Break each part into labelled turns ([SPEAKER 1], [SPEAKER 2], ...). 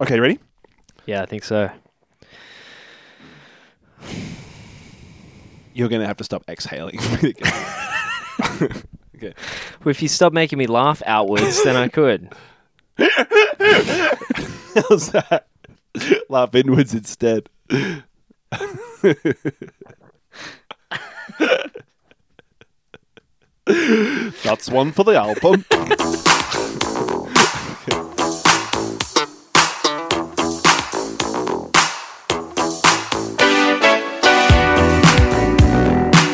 [SPEAKER 1] Okay, you ready?
[SPEAKER 2] Yeah, I think so.
[SPEAKER 1] You're going to have to stop exhaling. okay.
[SPEAKER 2] Well, if you stop making me laugh outwards, then I could.
[SPEAKER 1] How's that? Laugh inwards instead. That's one for the album.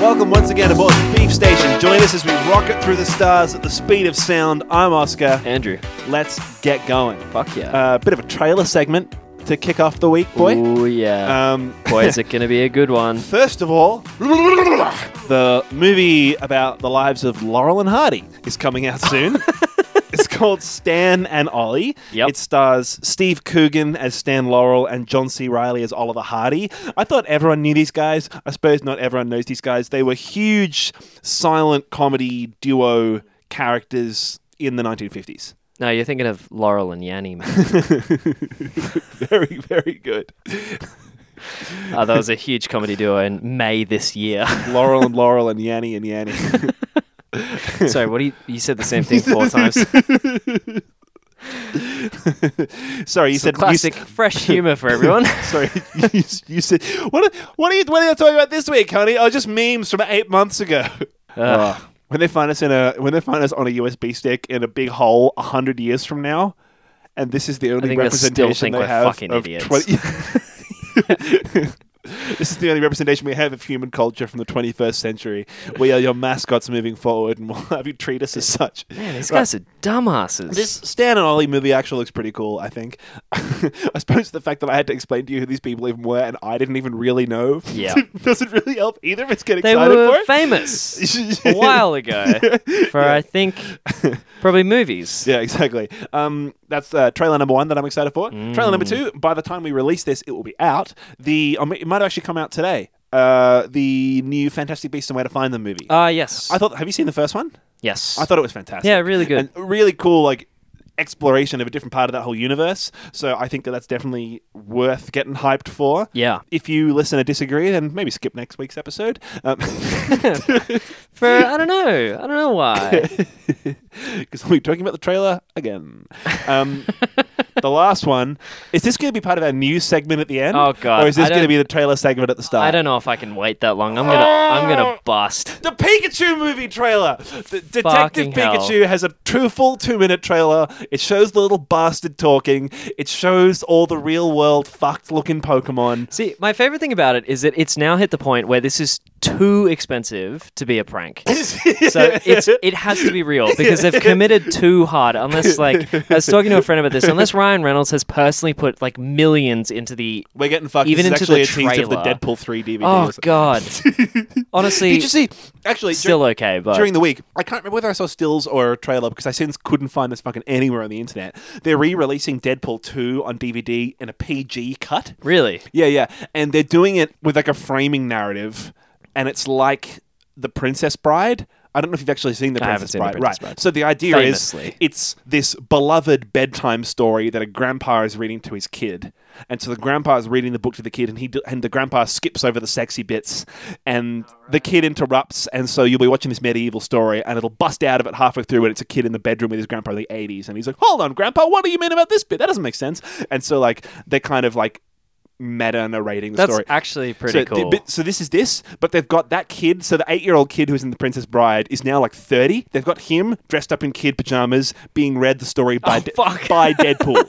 [SPEAKER 1] Welcome once again aboard the Beef Station. Join us as we rocket through the stars at the speed of sound. I'm Oscar.
[SPEAKER 2] Andrew,
[SPEAKER 1] Let's get going.
[SPEAKER 2] fuck
[SPEAKER 1] A
[SPEAKER 2] yeah.
[SPEAKER 1] uh, bit of a trailer segment to kick off the week, boy.
[SPEAKER 2] Ooh, yeah.
[SPEAKER 1] Um,
[SPEAKER 2] Boy, is it going to be a good one.
[SPEAKER 1] First of all, the movie about the lives of Laurel and Hardy is coming out soon. it's called Stan and Ollie.
[SPEAKER 2] Yep.
[SPEAKER 1] It stars Steve Coogan as Stan Laurel and John C. Riley as Oliver Hardy. I thought everyone knew these guys. I suppose not everyone knows these guys. They were huge silent comedy duo characters in the 1950s.
[SPEAKER 2] No, you're thinking of Laurel and Yanni, man.
[SPEAKER 1] very, very good.
[SPEAKER 2] Oh, that was a huge comedy duo in May this year.
[SPEAKER 1] Laurel and Laurel and Yanny and Yanny.
[SPEAKER 2] Sorry, what do you... You said the same thing four times.
[SPEAKER 1] Sorry, you
[SPEAKER 2] It's a
[SPEAKER 1] said you,
[SPEAKER 2] classic fresh humor for everyone.
[SPEAKER 1] Sorry, you, you said what? Are, what are you? What are you talking about this week, honey? Oh, just memes from eight months ago. Oh,
[SPEAKER 2] Ugh.
[SPEAKER 1] When they find us in a when they find us on a USB stick in a big hole a hundred years from now, and this is the only
[SPEAKER 2] think they'll still
[SPEAKER 1] representation
[SPEAKER 2] think
[SPEAKER 1] they
[SPEAKER 2] we're
[SPEAKER 1] have
[SPEAKER 2] fucking
[SPEAKER 1] of
[SPEAKER 2] idiots.
[SPEAKER 1] 20 this is the only representation we have of human culture from the 21st century. We are your mascots moving forward, and we'll have you treat us as such.
[SPEAKER 2] Man, these
[SPEAKER 1] Right.
[SPEAKER 2] guys are dumbasses.
[SPEAKER 1] This Stan and Ollie movie actually looks pretty cool, I think. I suppose the fact that I had to explain to you who these people even were and I didn't even really know
[SPEAKER 2] Yeah.
[SPEAKER 1] doesn't really help either of us get
[SPEAKER 2] they
[SPEAKER 1] excited
[SPEAKER 2] were
[SPEAKER 1] for
[SPEAKER 2] famous
[SPEAKER 1] it.
[SPEAKER 2] a while ago for, I think, probably movies.
[SPEAKER 1] Yeah, exactly. Um, that's uh, trailer number one that I'm excited for.
[SPEAKER 2] Mm.
[SPEAKER 1] Trailer number two, by the time we release this, it will be out. The um, It might actually come out today. Uh, the new Fantastic Beasts and Where to Find Them movie.
[SPEAKER 2] Ah, yes.
[SPEAKER 1] I thought. Have you seen the first one?
[SPEAKER 2] yes.
[SPEAKER 1] I thought it was fantastic.
[SPEAKER 2] Yeah, really good.
[SPEAKER 1] And really cool, like exploration of a different part of that whole universe. So I think that that's definitely worth getting hyped for.
[SPEAKER 2] yeah.
[SPEAKER 1] If you listen and disagree, then maybe skip next week's episode. Um,
[SPEAKER 2] For I don't know. I don't know why.
[SPEAKER 1] because we're talking about the trailer again. Um, the last one is this going to be part of our news segment at the end?
[SPEAKER 2] Oh, God,
[SPEAKER 1] Or is this
[SPEAKER 2] I
[SPEAKER 1] going to
[SPEAKER 2] don't-
[SPEAKER 1] be the trailer segment at the start?
[SPEAKER 2] I don't know if I can wait that long. I'm gonna I'm gonna bust.
[SPEAKER 1] The Pikachu movie trailer. The Detective
[SPEAKER 2] Fucking hell.
[SPEAKER 1] Pikachu has a two full two minute trailer. It shows the little bastard talking. It shows all the real world fucked looking Pokemon.
[SPEAKER 2] See, my favorite thing about it is that it's now hit the point where this is too expensive to be a prank. So it's it has to be real because they've committed too hard. Unless like I was talking to a friend about this, unless Ryan Reynolds has personally put like millions into the
[SPEAKER 1] We're getting fucked.
[SPEAKER 2] Even
[SPEAKER 1] this
[SPEAKER 2] into
[SPEAKER 1] is actually
[SPEAKER 2] the
[SPEAKER 1] a tease of the
[SPEAKER 2] trailer.
[SPEAKER 1] Deadpool three DVD.
[SPEAKER 2] Oh god. Honestly,
[SPEAKER 1] Did you see? Actually,
[SPEAKER 2] still
[SPEAKER 1] dur-
[SPEAKER 2] okay, but
[SPEAKER 1] during the week, I can't remember whether I saw stills or a trailer because I since couldn't find this fucking anywhere on the internet. They're re-releasing Deadpool two on DVD in a PG cut.
[SPEAKER 2] really.
[SPEAKER 1] Yeah, yeah. And they're doing it with like a framing narrative, and it's like The Princess Bride. I don't know if you've actually seen The
[SPEAKER 2] I
[SPEAKER 1] Princess
[SPEAKER 2] haven't seen The
[SPEAKER 1] Bride.
[SPEAKER 2] Princess
[SPEAKER 1] right.
[SPEAKER 2] Bride.
[SPEAKER 1] So the idea is
[SPEAKER 2] Famously.
[SPEAKER 1] it's this beloved bedtime story that a grandpa is reading to his kid. And so the grandpa is reading the book to the kid, and he and the grandpa skips over the sexy bits, and the kid interrupts, and so you'll be watching this medieval story, and it'll bust out of it halfway through, and it's a kid in the bedroom with his grandpa in the '80s, and he's like, "Hold on, grandpa, what do you mean about this bit? That doesn't make sense." And so like they kind of like meta narrating the
[SPEAKER 2] That's
[SPEAKER 1] story.
[SPEAKER 2] actually pretty
[SPEAKER 1] So, th-
[SPEAKER 2] cool.
[SPEAKER 1] but- so this is this, but they've got that kid. So the eight-year-old kid who's in The Princess Bride is now like thirty. They've got him dressed up in kid pajamas, being read the story by De-
[SPEAKER 2] Oh, fuck.
[SPEAKER 1] by Deadpool,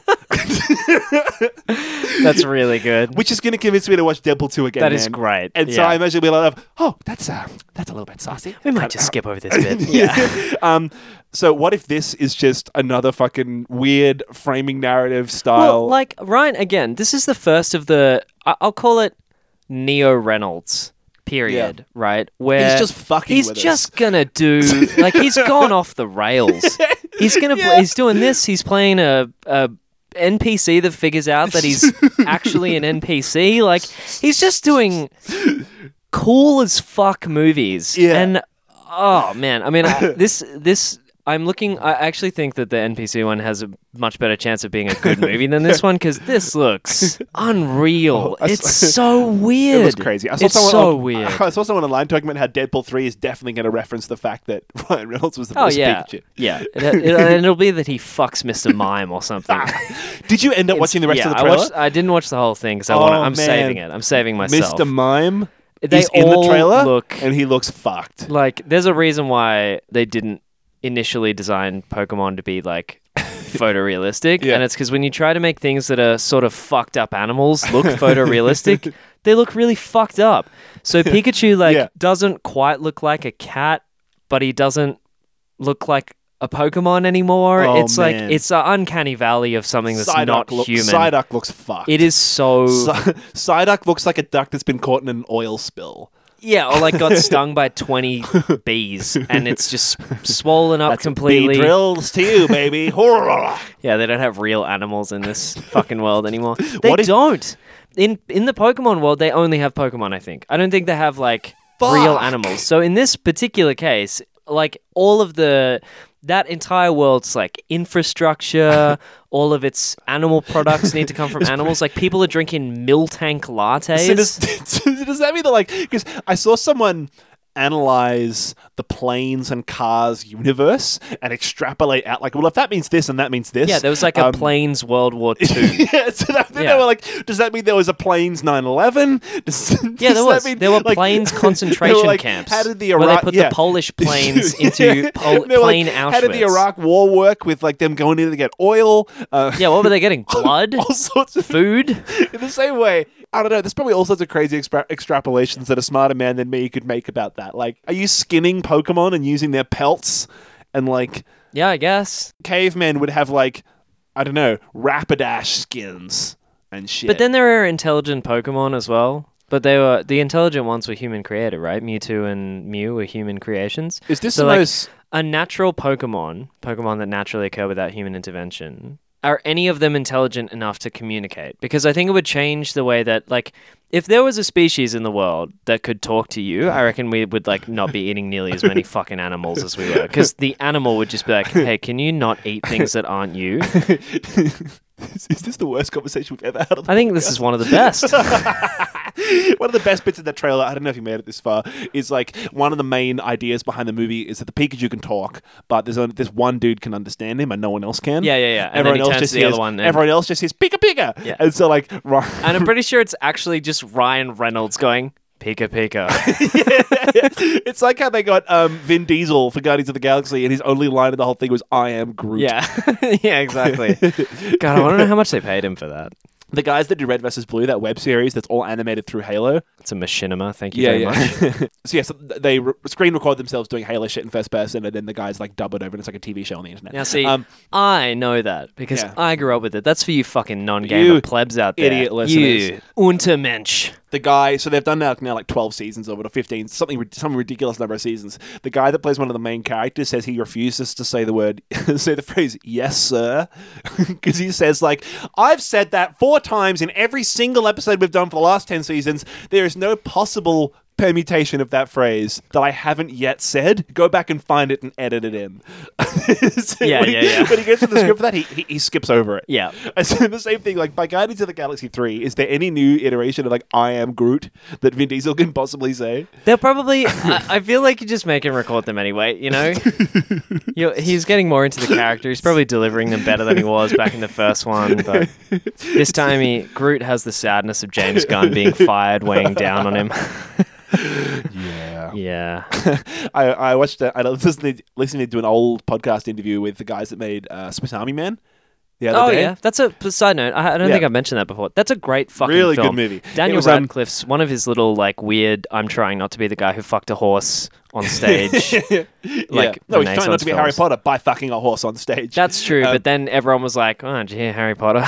[SPEAKER 2] That's really good.
[SPEAKER 1] which is going to convince me to watch Deadpool two again.
[SPEAKER 2] That is
[SPEAKER 1] man.
[SPEAKER 2] great,
[SPEAKER 1] And so
[SPEAKER 2] yeah.
[SPEAKER 1] I imagine we'll have, oh, that's uh, that's a little bit saucy.
[SPEAKER 2] We might just skip over this bit. Yeah.
[SPEAKER 1] um, so what if this is just another fucking weird framing narrative style?
[SPEAKER 2] Well, like Ryan again, this is the first of the I- I'll call it Neo Reynolds period, right? Where
[SPEAKER 1] He's just fucking
[SPEAKER 2] He's
[SPEAKER 1] with us.
[SPEAKER 2] just gonna do like he's gone off the rails. He's gonna play, he's doing this. He's playing a a NPC that figures out that he's actually an NPC. Like he's just doing cool as fuck movies.
[SPEAKER 1] Yeah.
[SPEAKER 2] And oh man, I mean I, this this I'm looking. I actually think that the NPC one has a much better chance of being a good movie than this one because this looks unreal.
[SPEAKER 1] Oh, I
[SPEAKER 2] it's
[SPEAKER 1] saw-
[SPEAKER 2] so weird.
[SPEAKER 1] It was crazy. I saw
[SPEAKER 2] it's
[SPEAKER 1] someone
[SPEAKER 2] so
[SPEAKER 1] on,
[SPEAKER 2] weird.
[SPEAKER 1] I saw someone online talking about how Deadpool three is definitely going to reference the fact that Ryan Reynolds was the
[SPEAKER 2] oh
[SPEAKER 1] voice of
[SPEAKER 2] yeah,
[SPEAKER 1] Pikachu.
[SPEAKER 2] yeah. It, it, and it'll be that he fucks Mr. Mime or something.
[SPEAKER 1] Did you end up watching the rest of
[SPEAKER 2] yeah,
[SPEAKER 1] the trailer?
[SPEAKER 2] I, watched, I didn't watch the whole thing because I
[SPEAKER 1] Oh,
[SPEAKER 2] want. I'm
[SPEAKER 1] man.
[SPEAKER 2] saving it. I'm saving myself.
[SPEAKER 1] Mr. Mime
[SPEAKER 2] They
[SPEAKER 1] is in the
[SPEAKER 2] all
[SPEAKER 1] trailer,
[SPEAKER 2] look-
[SPEAKER 1] and he looks fucked.
[SPEAKER 2] like there's a reason why they didn't initially design pokemon to be like photorealistic
[SPEAKER 1] Yeah.
[SPEAKER 2] and it's because when you try to make things that are sort of fucked up animals look photorealistic they look really fucked up so pikachu like
[SPEAKER 1] Yeah.
[SPEAKER 2] doesn't quite look like a cat but he doesn't look like a pokemon anymore
[SPEAKER 1] Oh,
[SPEAKER 2] it's
[SPEAKER 1] man.
[SPEAKER 2] like it's an uncanny valley of something that's not
[SPEAKER 1] look-
[SPEAKER 2] human
[SPEAKER 1] Psyduck looks fucked.
[SPEAKER 2] it is so
[SPEAKER 1] Psy- Psyduck looks like a duck that's been caught in an oil spill.
[SPEAKER 2] yeah or like got stung by 20 bees and it's just swollen up completely
[SPEAKER 1] Bee drills to you, baby. Horror.
[SPEAKER 2] Yeah, they don't have real animals in this fucking world anymore. They
[SPEAKER 1] What if-
[SPEAKER 2] don't. In in the Pokemon world, they only have Pokemon. I think. I don't think they have like real
[SPEAKER 1] Fuck.
[SPEAKER 2] animals. So in this particular case, like all of the that entire world's like infrastructure, all of its animal products need to come from animals. Like people are drinking Miltank lattes.
[SPEAKER 1] So does, does that mean that like because I saw someone analyze the planes and cars universe and extrapolate out like well if that means this and that means this
[SPEAKER 2] yeah, there was like a
[SPEAKER 1] um,
[SPEAKER 2] planes World War Two.
[SPEAKER 1] yeah, so that, then
[SPEAKER 2] Yeah.
[SPEAKER 1] they were like, does that mean there was a planes 9/11? Does,
[SPEAKER 2] Yeah, there
[SPEAKER 1] does
[SPEAKER 2] was.
[SPEAKER 1] That mean,
[SPEAKER 2] there were
[SPEAKER 1] like-
[SPEAKER 2] planes
[SPEAKER 1] they were
[SPEAKER 2] concentration
[SPEAKER 1] like,
[SPEAKER 2] camps.
[SPEAKER 1] How did the
[SPEAKER 2] where
[SPEAKER 1] Iraq?
[SPEAKER 2] they put
[SPEAKER 1] yeah.
[SPEAKER 2] the Polish planes
[SPEAKER 1] Yeah.
[SPEAKER 2] into pol-
[SPEAKER 1] They were like,
[SPEAKER 2] plane Auschwitz?
[SPEAKER 1] How did the Iraq War work with like them going in to get oil? Uh,
[SPEAKER 2] Yeah, what were they getting? Blood,
[SPEAKER 1] all sorts of
[SPEAKER 2] food.
[SPEAKER 1] in the same way, I don't know. There's probably all sorts of crazy extra- extrapolations that a smarter man than me could make about that. Like, are you skinning Pokemon and using their pelts? And like,
[SPEAKER 2] Yeah, I guess.
[SPEAKER 1] cavemen would have like, I don't know, Rapidash skins and shit.
[SPEAKER 2] But then there are intelligent Pokemon as well. But they were the intelligent ones were human created, right? Mewtwo and Mew were human creations.
[SPEAKER 1] is this
[SPEAKER 2] so,
[SPEAKER 1] the
[SPEAKER 2] like,
[SPEAKER 1] most?
[SPEAKER 2] A natural Pokemon, Pokemon that naturally occur without human intervention, are any of them intelligent enough to communicate? Because I think it would change the way that, like, if there was a species in the world that could talk to you, I reckon we would like not be eating nearly as many fucking animals as we were. Because the animal would just be like, "Hey, can you not eat things that aren't you?"
[SPEAKER 1] Is this the worst conversation we've ever had? On
[SPEAKER 2] I think this is one of the best.
[SPEAKER 1] one of the best bits of the trailer, I don't know if you made it this far, is like one of the main ideas behind the movie is that the Pikachu can talk, but there's only, this one dude can understand him and no one else can.
[SPEAKER 2] Yeah, yeah, yeah. And then
[SPEAKER 1] everyone
[SPEAKER 2] he
[SPEAKER 1] else
[SPEAKER 2] turns
[SPEAKER 1] just
[SPEAKER 2] to the
[SPEAKER 1] hears,
[SPEAKER 2] other one and-
[SPEAKER 1] Everyone else just hears Pika Pika.
[SPEAKER 2] Yeah.
[SPEAKER 1] And so like Ryan,
[SPEAKER 2] And I'm pretty sure it's actually just Ryan Reynolds going, Pika Pika.
[SPEAKER 1] it's like how they got um, Vin Diesel for Guardians of the Galaxy, and his only line in the whole thing was "I am Groot."
[SPEAKER 2] yeah. yeah, exactly. God, I want to know how much they paid him for that.
[SPEAKER 1] The guys that do Red vs. Blue, that web series that's all animated through Halo,
[SPEAKER 2] It's a machinima. Thank you very much.
[SPEAKER 1] yeah. so yeah, so th- they re- screen record themselves doing Halo shit in first person, and then the guys like dub it over, and it's like a TV show on the internet.
[SPEAKER 2] Now, see,
[SPEAKER 1] Um,
[SPEAKER 2] I know that because
[SPEAKER 1] Yeah.
[SPEAKER 2] I grew up with it. That's for you fucking non gamer
[SPEAKER 1] You
[SPEAKER 2] plebs out there.
[SPEAKER 1] idiot listeners.
[SPEAKER 2] You Untermensch.
[SPEAKER 1] the guy, so they've done now, now like twelve seasons of it or fifteen, something rid- some ridiculous number of seasons. The guy that plays one of the main characters says he refuses to say the word, say the phrase "yes sir," because he says like I've said that four times in every single episode we've done for the last ten seasons. There is no possible. Permutation of that phrase that I haven't yet said. Go back and find it and edit it in. So
[SPEAKER 2] Yeah,
[SPEAKER 1] when
[SPEAKER 2] yeah,
[SPEAKER 1] he,
[SPEAKER 2] yeah.
[SPEAKER 1] When he goes to the script for that, he, he, he skips over it.
[SPEAKER 2] Yeah.
[SPEAKER 1] And so the same thing, like by Guardians of the Galaxy 3, is there any new iteration of like I am Groot that Vin Diesel can possibly say?
[SPEAKER 2] They'll probably. I, I feel like you just make him record them anyway. You know, you he's getting more into the character. He's probably delivering them better than he was back in the first one. But this time, he Groot has the sadness of James Gunn being fired weighing down on him.
[SPEAKER 1] Yeah.
[SPEAKER 2] yeah,
[SPEAKER 1] I, I watched, a, I listened to, listening to an old podcast interview with the guys that made uh, Swiss Army Man the other
[SPEAKER 2] Oh
[SPEAKER 1] day.
[SPEAKER 2] yeah, that's a p- side note. I, I don't
[SPEAKER 1] Yeah.
[SPEAKER 2] think I've mentioned that before. That's a great fucking
[SPEAKER 1] Really good
[SPEAKER 2] film.
[SPEAKER 1] movie. It
[SPEAKER 2] Daniel
[SPEAKER 1] was, um,
[SPEAKER 2] Radcliffe's one of his little like weird. I'm trying not to be the guy who fucked a horse on stage.
[SPEAKER 1] Like,
[SPEAKER 2] Like,
[SPEAKER 1] no, he's trying not
[SPEAKER 2] Renaissance
[SPEAKER 1] to be Harry
[SPEAKER 2] films.
[SPEAKER 1] Potter by fucking a horse on stage.
[SPEAKER 2] That's true.
[SPEAKER 1] Um,
[SPEAKER 2] but then everyone was like, "Oh, did you hear Harry Potter?"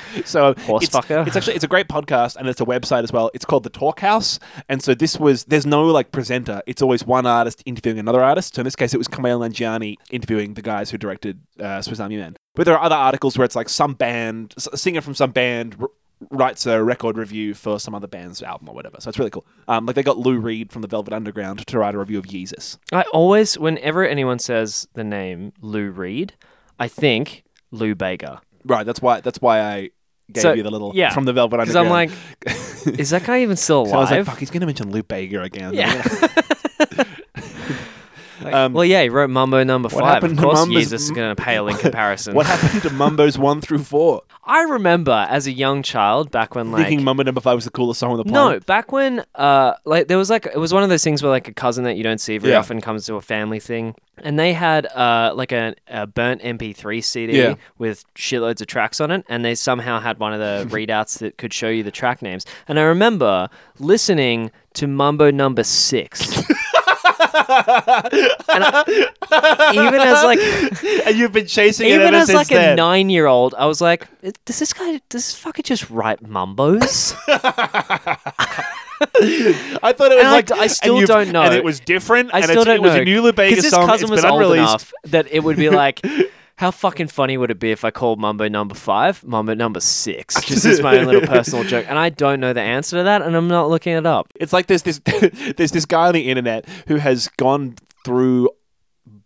[SPEAKER 1] so um,
[SPEAKER 2] Horse
[SPEAKER 1] it's,
[SPEAKER 2] fucker.
[SPEAKER 1] it's actually it's a great podcast and it's a website as well. It's called the Talk House, and so this was there's no like presenter. It's always one artist interviewing another artist. So in this case, it was Kamal Nanjiani interviewing the guys who directed uh, Swiss Army Man. But there are other articles where it's like some band, s- a singer from some band. r- writes a record review for some other band's album or whatever. So it's really cool. Um, like they got Lou Reed from the Velvet Underground to write a review of Yeezus.
[SPEAKER 2] I always, whenever anyone says the name Lou Reed, I think Lou Bega.
[SPEAKER 1] Right. That's why. That's why I gave
[SPEAKER 2] So,
[SPEAKER 1] you the little
[SPEAKER 2] yeah.
[SPEAKER 1] from the Velvet
[SPEAKER 2] Because I'm
[SPEAKER 1] Underground.
[SPEAKER 2] like, is that guy even still
[SPEAKER 1] So I was like,
[SPEAKER 2] alive?
[SPEAKER 1] fuck, he's going to mention Lou Bega again.
[SPEAKER 2] yeah. Like,
[SPEAKER 1] Um,
[SPEAKER 2] well, yeah, he wrote Mumbo Number Five.
[SPEAKER 1] happened
[SPEAKER 2] of
[SPEAKER 1] to
[SPEAKER 2] course,
[SPEAKER 1] Mumbo's-
[SPEAKER 2] Jesus is going to pale in comparison.
[SPEAKER 1] What happened to Mumbo's one through four?
[SPEAKER 2] I remember as a young child back when like
[SPEAKER 1] Thinking Mumbo number five was the coolest song on the
[SPEAKER 2] no,
[SPEAKER 1] planet.
[SPEAKER 2] back when uh like there was like it was one of those things where like a cousin that you don't see very
[SPEAKER 1] Yeah.
[SPEAKER 2] often comes to a family thing, and they had uh like a, a burnt MP3 CD
[SPEAKER 1] Yeah.
[SPEAKER 2] with shitloads of tracks on it, and they somehow had one of the readouts that could show you the track names, and I remember listening to Mumbo Number Six. and I, even as like
[SPEAKER 1] and you've been chasing it
[SPEAKER 2] even
[SPEAKER 1] ever
[SPEAKER 2] as
[SPEAKER 1] since
[SPEAKER 2] like a
[SPEAKER 1] then.
[SPEAKER 2] nine-year-old, I was like, "Does this guy? Does this fucker just write mumbos?"
[SPEAKER 1] I thought it was
[SPEAKER 2] And I
[SPEAKER 1] like
[SPEAKER 2] d- I
[SPEAKER 1] and
[SPEAKER 2] still
[SPEAKER 1] you've-
[SPEAKER 2] don't know.
[SPEAKER 1] And it was different.
[SPEAKER 2] I
[SPEAKER 1] and
[SPEAKER 2] still
[SPEAKER 1] it's,
[SPEAKER 2] don't
[SPEAKER 1] it was
[SPEAKER 2] know.
[SPEAKER 1] a new Lou Bega
[SPEAKER 2] his
[SPEAKER 1] song.
[SPEAKER 2] cousin
[SPEAKER 1] it's
[SPEAKER 2] was
[SPEAKER 1] been
[SPEAKER 2] old
[SPEAKER 1] unreleased.
[SPEAKER 2] enough that it would be like, how fucking funny would it be if I called Mumbo Number Five, Mumbo Number Six, just as my own little personal joke, and I don't know the answer to that, and I'm not looking it up.
[SPEAKER 1] It's like there's this there's this guy on the internet who has gone through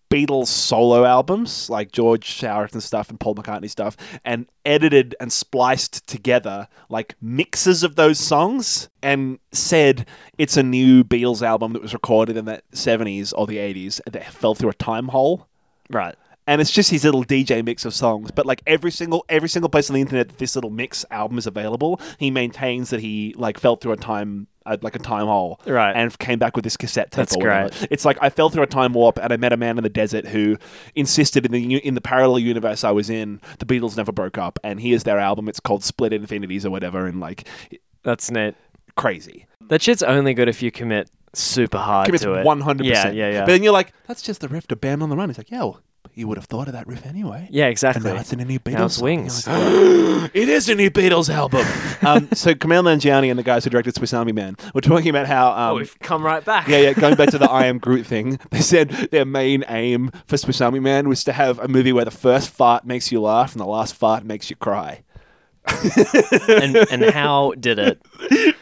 [SPEAKER 1] Beatles solo albums like George Harrison stuff and Paul McCartney stuff and edited and spliced together like mixes of those songs and said it's a new Beatles album that was recorded in the 70s or the 80s and that fell through a time hole
[SPEAKER 2] Right.
[SPEAKER 1] and it's just his little DJ mix of songs. But like every single every single place on the internet that this little mix album is available, he maintains that he like fell through a time uh, like a time hole,
[SPEAKER 2] Right.
[SPEAKER 1] And came back with this cassette tape.
[SPEAKER 2] That's
[SPEAKER 1] or whatever. It's like I fell through a time warp and I met a man in the desert who insisted in the u- in the parallel universe I was in, the Beatles never broke up, and here's their album. It's called Split Infinities or whatever, and like
[SPEAKER 2] That's neat.
[SPEAKER 1] crazy.
[SPEAKER 2] That shit's only good if you commit super hard
[SPEAKER 1] Commits
[SPEAKER 2] to it.
[SPEAKER 1] one hundred
[SPEAKER 2] Yeah,
[SPEAKER 1] percent.
[SPEAKER 2] yeah, yeah.
[SPEAKER 1] But then you're like, that's just the riff to Bam on the Run. He's like, yeah, well, you would have thought of that riff anyway.
[SPEAKER 2] yeah,
[SPEAKER 1] And
[SPEAKER 2] exactly.
[SPEAKER 1] now it's in a new Beatles.
[SPEAKER 2] Now it's
[SPEAKER 1] song.
[SPEAKER 2] wings.
[SPEAKER 1] it is a new Beatles album. um, so Kumail Nanjiani and the guys who directed Swiss Army Man were talking about how. Um,
[SPEAKER 2] Oh, we've come right back.
[SPEAKER 1] yeah, yeah. Going back to the I Am Groot thing, they said their main aim for Swiss Army Man was to have a movie where the first fart makes you laugh and the last fart makes you cry.
[SPEAKER 2] And, and how did it?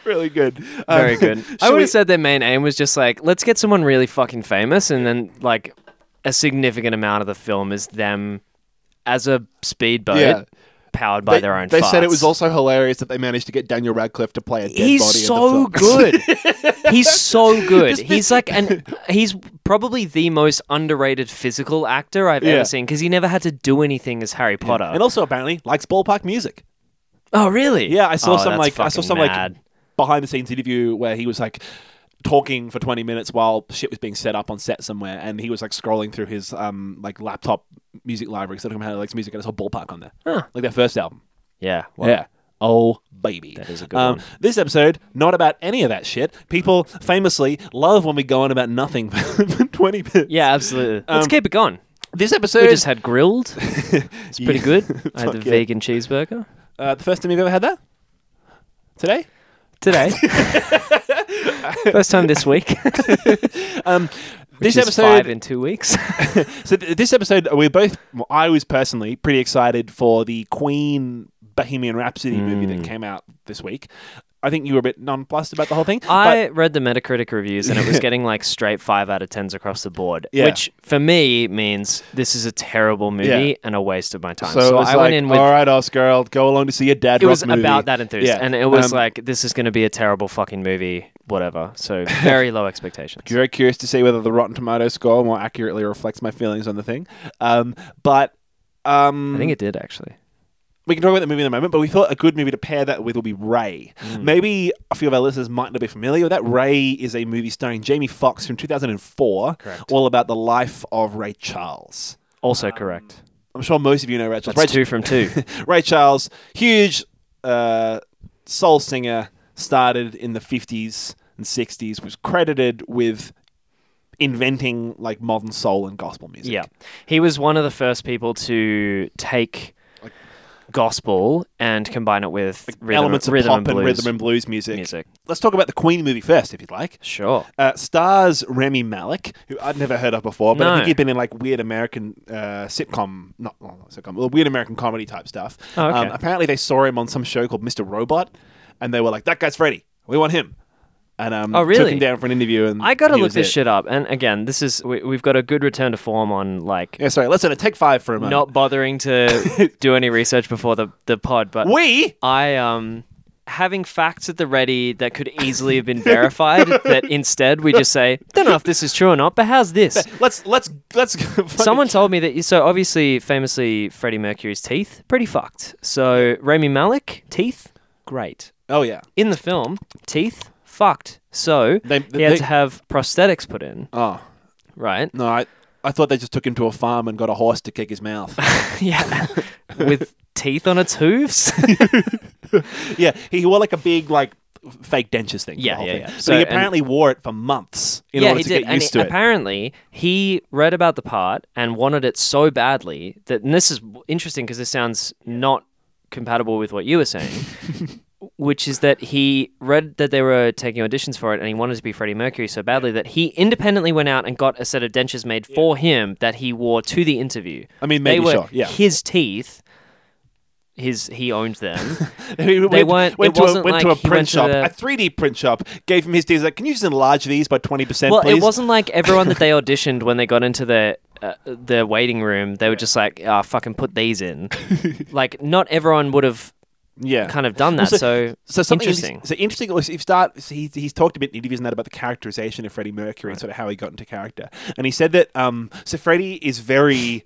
[SPEAKER 1] really good. Um,
[SPEAKER 2] Very good. I
[SPEAKER 1] should
[SPEAKER 2] would
[SPEAKER 1] we-
[SPEAKER 2] have said their main aim was just like, let's get someone really fucking famous, and then like a significant amount of the film is them as a speedboat
[SPEAKER 1] Yeah.
[SPEAKER 2] powered by their own.
[SPEAKER 1] They said it
[SPEAKER 2] farts.
[SPEAKER 1] was also hilarious that they managed to get Daniel Radcliffe to play a dead
[SPEAKER 2] He's
[SPEAKER 1] body.
[SPEAKER 2] so
[SPEAKER 1] in the film.
[SPEAKER 2] good. he's so good. He's like an he's probably the most underrated physical actor I've
[SPEAKER 1] Yeah.
[SPEAKER 2] ever seen because he never had to do anything as Harry Potter.
[SPEAKER 1] and also apparently likes ballpark music.
[SPEAKER 2] Oh, really?
[SPEAKER 1] Yeah, I saw
[SPEAKER 2] Oh,
[SPEAKER 1] some
[SPEAKER 2] that's
[SPEAKER 1] like I saw
[SPEAKER 2] fucking
[SPEAKER 1] some
[SPEAKER 2] mad.
[SPEAKER 1] like behind the scenes interview where he was like talking for 20 minutes while shit was being set up on set somewhere and he was like scrolling through his um like laptop music library so how he likes music and it's all ballpark on there like their first album
[SPEAKER 2] yeah. Well,
[SPEAKER 1] yeah oh baby that
[SPEAKER 2] is a good one.
[SPEAKER 1] this episode not about any of that shit people famously love when we go on about nothing for 20 minutes
[SPEAKER 2] yeah, absolutely.
[SPEAKER 1] Um,
[SPEAKER 2] Let's keep it going.
[SPEAKER 1] this episode
[SPEAKER 2] We just had grilled. It's pretty good. I had the
[SPEAKER 1] Fuck yeah.
[SPEAKER 2] vegan cheeseburger
[SPEAKER 1] uh, the first time you've ever had that today
[SPEAKER 2] today. First time this week.
[SPEAKER 1] this
[SPEAKER 2] Which is
[SPEAKER 1] episode
[SPEAKER 2] five in two weeks.
[SPEAKER 1] So th- this episode, we're both. well, I was personally pretty excited for the Queen Bohemian Rhapsody movie that came out this week. I think you were a bit nonplussed about the whole thing.
[SPEAKER 2] I read the Metacritic reviews and it was getting like straight five out of tens across the board,
[SPEAKER 1] Yeah.
[SPEAKER 2] which for me means this is a terrible movie
[SPEAKER 1] Yeah.
[SPEAKER 2] and a waste of my time.
[SPEAKER 1] but,
[SPEAKER 2] So,
[SPEAKER 1] so,
[SPEAKER 2] I went in with
[SPEAKER 1] all right, Oscar, I'll go along to see your dad.
[SPEAKER 2] it was
[SPEAKER 1] rock movie."
[SPEAKER 2] about that enthusiasm,
[SPEAKER 1] Yeah.
[SPEAKER 2] and it was
[SPEAKER 1] Um,
[SPEAKER 2] like this is going to be a terrible fucking movie, whatever. So very low expectations.
[SPEAKER 1] You're very curious to see whether the Rotten Tomato score more accurately reflects my feelings on the thing. Um, but um,
[SPEAKER 2] I think it did actually.
[SPEAKER 1] we can talk about the movie in a moment, but we thought a good movie to pair that with will be Ray.
[SPEAKER 2] Mm.
[SPEAKER 1] Maybe a few of our listeners might not be familiar with that. Ray is a movie starring Jamie Foxx from 2004,
[SPEAKER 2] Correct.
[SPEAKER 1] all about the life of Ray Charles.
[SPEAKER 2] Also correct.
[SPEAKER 1] I'm sure most of you know Ray Charles.
[SPEAKER 2] That's
[SPEAKER 1] Ray,
[SPEAKER 2] two from two.
[SPEAKER 1] Ray Charles, huge uh, soul singer, started in the 50s and 60s, was credited with inventing like modern soul and gospel music.
[SPEAKER 2] Yeah. He was one of the first people to take gospel and combine it with rhythm,
[SPEAKER 1] Elements of
[SPEAKER 2] rhythm
[SPEAKER 1] pop
[SPEAKER 2] and
[SPEAKER 1] and,
[SPEAKER 2] blues
[SPEAKER 1] rhythm and blues music.
[SPEAKER 2] music.
[SPEAKER 1] Let's talk about the Queen movie first, if you'd like.
[SPEAKER 2] Sure.
[SPEAKER 1] Uh, stars Rami Malik, who I'd never heard of before, but
[SPEAKER 2] No.
[SPEAKER 1] I think he'd been in like weird American uh, sitcom, not, well, not sitcom, well, weird American comedy type stuff.
[SPEAKER 2] Oh, okay.
[SPEAKER 1] um, apparently, they saw him on some show called Mr. Robot, and they were like, "That guy's Freddy. We want him." And um,
[SPEAKER 2] Oh,
[SPEAKER 1] took
[SPEAKER 2] really?
[SPEAKER 1] him down for an interview. And
[SPEAKER 2] I gotta
[SPEAKER 1] he
[SPEAKER 2] look
[SPEAKER 1] was
[SPEAKER 2] this
[SPEAKER 1] it.
[SPEAKER 2] shit up. And again, this is we, we've got a good return to form on like
[SPEAKER 1] Yeah, sorry. Let's let it take five for a moment.
[SPEAKER 2] not bothering to do any research before the the pod. But
[SPEAKER 1] we
[SPEAKER 2] I um having facts at the ready that could easily have been verified. that instead we just say, don't know if this is true or not, but how's this?
[SPEAKER 1] let's let's let's
[SPEAKER 2] Someone told me that. So obviously, famously, Freddie Mercury's teeth pretty fucked. So Rami Malik teeth great
[SPEAKER 1] Oh yeah.
[SPEAKER 2] in the film teeth fucked. So
[SPEAKER 1] They-
[SPEAKER 2] he had
[SPEAKER 1] they-
[SPEAKER 2] to have prosthetics put in,
[SPEAKER 1] Oh
[SPEAKER 2] right?
[SPEAKER 1] no, I I thought they just took him to a farm and got a horse to kick his mouth.
[SPEAKER 2] yeah, with teeth on its hooves.
[SPEAKER 1] yeah, he wore like a big like fake dentures thing. for
[SPEAKER 2] Yeah,
[SPEAKER 1] the whole
[SPEAKER 2] yeah,
[SPEAKER 1] thing.
[SPEAKER 2] yeah.
[SPEAKER 1] So,
[SPEAKER 2] So-
[SPEAKER 1] he
[SPEAKER 2] and-
[SPEAKER 1] apparently wore it for months in
[SPEAKER 2] yeah,
[SPEAKER 1] order
[SPEAKER 2] he
[SPEAKER 1] to
[SPEAKER 2] did.
[SPEAKER 1] get
[SPEAKER 2] and
[SPEAKER 1] used
[SPEAKER 2] he-
[SPEAKER 1] to it.
[SPEAKER 2] apparently, he read about the part and wanted it so badly that, and this is interesting because this sounds not compatible with what you were saying, which is that he read that they were taking auditions for it and he wanted to be Freddie Mercury so badly that he independently went out and got a set of dentures made for him that he wore to the interview.
[SPEAKER 1] I mean,
[SPEAKER 2] they
[SPEAKER 1] maybe
[SPEAKER 2] were
[SPEAKER 1] sure. Yeah,
[SPEAKER 2] his teeth. His he owned them.
[SPEAKER 1] they
[SPEAKER 2] weren't-
[SPEAKER 1] Went
[SPEAKER 2] it
[SPEAKER 1] to a,
[SPEAKER 2] wasn't
[SPEAKER 1] went to a
[SPEAKER 2] like he
[SPEAKER 1] print
[SPEAKER 2] went to
[SPEAKER 1] shop,
[SPEAKER 2] the-
[SPEAKER 1] a 3D print shop. Gave him his D's. Like, can you just enlarge these by 20 percent,
[SPEAKER 2] Well,
[SPEAKER 1] please?
[SPEAKER 2] it wasn't like everyone that they auditioned when they got into the uh, the waiting room, they were just like, "Ah, fucking put these in." like, not everyone would have
[SPEAKER 1] Yeah.
[SPEAKER 2] kind of done that.
[SPEAKER 1] Well,
[SPEAKER 2] so,
[SPEAKER 1] so something
[SPEAKER 2] interesting.
[SPEAKER 1] So interesting. was If start, so he, he's talked a bit in interviews and that about the characterization of Freddie Mercury and sort of how he got into character. And he said that um, so Freddie is very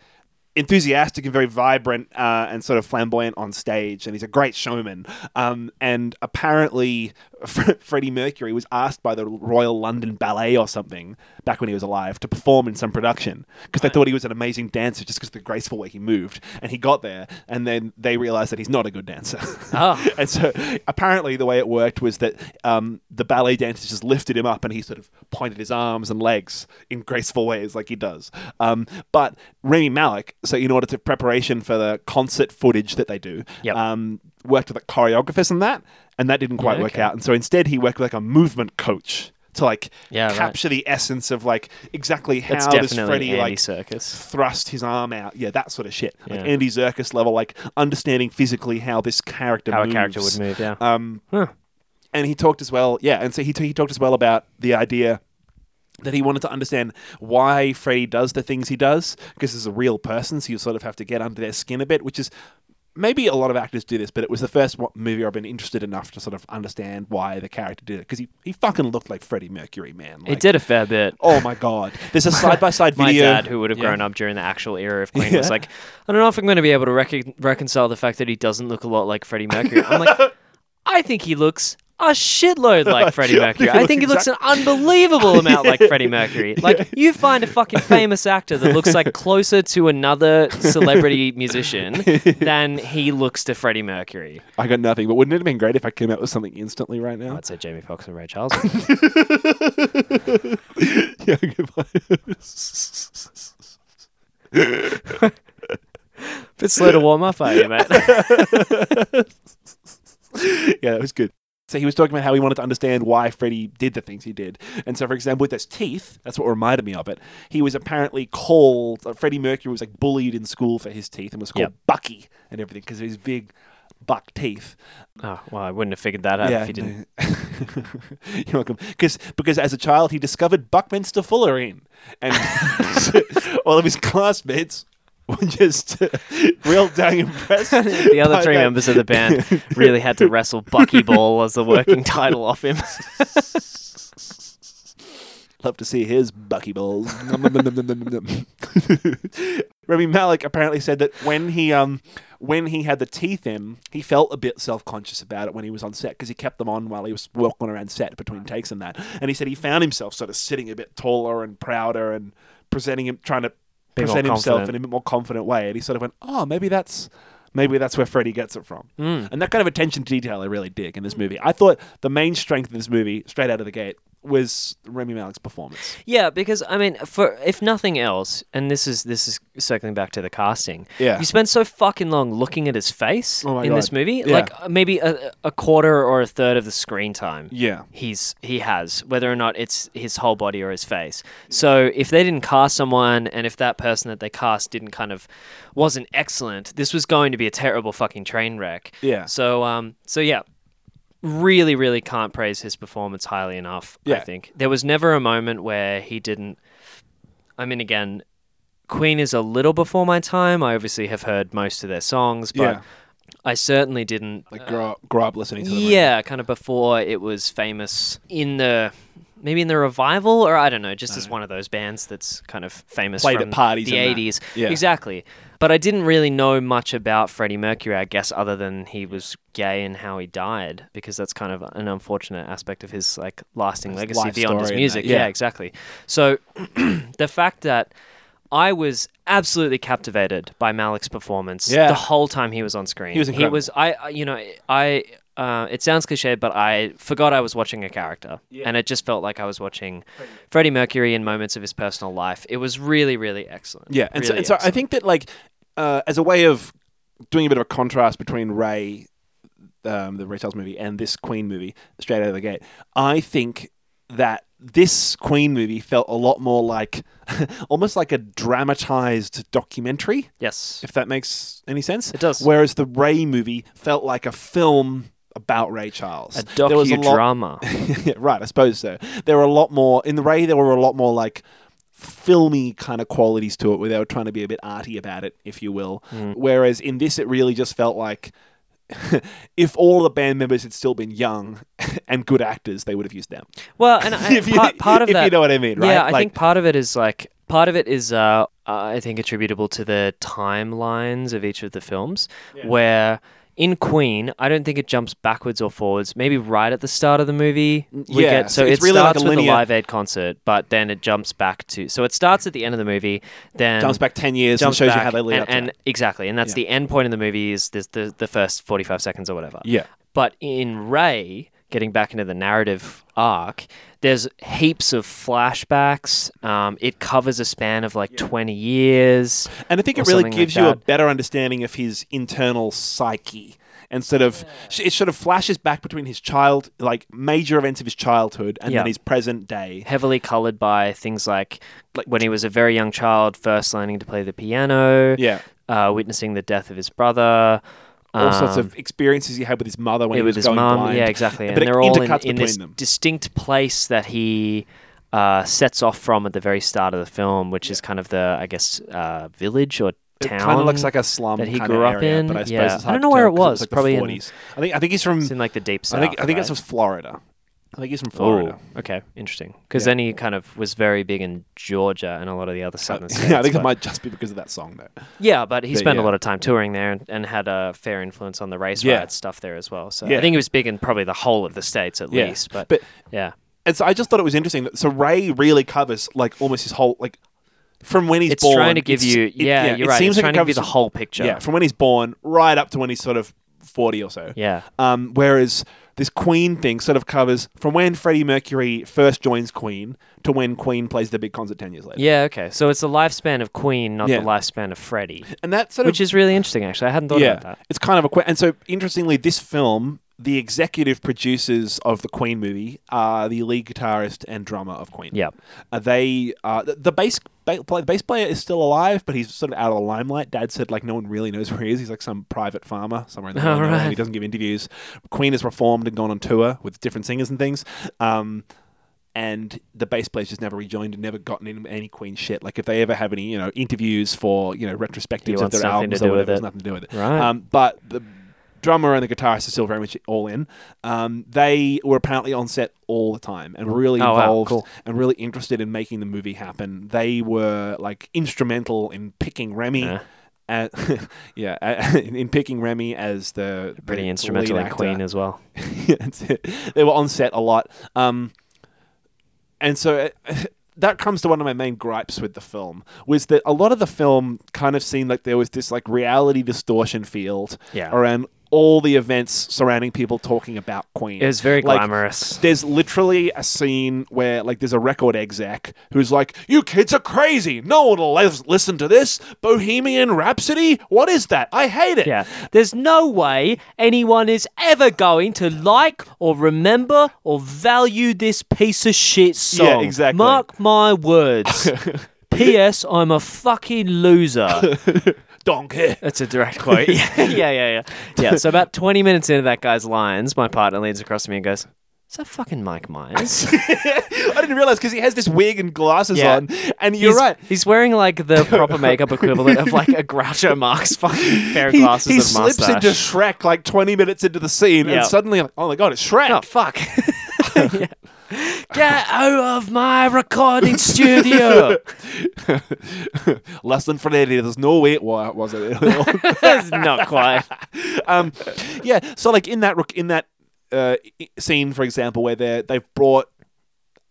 [SPEAKER 1] enthusiastic and very vibrant uh, and sort of flamboyant on stage, and he's a great showman. Um, and apparently, Fre- Freddie Mercury was asked by the Royal London Ballet or something back when he was alive to perform in some production because they thought he was an amazing dancer just because of the graceful way he moved. And he got there, and then they realized that he's not a good dancer.
[SPEAKER 2] Oh.
[SPEAKER 1] And so apparently the way it worked was that um, the ballet dancers just lifted him up and he sort of pointed his arms and legs in graceful ways like he does. Um, but Remy Malik, so in order to preparation for the concert footage that they do,
[SPEAKER 2] Yep.
[SPEAKER 1] um, worked with a choreographers and that, and that didn't quite work
[SPEAKER 2] okay.
[SPEAKER 1] out. And so instead he worked with like a movement coach to like
[SPEAKER 2] Yeah, right.
[SPEAKER 1] capture the essence of like exactly how
[SPEAKER 2] That's
[SPEAKER 1] does
[SPEAKER 2] definitely
[SPEAKER 1] Freddie
[SPEAKER 2] Andy
[SPEAKER 1] like
[SPEAKER 2] Circus.
[SPEAKER 1] thrust his arm out. Yeah, that sort of shit. Like
[SPEAKER 2] Yeah.
[SPEAKER 1] Andy Zirkus level, like understanding physically how this character
[SPEAKER 2] How a
[SPEAKER 1] moves.
[SPEAKER 2] character would move. Yeah.
[SPEAKER 1] Um,
[SPEAKER 2] Huh.
[SPEAKER 1] and he talked as well. Yeah, and so he, t- he talked as well about the idea that he wanted to understand why Freddy does the things he does because he's a real person, so you sort of have to get under their skin a bit, which is maybe a lot of actors do this, but it was the first wa- movie I've been interested enough to sort of understand why the character did it because he, he fucking looked like Freddie Mercury, man. Like,
[SPEAKER 2] it did a fair bit.
[SPEAKER 1] Oh my god! There's a side by side
[SPEAKER 2] My
[SPEAKER 1] video.
[SPEAKER 2] dad, who would have
[SPEAKER 1] Yeah.
[SPEAKER 2] grown up during the actual era of Queen,
[SPEAKER 1] Yeah.
[SPEAKER 2] was like, "I don't know if I'm going to be able to recon reconcile the fact that he doesn't look a lot like Freddie Mercury." I'm like, "I think he looks." A shitload like Freddie Mercury.
[SPEAKER 1] he
[SPEAKER 2] I think he
[SPEAKER 1] looks
[SPEAKER 2] looks an unbelievable amount like Freddie Mercury. Like you find a fucking famous actor that looks like closer to another celebrity musician than he looks to Freddie Mercury.
[SPEAKER 1] I got nothing, but wouldn't it have been great if I came out with something instantly right now?
[SPEAKER 2] I'd say Jamie Foxx and Ray Charles.
[SPEAKER 1] yeah, goodbye.
[SPEAKER 2] Bit slow to warm up, are you, mate?
[SPEAKER 1] yeah, that was good. So he was talking about how he wanted to understand why Freddy did the things he did. And so, for example, with his teeth, that's what reminded me of it. He was apparently called, uh, Freddie Mercury was like bullied in school for his teeth and was called
[SPEAKER 2] Yep.
[SPEAKER 1] Bucky and everything because of his big buck teeth.
[SPEAKER 2] Oh, well, I wouldn't have figured that out if you didn't.
[SPEAKER 1] no. You're welcome. Because because as a child he discovered Buckminster Fullerene, and all of his classmates were just real dang impressed.
[SPEAKER 2] The other three members of the band really had to wrestle Bucky Ball as the working title off him.
[SPEAKER 1] Love to see his Bucky balls. Nom, nom, nom, nom, nom, nom, nom. Remy Malik apparently said that when he um when he had the teeth in, he felt a bit self conscious about it when he was on set because he kept them on while he was walking around set between takes and that. And he said he found himself sort of sitting a bit taller and prouder and presenting him trying to
[SPEAKER 2] Be more
[SPEAKER 1] present himself
[SPEAKER 2] confident.
[SPEAKER 1] in a bit more confident way. And he sort of went, oh, maybe that's. Maybe that's where Freddie gets it from. And that kind of attention to detail I really dig in this movie. I thought the main strength of this movie, straight out of the gate, was Remy Malik's performance.
[SPEAKER 2] Yeah, because I mean, for if nothing else, and this is this is circling back to the casting.
[SPEAKER 1] Yeah.
[SPEAKER 2] you spend so fucking long looking at his face
[SPEAKER 1] Oh my
[SPEAKER 2] in this
[SPEAKER 1] God.
[SPEAKER 2] movie,
[SPEAKER 1] Yeah.
[SPEAKER 2] like uh, maybe a, a quarter or a third of the screen time.
[SPEAKER 1] Yeah.
[SPEAKER 2] he's he has whether or not it's his whole body or his face. So if they didn't cast someone, and if that person that they cast didn't kind of wasn't excellent, this was going to be a terrible fucking train wreck.
[SPEAKER 1] Yeah.
[SPEAKER 2] So um, so yeah, really, really can't praise his performance highly enough. I
[SPEAKER 1] Yeah.
[SPEAKER 2] think there was never a moment where he didn't. I mean, again, Queen is a little before my time. I obviously have heard most of their songs, but
[SPEAKER 1] Yeah.
[SPEAKER 2] I certainly didn't.
[SPEAKER 1] Like grow up, grow up listening to them.
[SPEAKER 2] yeah, kind of before it was famous in the. Maybe in the revival, or I don't know, just as one of those bands that's kind of famous
[SPEAKER 1] Played at
[SPEAKER 2] from
[SPEAKER 1] parties
[SPEAKER 2] the
[SPEAKER 1] and that.
[SPEAKER 2] '80s.
[SPEAKER 1] Yeah.
[SPEAKER 2] Exactly, but I didn't really know much about Freddie Mercury, I guess, other than he was gay and how he died, because that's kind of an unfortunate aspect of his like lasting legacy
[SPEAKER 1] life
[SPEAKER 2] beyond his
[SPEAKER 1] story and
[SPEAKER 2] music.
[SPEAKER 1] that, yeah.
[SPEAKER 2] yeah, exactly. So the fact that I was absolutely captivated by Malik's performance
[SPEAKER 1] Yeah.
[SPEAKER 2] the whole time he was on screen.
[SPEAKER 1] He was incredible.
[SPEAKER 2] I, I- you know, I. Uh, it sounds cliche, but I forgot I was watching a character, and it just felt like I was watching Freddie Mercury in moments of his personal life. It was really, really excellent.
[SPEAKER 1] Yeah, and so,
[SPEAKER 2] Really
[SPEAKER 1] and so I
[SPEAKER 2] excellent.
[SPEAKER 1] think that like uh, as a way of doing a bit of a contrast between Ray, um, the Ray Charles movie, and this Queen movie, straight out of the gate, I think that this Queen movie felt a lot more like almost like a dramatized documentary,
[SPEAKER 2] yes,
[SPEAKER 1] if that makes any sense.
[SPEAKER 2] It does.
[SPEAKER 1] Whereas the Ray movie felt like a film about Ray Charles.
[SPEAKER 2] a
[SPEAKER 1] There was a lot-
[SPEAKER 2] docudrama.
[SPEAKER 1] yeah, right, I suppose so. There were a lot more in the Ray. There were a lot more like filmy kind of qualities to it, where they were trying to be a bit arty about it, if you will.
[SPEAKER 2] Hmm.
[SPEAKER 1] Whereas in this, it really just felt like if all the band members had still been young and good actors, they would have used them.
[SPEAKER 2] Well, and I,
[SPEAKER 1] If you-
[SPEAKER 2] part, part of
[SPEAKER 1] if you
[SPEAKER 2] that,
[SPEAKER 1] know what I mean, right?
[SPEAKER 2] Yeah, I
[SPEAKER 1] Like-
[SPEAKER 2] think part of it is like part of it is uh, I think attributable to the timelines of each of the films, where in Queen, I don't think it jumps backwards or forwards. Maybe right at the start of the movie, we
[SPEAKER 1] Mm, yeah,
[SPEAKER 2] get so
[SPEAKER 1] so it's
[SPEAKER 2] it
[SPEAKER 1] really like
[SPEAKER 2] starts
[SPEAKER 1] a
[SPEAKER 2] with
[SPEAKER 1] linear-
[SPEAKER 2] a Live Aid concert, but then it jumps back to so it starts at the end of the movie, then
[SPEAKER 1] Jumps back ten years and
[SPEAKER 2] jumps
[SPEAKER 1] shows you
[SPEAKER 2] back,
[SPEAKER 1] how they lead
[SPEAKER 2] and,
[SPEAKER 1] up to
[SPEAKER 2] and
[SPEAKER 1] that.
[SPEAKER 2] exactly, and that's
[SPEAKER 1] Yeah.
[SPEAKER 2] the end point of the movie is this, the the first forty five seconds or whatever.
[SPEAKER 1] Yeah.
[SPEAKER 2] But in Ray, getting back into the narrative arc, there's heaps of flashbacks. Um, it covers a span of like 20 years.
[SPEAKER 1] And I think
[SPEAKER 2] or
[SPEAKER 1] it really
[SPEAKER 2] something like
[SPEAKER 1] gives you a
[SPEAKER 2] that.
[SPEAKER 1] better understanding of his internal psyche. Instead of it sort of flashes back between his child, like major events of his childhood, and
[SPEAKER 2] Yeah.
[SPEAKER 1] then his present day.
[SPEAKER 2] Heavily colored by things like, when he was a very young child, first learning to play the piano,
[SPEAKER 1] Yeah.
[SPEAKER 2] uh, witnessing the death of his brother.
[SPEAKER 1] all sorts
[SPEAKER 2] um,
[SPEAKER 1] of experiences he had with his mother when
[SPEAKER 2] Yeah,
[SPEAKER 1] he was
[SPEAKER 2] with his
[SPEAKER 1] going
[SPEAKER 2] mum.
[SPEAKER 1] blind.
[SPEAKER 2] Yeah, exactly.
[SPEAKER 1] But
[SPEAKER 2] and
[SPEAKER 1] it
[SPEAKER 2] they're all in,
[SPEAKER 1] intercuts
[SPEAKER 2] in this
[SPEAKER 1] between them.
[SPEAKER 2] distinct place that he uh, sets off from at the very start of the film, which is kind of the, I guess, uh, village or town.
[SPEAKER 1] It kind of looks like a slum
[SPEAKER 2] that he
[SPEAKER 1] kinda
[SPEAKER 2] grew up
[SPEAKER 1] area,
[SPEAKER 2] in.
[SPEAKER 1] But I suppose
[SPEAKER 2] Yeah.
[SPEAKER 1] it's
[SPEAKER 2] I don't
[SPEAKER 1] hard
[SPEAKER 2] know
[SPEAKER 1] to
[SPEAKER 2] where
[SPEAKER 1] tell
[SPEAKER 2] it
[SPEAKER 1] 'cause
[SPEAKER 2] was,
[SPEAKER 1] It's like
[SPEAKER 2] probably
[SPEAKER 1] the
[SPEAKER 2] in-
[SPEAKER 1] 40s. I think I think he's from.
[SPEAKER 2] It's in like the deep south.
[SPEAKER 1] I think I think
[SPEAKER 2] right?
[SPEAKER 1] it's from Florida. I think he's from Florida.
[SPEAKER 2] Oh, okay, interesting. Because then he kind of was very big in Georgia and a lot of the other southern states.
[SPEAKER 1] Uh, yeah, I think
[SPEAKER 2] but-
[SPEAKER 1] it might just be because of that song though.
[SPEAKER 2] yeah, but he
[SPEAKER 1] But
[SPEAKER 2] spent
[SPEAKER 1] yeah.
[SPEAKER 2] a lot of time touring there and, and had a fair influence on the race
[SPEAKER 1] Yeah.
[SPEAKER 2] riot stuff there as well. So I
[SPEAKER 1] Yeah.
[SPEAKER 2] think he was big in probably the whole of the states at
[SPEAKER 1] Yeah.
[SPEAKER 2] least. But,
[SPEAKER 1] But
[SPEAKER 2] yeah,
[SPEAKER 1] and so I just thought it was interesting that so Ray really covers like almost his whole like from when he's
[SPEAKER 2] it's
[SPEAKER 1] born.
[SPEAKER 2] trying to give
[SPEAKER 1] it's-
[SPEAKER 2] you.
[SPEAKER 1] it-
[SPEAKER 2] yeah, you're
[SPEAKER 1] it
[SPEAKER 2] right.
[SPEAKER 1] Seems
[SPEAKER 2] it's
[SPEAKER 1] like
[SPEAKER 2] trying
[SPEAKER 1] it
[SPEAKER 2] to give you
[SPEAKER 1] covers
[SPEAKER 2] the whole picture.
[SPEAKER 1] Yeah, from when he's born right up to when he's sort of forty or so.
[SPEAKER 2] yeah.
[SPEAKER 1] Um, whereas this Queen thing sort of covers from when Freddie Mercury first joins Queen to when Queen plays the big concert 10 years later.
[SPEAKER 2] Yeah, okay. So it's the lifespan of Queen, not
[SPEAKER 1] Yeah.
[SPEAKER 2] the lifespan of Freddie,
[SPEAKER 1] And that sort
[SPEAKER 2] which
[SPEAKER 1] of.
[SPEAKER 2] is really interesting, actually. I hadn't thought
[SPEAKER 1] yeah.
[SPEAKER 2] about that.
[SPEAKER 1] It's kind of a. que- And so, interestingly, this film, the executive producers of the Queen movie are the lead guitarist and drummer of Queen.
[SPEAKER 2] Yeah.
[SPEAKER 1] Uh, they. Uh, the, the bass. ba- play- The bass player is still alive, but he's sort of out of the limelight. Dad said, like, no one really knows where he is. He's like some private farmer somewhere in the
[SPEAKER 2] All
[SPEAKER 1] middle of nowhere, and He
[SPEAKER 2] Oh, right.
[SPEAKER 1] doesn't give interviews. Queen has performed and gone on tour with different singers and things. Um, and the bass player's just never rejoined and never gotten in any Queen shit. Like if they ever have any, you know, interviews for you know retrospectives of
[SPEAKER 2] wants
[SPEAKER 1] their
[SPEAKER 2] nothing to
[SPEAKER 1] albums
[SPEAKER 2] do
[SPEAKER 1] or
[SPEAKER 2] with
[SPEAKER 1] whatever, it has
[SPEAKER 2] it.
[SPEAKER 1] nothing to do with it.
[SPEAKER 2] Right.
[SPEAKER 1] Um, but the drummer and the guitarist are still very much all in. Um, they were apparently on set all the time and were really
[SPEAKER 2] Oh, wow,
[SPEAKER 1] involved
[SPEAKER 2] cool.
[SPEAKER 1] and really interested in making the movie happen. They were like instrumental in picking Remy.
[SPEAKER 2] Yeah.
[SPEAKER 1] Uh, yeah, uh, in picking Remy as the the
[SPEAKER 2] Pretty
[SPEAKER 1] lead
[SPEAKER 2] instrumental in
[SPEAKER 1] actor.
[SPEAKER 2] Queen as well.
[SPEAKER 1] Yeah, that's it. They were on set a lot. Um, and so uh, that comes to one of my main gripes with the film was that a lot of the film kind of seemed like there was this like reality distortion field
[SPEAKER 2] Yeah.
[SPEAKER 1] around all the events surrounding people talking about Queen.
[SPEAKER 2] It was very
[SPEAKER 1] Like,
[SPEAKER 2] glamorous.
[SPEAKER 1] there's literally a scene where like there's a record exec who's like, "You kids are crazy. No one will les- listen to this Bohemian Rhapsody. What is that? I hate it."
[SPEAKER 2] yeah. There's no way anyone is ever going to like or remember or value this piece of shit song.
[SPEAKER 1] Yeah, exactly.
[SPEAKER 2] Mark my words. P.S. I'm a fucking loser.
[SPEAKER 1] Donkey.
[SPEAKER 2] That's a direct quote. yeah, yeah, yeah, yeah. Yeah. So about 20 minutes into that guy's lines, my partner leans across to me and goes, "Is that fucking Mike Myers?"
[SPEAKER 1] I didn't realize because he has this wig and glasses
[SPEAKER 2] Yeah.
[SPEAKER 1] on, and you're
[SPEAKER 2] he's,
[SPEAKER 1] right.
[SPEAKER 2] He's wearing like the proper makeup equivalent of like a Groucho Marx fucking pair of
[SPEAKER 1] He,
[SPEAKER 2] glasses
[SPEAKER 1] he
[SPEAKER 2] and
[SPEAKER 1] slips
[SPEAKER 2] mustache.
[SPEAKER 1] into Shrek like 20 minutes into the scene,
[SPEAKER 2] Yeah.
[SPEAKER 1] and suddenly, like, oh my god, it's Shrek.
[SPEAKER 2] Oh fuck! Yeah. Get out of my recording studio.
[SPEAKER 1] Less than Freddy, there's no way it wa- was it.
[SPEAKER 2] That's not quite.
[SPEAKER 1] um, yeah. So like in that rec- in that uh, i- scene, for example, where they they've brought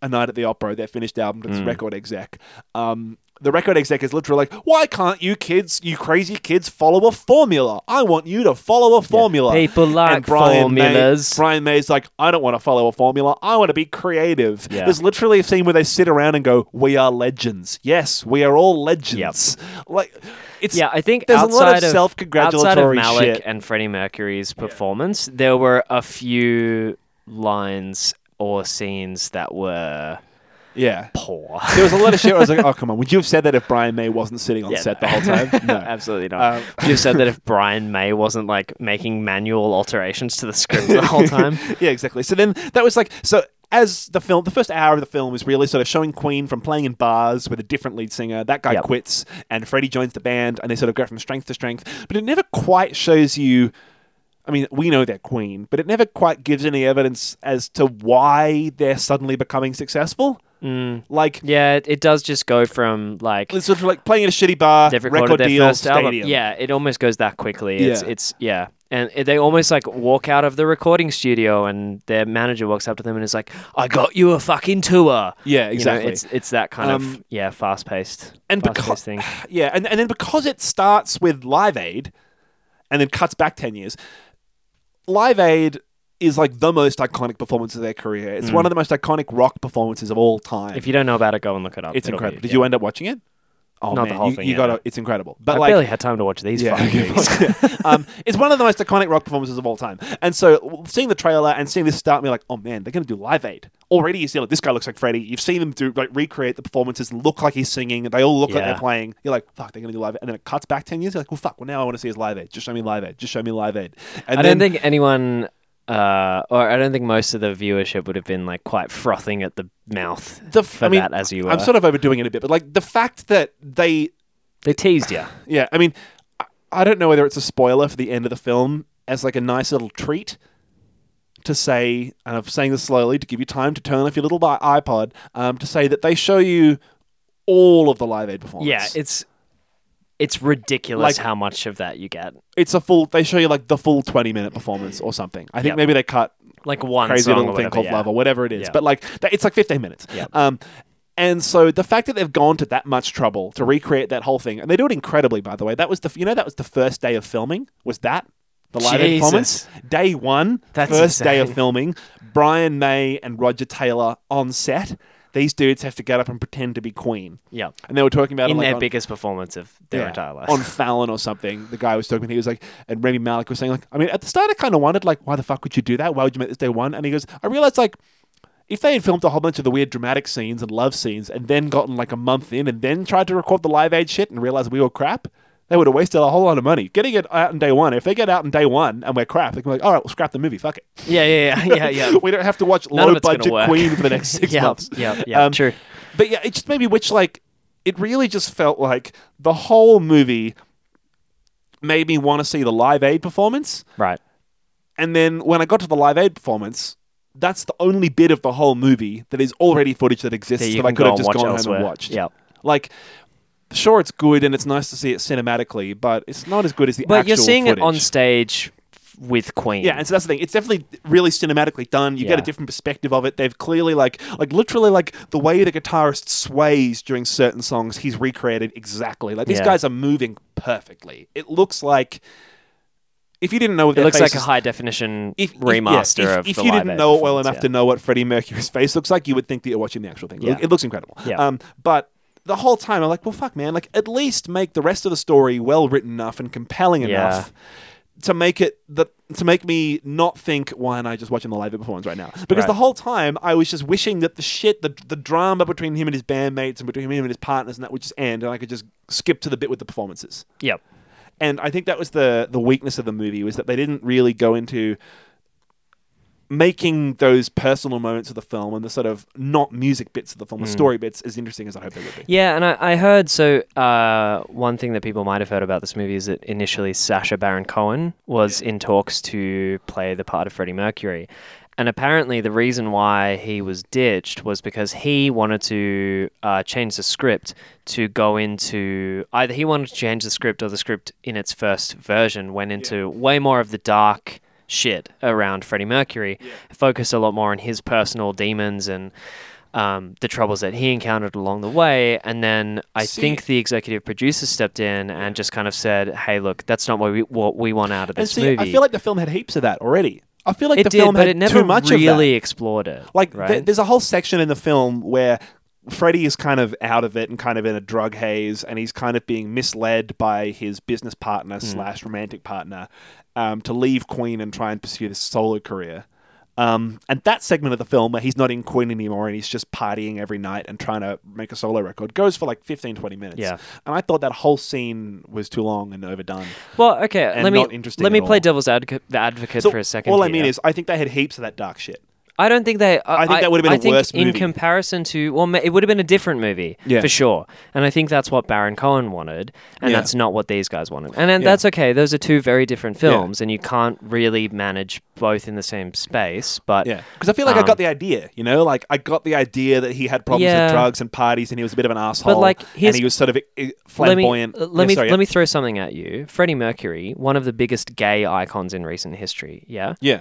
[SPEAKER 1] a night at the opera, their finished album to
[SPEAKER 2] Mm.
[SPEAKER 1] this record exec. Um, the record exec is literally like, "Why can't you kids, you crazy kids, follow a formula? I want you to follow a formula."
[SPEAKER 2] People like
[SPEAKER 1] and Brian May-
[SPEAKER 2] formulas.
[SPEAKER 1] Brian May's like, "I don't want to follow a formula. I want to be creative."
[SPEAKER 2] Yeah.
[SPEAKER 1] There's literally a scene where they sit around and go, "We are legends. Yes, we are all legends." Like, it's
[SPEAKER 2] Yeah, I think
[SPEAKER 1] there's a
[SPEAKER 2] outside
[SPEAKER 1] lot of
[SPEAKER 2] of
[SPEAKER 1] self-congratulatory
[SPEAKER 2] outside of Malik
[SPEAKER 1] shit.
[SPEAKER 2] and Freddie Mercury's performance, there were a few lines or scenes that were
[SPEAKER 1] yeah.
[SPEAKER 2] poor.
[SPEAKER 1] There was a lot of shit. Where I was like, "Oh come on! Would you have said that if Brian May wasn't sitting on
[SPEAKER 2] Yeah,
[SPEAKER 1] set
[SPEAKER 2] no.
[SPEAKER 1] the whole time?" No.
[SPEAKER 2] Absolutely not.
[SPEAKER 1] Um,
[SPEAKER 2] you said that if Brian May wasn't like making manual alterations to the script the whole time.
[SPEAKER 1] yeah, exactly. So then that was like so. As the film, the first hour of the film is really sort of showing Queen from playing in bars with a different lead singer. That guy
[SPEAKER 2] Yep.
[SPEAKER 1] quits, and Freddie joins the band, and they sort of go from strength to strength. But it never quite shows you. I mean, we know they're Queen, but it never quite gives any evidence as to why they're suddenly becoming successful.
[SPEAKER 2] Mm.
[SPEAKER 1] Like,
[SPEAKER 2] Yeah, it, it does just go from like
[SPEAKER 1] it's sort of like playing at a shitty bar,
[SPEAKER 2] they've recorded
[SPEAKER 1] record
[SPEAKER 2] their
[SPEAKER 1] deal,
[SPEAKER 2] first
[SPEAKER 1] stadium.
[SPEAKER 2] album. Yeah, it almost goes that quickly. It's
[SPEAKER 1] Yeah.
[SPEAKER 2] it's yeah. And it- they almost like walk out of the recording studio and their manager walks up to them and is like, I got you a fucking tour.
[SPEAKER 1] Yeah,
[SPEAKER 2] You know,
[SPEAKER 1] exactly.
[SPEAKER 2] it's it's that kind of
[SPEAKER 1] Um,
[SPEAKER 2] yeah, fast paced.
[SPEAKER 1] and
[SPEAKER 2] fast
[SPEAKER 1] because
[SPEAKER 2] paced thing.
[SPEAKER 1] yeah, and, and then because it starts with Live Aid, and then cuts back ten years, Live Aid is like the most iconic performance of their career. It's one of the most iconic rock performances of all time.
[SPEAKER 2] Mm. If you don't know about it, go and look it up.
[SPEAKER 1] it's
[SPEAKER 2] It'll be-
[SPEAKER 1] incredible. Did
[SPEAKER 2] yeah.
[SPEAKER 1] you end up watching it? Oh
[SPEAKER 2] Not the
[SPEAKER 1] man,
[SPEAKER 2] whole
[SPEAKER 1] you,
[SPEAKER 2] thing,
[SPEAKER 1] you
[SPEAKER 2] yeah,
[SPEAKER 1] gotta.
[SPEAKER 2] no.
[SPEAKER 1] It's incredible. But
[SPEAKER 2] I
[SPEAKER 1] like,
[SPEAKER 2] barely had time to watch these fucking
[SPEAKER 1] okay,
[SPEAKER 2] things.
[SPEAKER 1] fine. um, it's one of the most iconic rock performances of all time. And so seeing the trailer and seeing this start, me like, oh man, they're going to do Live Aid. Already you see like this guy looks like Freddie. You've seen them do like recreate the performances and look like he's singing. They all look like
[SPEAKER 2] Yeah.
[SPEAKER 1] they're playing. You're like, fuck, they're going to do Live Aid. And then it cuts back 10 years. You're like, well, fuck, well, now I want to see his Live Aid. Just show me Live Aid. Just show me Live Aid. And
[SPEAKER 2] I
[SPEAKER 1] then,
[SPEAKER 2] don't think anyone, uh, or I don't think most of the viewership would have been like quite frothing at the mouth
[SPEAKER 1] the, f-
[SPEAKER 2] for
[SPEAKER 1] I mean,
[SPEAKER 2] that as you were.
[SPEAKER 1] I'm sort of overdoing it a bit, but like the fact that they
[SPEAKER 2] they teased you.
[SPEAKER 1] Yeah, I mean, I- I don't know whether it's a spoiler for the end of the film as like a nice little treat to say, and I'm saying this slowly to give you time to turn off your little bi- iPod, um, to say that they show you all of the Live Aid performance.
[SPEAKER 2] Yeah, it's it's ridiculous
[SPEAKER 1] Like-
[SPEAKER 2] how much of that you get.
[SPEAKER 1] it's a full. They show you like the full 20 minute performance or something. I think
[SPEAKER 2] Yep.
[SPEAKER 1] maybe they cut
[SPEAKER 2] Like one
[SPEAKER 1] crazy
[SPEAKER 2] song
[SPEAKER 1] little
[SPEAKER 2] or
[SPEAKER 1] thing
[SPEAKER 2] whatever,
[SPEAKER 1] called
[SPEAKER 2] yeah.
[SPEAKER 1] love or whatever it is.
[SPEAKER 2] Yeah.
[SPEAKER 1] But like that, it's like 15 minutes.
[SPEAKER 2] Yeah.
[SPEAKER 1] Um, and so the fact that they've gone to that much trouble to recreate that whole thing, and they do it incredibly, by the way. That was the you know that was the first day of filming. Was that the live Aid performance? Day one,
[SPEAKER 2] That's
[SPEAKER 1] first day of
[SPEAKER 2] insane.
[SPEAKER 1] filming. Brian May and Roger Taylor on set. These dudes have to get up and pretend to be Queen,
[SPEAKER 2] Yeah,
[SPEAKER 1] and they were talking about
[SPEAKER 2] in
[SPEAKER 1] it like
[SPEAKER 2] their
[SPEAKER 1] on-
[SPEAKER 2] biggest performance of their
[SPEAKER 1] yeah,
[SPEAKER 2] entire life.
[SPEAKER 1] on Fallon or something. The guy was talking. He was like, and Remy Malik was saying like, I mean, at the start, I kind of wondered like, why the fuck would you do that? Why would you make this day one? And he goes, I realized like, if they had filmed a whole bunch of the weird dramatic scenes and love scenes, and then gotten like a month in, and then tried to record the live aid shit, and realized we were crap. They would have wasted a whole lot of money getting it out on day one. If they get out on day one and we're crap, they can be like, "All right, we'll scrap the movie. Fuck it.
[SPEAKER 2] yeah, yeah, yeah, yeah, yeah.
[SPEAKER 1] we don't have to watch
[SPEAKER 2] None of
[SPEAKER 1] low
[SPEAKER 2] it's gonna
[SPEAKER 1] budget
[SPEAKER 2] work.
[SPEAKER 1] Queen for the next six
[SPEAKER 2] yeah,
[SPEAKER 1] months."
[SPEAKER 2] yeah, yeah,
[SPEAKER 1] Um,
[SPEAKER 2] true.
[SPEAKER 1] But yeah, it just made me wish like it really just felt like the whole movie made me want to see the Live Aid performance.
[SPEAKER 2] Right.
[SPEAKER 1] And then when I got to the Live Aid performance, that's the only bit of the whole movie that is already footage that
[SPEAKER 2] That
[SPEAKER 1] exists
[SPEAKER 2] you
[SPEAKER 1] that, I
[SPEAKER 2] can
[SPEAKER 1] could
[SPEAKER 2] go
[SPEAKER 1] have
[SPEAKER 2] and
[SPEAKER 1] just
[SPEAKER 2] watch
[SPEAKER 1] gone home
[SPEAKER 2] elsewhere.
[SPEAKER 1] and watched.
[SPEAKER 2] Yeah.
[SPEAKER 1] Like sure it's good and it's nice to see it cinematically, but it's not as good as the
[SPEAKER 2] But
[SPEAKER 1] actual
[SPEAKER 2] you're seeing it on
[SPEAKER 1] footage.
[SPEAKER 2] stage f- with Queen.
[SPEAKER 1] Yeah, and so that's the thing. It's definitely really cinematically done. You get
[SPEAKER 2] Yeah.
[SPEAKER 1] a different perspective of it. They've clearly like like literally like the way the guitarist sways during certain songs, he's recreated exactly. Like these
[SPEAKER 2] Yeah.
[SPEAKER 1] guys are moving perfectly. It looks like if you didn't know what
[SPEAKER 2] It
[SPEAKER 1] their
[SPEAKER 2] looks like a
[SPEAKER 1] faces-
[SPEAKER 2] high definition
[SPEAKER 1] if, if- yeah,
[SPEAKER 2] remaster
[SPEAKER 1] if-
[SPEAKER 2] of
[SPEAKER 1] if
[SPEAKER 2] the
[SPEAKER 1] you
[SPEAKER 2] live
[SPEAKER 1] didn't
[SPEAKER 2] Aid
[SPEAKER 1] know it well enough
[SPEAKER 2] performance,
[SPEAKER 1] to know what Freddie Mercury's face looks like, you would think that you're watching the actual thing. It
[SPEAKER 2] Yeah.
[SPEAKER 1] look- It looks incredible.
[SPEAKER 2] Yeah.
[SPEAKER 1] Um, but the whole time, I'm like, well, fuck, man. Like, at least make the rest of the story well written enough and compelling
[SPEAKER 2] Yeah.
[SPEAKER 1] enough to make it the to make me not think why am I just watching the live performance right now? Because
[SPEAKER 2] Right.
[SPEAKER 1] the whole time I was just wishing that the shit, the the drama between him and his bandmates and between him and his partners and that would just end, and I could just skip to the bit with the performances
[SPEAKER 2] yeah. Yep.
[SPEAKER 1] and I think that was the the weakness of the movie was that they didn't really go into making those personal moments of the film and the sort of not music bits of the
[SPEAKER 2] Hmm.
[SPEAKER 1] film, the story bits, as interesting as I hope they would be.
[SPEAKER 2] Yeah, and I, I heard so. Uh, one thing that people might have heard about this movie is that initially Sasha Baron Cohen was in talks to play the part of Freddie Mercury, and apparently the reason why he was ditched was because he wanted to uh, change the script to go into either he wanted to change the script or the script in its first version went into way more of the dark shit around Freddie Mercury, focused a lot more on his personal demons and um, the troubles that he encountered along the way. And then I
[SPEAKER 1] See-
[SPEAKER 2] think the executive producer stepped in and just kind of said, "Hey, look, that's not what we what we want out of
[SPEAKER 1] And
[SPEAKER 2] this
[SPEAKER 1] see,
[SPEAKER 2] movie."
[SPEAKER 1] I feel like the film had heaps of that already. I feel like
[SPEAKER 2] it
[SPEAKER 1] the
[SPEAKER 2] did,
[SPEAKER 1] film
[SPEAKER 2] but
[SPEAKER 1] had
[SPEAKER 2] it never
[SPEAKER 1] too much of that.
[SPEAKER 2] really explored it.
[SPEAKER 1] Like, th-
[SPEAKER 2] right?
[SPEAKER 1] there's a whole section in the film where Freddie is kind of out of it and kind of in a drug haze, and he's kind of being misled by his business partner
[SPEAKER 2] Hmm.
[SPEAKER 1] slash romantic partner um, to leave Queen and try and pursue this solo career. Um, and that segment of the film where he's not in Queen anymore and he's just partying every night and trying to make a solo record goes for like 15, 20 minutes.
[SPEAKER 2] Yeah.
[SPEAKER 1] And I thought that whole scene was too long and overdone.
[SPEAKER 2] well, okay,
[SPEAKER 1] and
[SPEAKER 2] let me
[SPEAKER 1] not interesting
[SPEAKER 2] let me
[SPEAKER 1] at
[SPEAKER 2] play
[SPEAKER 1] all.
[SPEAKER 2] devil's advocate, the advocate
[SPEAKER 1] So
[SPEAKER 2] for a second.
[SPEAKER 1] all I
[SPEAKER 2] here.
[SPEAKER 1] mean is, I think they had heaps of that dark shit.
[SPEAKER 2] I don't think they. I,
[SPEAKER 1] I think that would've been
[SPEAKER 2] I
[SPEAKER 1] a
[SPEAKER 2] think
[SPEAKER 1] worse
[SPEAKER 2] in
[SPEAKER 1] movie.
[SPEAKER 2] comparison to. Well, ma- it would have been a different movie
[SPEAKER 1] Yeah.
[SPEAKER 2] for sure, and I think that's what Baron Cohen wanted, and
[SPEAKER 1] Yeah.
[SPEAKER 2] that's not what these guys wanted, and, then
[SPEAKER 1] Yeah.
[SPEAKER 2] that's okay. Those are two very different films, and you can't really manage both in the same space. But
[SPEAKER 1] Yeah, because I feel like I
[SPEAKER 2] Um,
[SPEAKER 1] got the idea. You know, like I got the idea that he had problems
[SPEAKER 2] Yeah.
[SPEAKER 1] with drugs and parties, and he was a bit of an asshole.
[SPEAKER 2] like, here's-
[SPEAKER 1] and he was sort of eh,
[SPEAKER 2] let me
[SPEAKER 1] flamboyant.
[SPEAKER 2] uh, let
[SPEAKER 1] Yeah,
[SPEAKER 2] me
[SPEAKER 1] sorry,
[SPEAKER 2] let me throw something at you. Freddie Mercury, one of the biggest gay icons in recent history. Yeah,
[SPEAKER 1] yeah.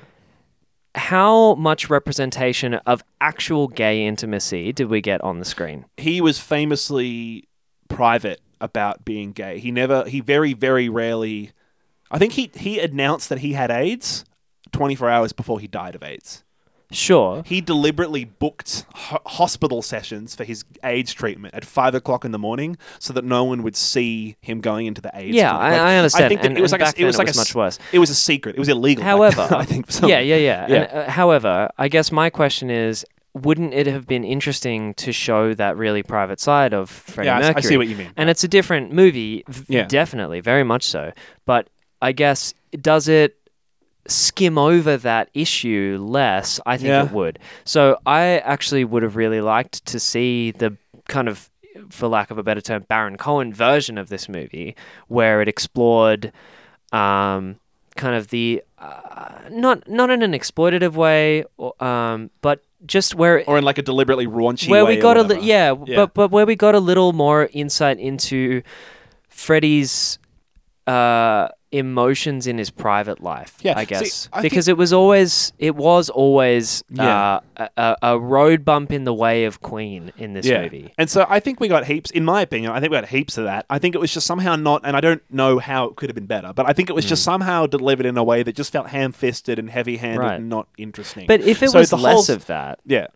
[SPEAKER 2] how much representation of actual gay intimacy did we get on the screen?
[SPEAKER 1] He was famously private about being gay. He never. He very very rarely. I think he he announced that he had AIDS. 24 hours before he died of AIDS.
[SPEAKER 2] Sure,
[SPEAKER 1] He deliberately booked ho- hospital sessions for his AIDS treatment at five o'clock in the morning so that no one would see him going into the AIDS.
[SPEAKER 2] Yeah,
[SPEAKER 1] clinic.
[SPEAKER 2] I-
[SPEAKER 1] Like,
[SPEAKER 2] I understand.
[SPEAKER 1] think that
[SPEAKER 2] And-
[SPEAKER 1] it was
[SPEAKER 2] and
[SPEAKER 1] like
[SPEAKER 2] back
[SPEAKER 1] a, it was
[SPEAKER 2] then it
[SPEAKER 1] like
[SPEAKER 2] was
[SPEAKER 1] a s-
[SPEAKER 2] much worse.
[SPEAKER 1] It was a secret. It was illegal. back
[SPEAKER 2] However,
[SPEAKER 1] then, I think. So.
[SPEAKER 2] Yeah, yeah, yeah.
[SPEAKER 1] Yeah.
[SPEAKER 2] And, uh, however, I guess my question is, wouldn't it have been interesting to show that really private side of Freddie
[SPEAKER 1] Yeah, I s- I
[SPEAKER 2] Mercury?
[SPEAKER 1] see what you mean.
[SPEAKER 2] And it's a different movie, v-
[SPEAKER 1] Yeah.
[SPEAKER 2] definitely, very much so. But I guess does it skim over that issue less? I think
[SPEAKER 1] Yeah.
[SPEAKER 2] it would. So I actually would have really liked to see the kind of for lack of a better term, Baron Cohen version of this movie, where it explored um, kind of the uh, not not in an exploitative way, or, um, but just where
[SPEAKER 1] or in like a deliberately raunchy
[SPEAKER 2] where
[SPEAKER 1] way
[SPEAKER 2] we
[SPEAKER 1] or
[SPEAKER 2] got a li-
[SPEAKER 1] whatever.
[SPEAKER 2] yeah,
[SPEAKER 1] Yeah.
[SPEAKER 2] but but where we got a little more insight into Freddie's uh, emotions in his private life.
[SPEAKER 1] Yeah,
[SPEAKER 2] I
[SPEAKER 1] see,
[SPEAKER 2] guess
[SPEAKER 1] I
[SPEAKER 2] because it was always it was always
[SPEAKER 1] Yeah.
[SPEAKER 2] uh, a, a a road bump in the way of Queen in this
[SPEAKER 1] yeah.
[SPEAKER 2] movie.
[SPEAKER 1] And so I think we got heaps. In my opinion, I think we got heaps of that. I think it was just somehow not, and I don't know how it could have been better, but I think it was
[SPEAKER 2] Mm.
[SPEAKER 1] just somehow delivered in a way that just felt ham-fisted and heavy-handed
[SPEAKER 2] Right.
[SPEAKER 1] and not interesting.
[SPEAKER 2] But if it
[SPEAKER 1] So
[SPEAKER 2] was
[SPEAKER 1] the
[SPEAKER 2] less
[SPEAKER 1] whole-
[SPEAKER 2] of that,
[SPEAKER 1] yeah.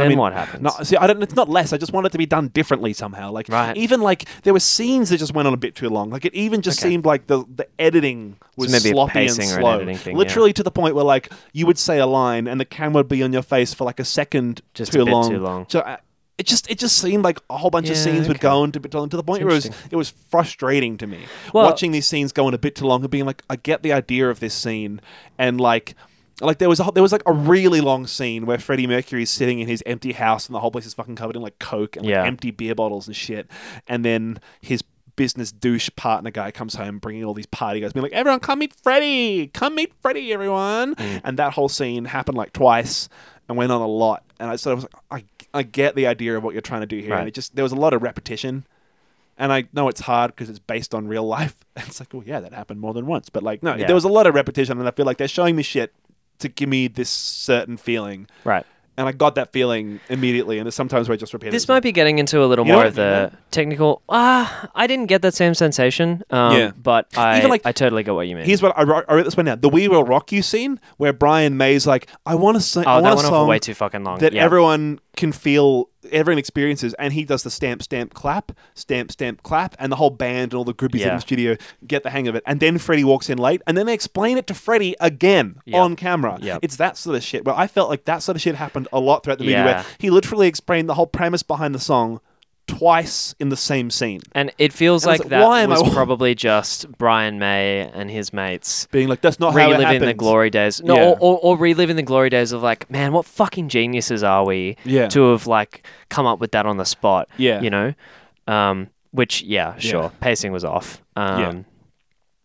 [SPEAKER 1] I
[SPEAKER 2] then
[SPEAKER 1] mean,
[SPEAKER 2] what happens?
[SPEAKER 1] No, see, I don't. It's not less. I just want it to be done differently somehow. Like
[SPEAKER 2] Right.
[SPEAKER 1] even like there were scenes that just went on a bit too long. Like it even just
[SPEAKER 2] Okay.
[SPEAKER 1] seemed like the the editing was
[SPEAKER 2] maybe a
[SPEAKER 1] sloppy and
[SPEAKER 2] pacing or an
[SPEAKER 1] slow.
[SPEAKER 2] editing thing, yeah.
[SPEAKER 1] Literally to the point where like you would say a line and the camera would be on your face for like a second
[SPEAKER 2] Just
[SPEAKER 1] too
[SPEAKER 2] a bit
[SPEAKER 1] long.
[SPEAKER 2] too long.
[SPEAKER 1] So, uh, it just it just seemed like a whole bunch of
[SPEAKER 2] Yeah,
[SPEAKER 1] scenes would
[SPEAKER 2] okay.
[SPEAKER 1] go on to, to the point where it was it was frustrating to me
[SPEAKER 2] Well-
[SPEAKER 1] watching these scenes go on a bit too long and being like I get the idea of this scene and like like there was a, whole- there was like a really long scene where Freddie Mercury is sitting in his empty house and the whole place is fucking covered in like coke and like
[SPEAKER 2] Yeah.
[SPEAKER 1] empty beer bottles and shit and then his business douche partner guy comes home bringing all these party guys being like everyone come meet Freddie come meet Freddie everyone
[SPEAKER 2] Mm.
[SPEAKER 1] and that whole scene happened like twice and went on a lot and I sort of was like I, I get the idea of what you're trying to do here
[SPEAKER 2] Right.
[SPEAKER 1] and it just there was a lot of repetition and I know it's hard because it's based on real life. It's like, oh yeah, that happened more than once. But like, no,
[SPEAKER 2] Yeah.
[SPEAKER 1] there was a lot of repetition, and I feel like they're showing me shit to give me this certain feeling,
[SPEAKER 2] right?
[SPEAKER 1] and I got that feeling immediately. And there's sometimes where I just repeat it.
[SPEAKER 2] This might be getting into a little
[SPEAKER 1] You know
[SPEAKER 2] more
[SPEAKER 1] what
[SPEAKER 2] of
[SPEAKER 1] I mean,
[SPEAKER 2] the technical. Ah, I didn't get that same sensation. Um,
[SPEAKER 1] Yeah.
[SPEAKER 2] but I,
[SPEAKER 1] Even like-
[SPEAKER 2] I totally get what you mean.
[SPEAKER 1] Here's what I wrote, I wrote this one down: the "We Will Rock You" scene, where Brian May's like, "I want to sing, I
[SPEAKER 2] oh, that
[SPEAKER 1] want a
[SPEAKER 2] went on for
[SPEAKER 1] song
[SPEAKER 2] way too fucking long.
[SPEAKER 1] that
[SPEAKER 2] yeah.
[SPEAKER 1] everyone can feel, everyone experiences," and he does the stamp, stamp, clap, stamp, stamp, clap, and the whole band and all the groupies in
[SPEAKER 2] Yeah.
[SPEAKER 1] the studio get the hang of it. And then Freddie walks in late, and then they explain it to Freddie again
[SPEAKER 2] Yep.
[SPEAKER 1] on camera.
[SPEAKER 2] Yep.
[SPEAKER 1] It's that sort of shit. Well, I felt like that sort of shit happened a lot throughout the movie,
[SPEAKER 2] Yeah.
[SPEAKER 1] where he literally explained the whole premise behind the song twice in the same scene.
[SPEAKER 2] and it feels
[SPEAKER 1] And I was
[SPEAKER 2] like
[SPEAKER 1] like,
[SPEAKER 2] that
[SPEAKER 1] why am I-
[SPEAKER 2] was probably just Brian May and his mates
[SPEAKER 1] Being like, that's not how it
[SPEAKER 2] reliving
[SPEAKER 1] happens.
[SPEAKER 2] the glory days. No,
[SPEAKER 1] Yeah.
[SPEAKER 2] or, or, or reliving the glory days of like, man, what fucking geniuses are we
[SPEAKER 1] Yeah.
[SPEAKER 2] to have like come up with that on the spot?
[SPEAKER 1] Yeah.
[SPEAKER 2] You know? Um, which, yeah, sure. Pacing was off. Um,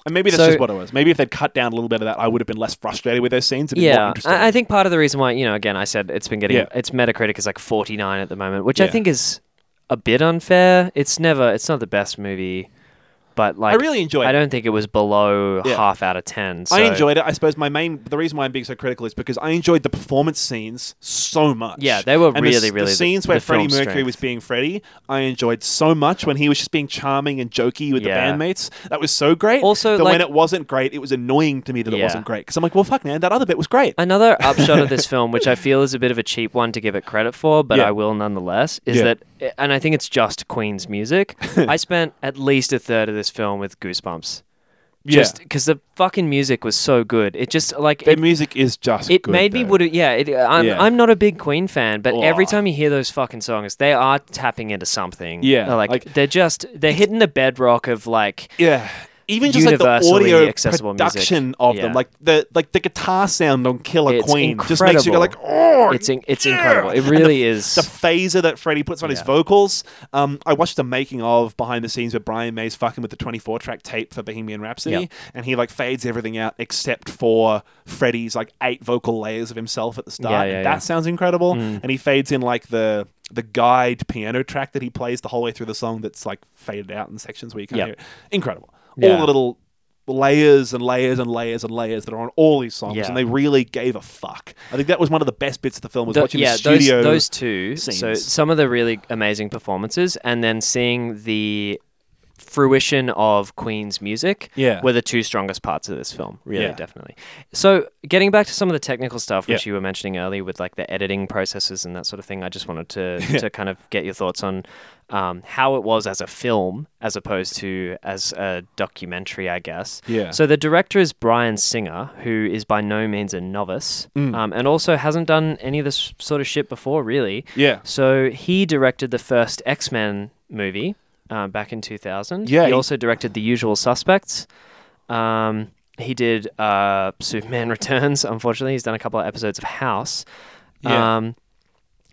[SPEAKER 1] And maybe that's
[SPEAKER 2] So-
[SPEAKER 1] just what it was. Maybe if they'd cut down a little bit of that, I would have been less frustrated with those scenes. It'd be more
[SPEAKER 2] yeah.
[SPEAKER 1] interesting.
[SPEAKER 2] I, I think part of the reason why, you know, again, I said it's been getting,
[SPEAKER 1] Yeah.
[SPEAKER 2] its Metacritic is like 49 at the moment, which I
[SPEAKER 1] Yeah.
[SPEAKER 2] think is a bit unfair. It's never, it's not the best movie, but like,
[SPEAKER 1] I really enjoyed
[SPEAKER 2] I
[SPEAKER 1] it.
[SPEAKER 2] don't think it was below
[SPEAKER 1] Yeah.
[SPEAKER 2] half out of 10. So.
[SPEAKER 1] I enjoyed it. I suppose my main, the reason why I'm being so critical is because I enjoyed the performance scenes so much.
[SPEAKER 2] Yeah, they were
[SPEAKER 1] and the,
[SPEAKER 2] really,
[SPEAKER 1] s- the
[SPEAKER 2] really the-
[SPEAKER 1] scenes where
[SPEAKER 2] the
[SPEAKER 1] Freddie
[SPEAKER 2] film's
[SPEAKER 1] Mercury
[SPEAKER 2] strength.
[SPEAKER 1] was being Freddie. I enjoyed so much when he was just being charming and jokey with
[SPEAKER 2] Yeah.
[SPEAKER 1] the bandmates. That was so great.
[SPEAKER 2] Also,
[SPEAKER 1] that when
[SPEAKER 2] like-
[SPEAKER 1] it wasn't great, it was annoying to me that it
[SPEAKER 2] Yeah.
[SPEAKER 1] wasn't great because I'm like, well, fuck, man, that other bit was great.
[SPEAKER 2] Another upshot of this film, which I feel is a bit of a cheap one to give it credit for, but
[SPEAKER 1] Yeah.
[SPEAKER 2] I will nonetheless, is
[SPEAKER 1] Yeah.
[SPEAKER 2] that, and I think it's just Queen's music. I spent at least a third of this film with goosebumps.
[SPEAKER 1] Yeah.
[SPEAKER 2] Just because the fucking music was so good. It just, like,
[SPEAKER 1] Their
[SPEAKER 2] it,
[SPEAKER 1] music is just.
[SPEAKER 2] it
[SPEAKER 1] good,
[SPEAKER 2] made me
[SPEAKER 1] though.
[SPEAKER 2] would have, yeah, it, uh, I'm,
[SPEAKER 1] Yeah.
[SPEAKER 2] I'm not a big Queen fan, but every
[SPEAKER 1] Aw.
[SPEAKER 2] time you hear those fucking songs, they are tapping into something.
[SPEAKER 1] Yeah,
[SPEAKER 2] They're Like,
[SPEAKER 1] like-
[SPEAKER 2] they're just, they're hitting the bedrock of, like,
[SPEAKER 1] Yeah. Even just like the
[SPEAKER 2] Universally
[SPEAKER 1] audio
[SPEAKER 2] accessible music.
[SPEAKER 1] production of them,
[SPEAKER 2] Yeah.
[SPEAKER 1] like the like the guitar sound on Killer
[SPEAKER 2] It's
[SPEAKER 1] Queen, just makes you go like, oh,
[SPEAKER 2] it's, in, it's
[SPEAKER 1] yeah!"
[SPEAKER 2] incredible. It
[SPEAKER 1] And the-
[SPEAKER 2] really is.
[SPEAKER 1] The phaser that Freddie puts on his
[SPEAKER 2] Yeah.
[SPEAKER 1] vocals. Um, I watched the making of behind the scenes where Brian May's fucking with the 24 track tape for Bohemian Rhapsody,
[SPEAKER 2] Yep.
[SPEAKER 1] and he like fades everything out except for Freddie's like eight vocal layers of himself at the start.
[SPEAKER 2] Yeah,
[SPEAKER 1] and
[SPEAKER 2] yeah,
[SPEAKER 1] that
[SPEAKER 2] yeah. Mm.
[SPEAKER 1] sounds incredible. And he fades in like the the guide piano track that he plays the whole way through the song that's like faded out in sections where you can't
[SPEAKER 2] Yep.
[SPEAKER 1] hear it. Incredible. All
[SPEAKER 2] Yeah.
[SPEAKER 1] the little layers and layers and layers and layers that are on all these songs
[SPEAKER 2] Yeah.
[SPEAKER 1] and they really gave a fuck. I think that was one of the best bits of the film was
[SPEAKER 2] Tho-
[SPEAKER 1] watching
[SPEAKER 2] yeah,
[SPEAKER 1] the studio
[SPEAKER 2] those, those two. So
[SPEAKER 1] scenes.
[SPEAKER 2] some of the really amazing performances, and then seeing the fruition of Queen's music
[SPEAKER 1] Yeah.
[SPEAKER 2] were the two strongest parts of this film. Really,
[SPEAKER 1] Yeah.
[SPEAKER 2] definitely. So getting back to some of the technical stuff which
[SPEAKER 1] Yeah.
[SPEAKER 2] you were mentioning earlier with like the editing processes and that sort of thing, I just wanted to to kind of get your thoughts on um, how it was as a film as opposed to as a documentary, I guess.
[SPEAKER 1] Yeah.
[SPEAKER 2] So the director is Brian Singer, who is by no means a novice,
[SPEAKER 1] Mm.
[SPEAKER 2] um, and also hasn't done any of this sort of shit before, really.
[SPEAKER 1] Yeah.
[SPEAKER 2] So he directed the first X Men movie um, back in 2000.
[SPEAKER 1] Yeah,
[SPEAKER 2] He
[SPEAKER 1] he-
[SPEAKER 2] also directed The Usual Suspects. Um, he did uh, Superman Returns. Unfortunately, he's done a couple of episodes of House.
[SPEAKER 1] Yeah.
[SPEAKER 2] Um,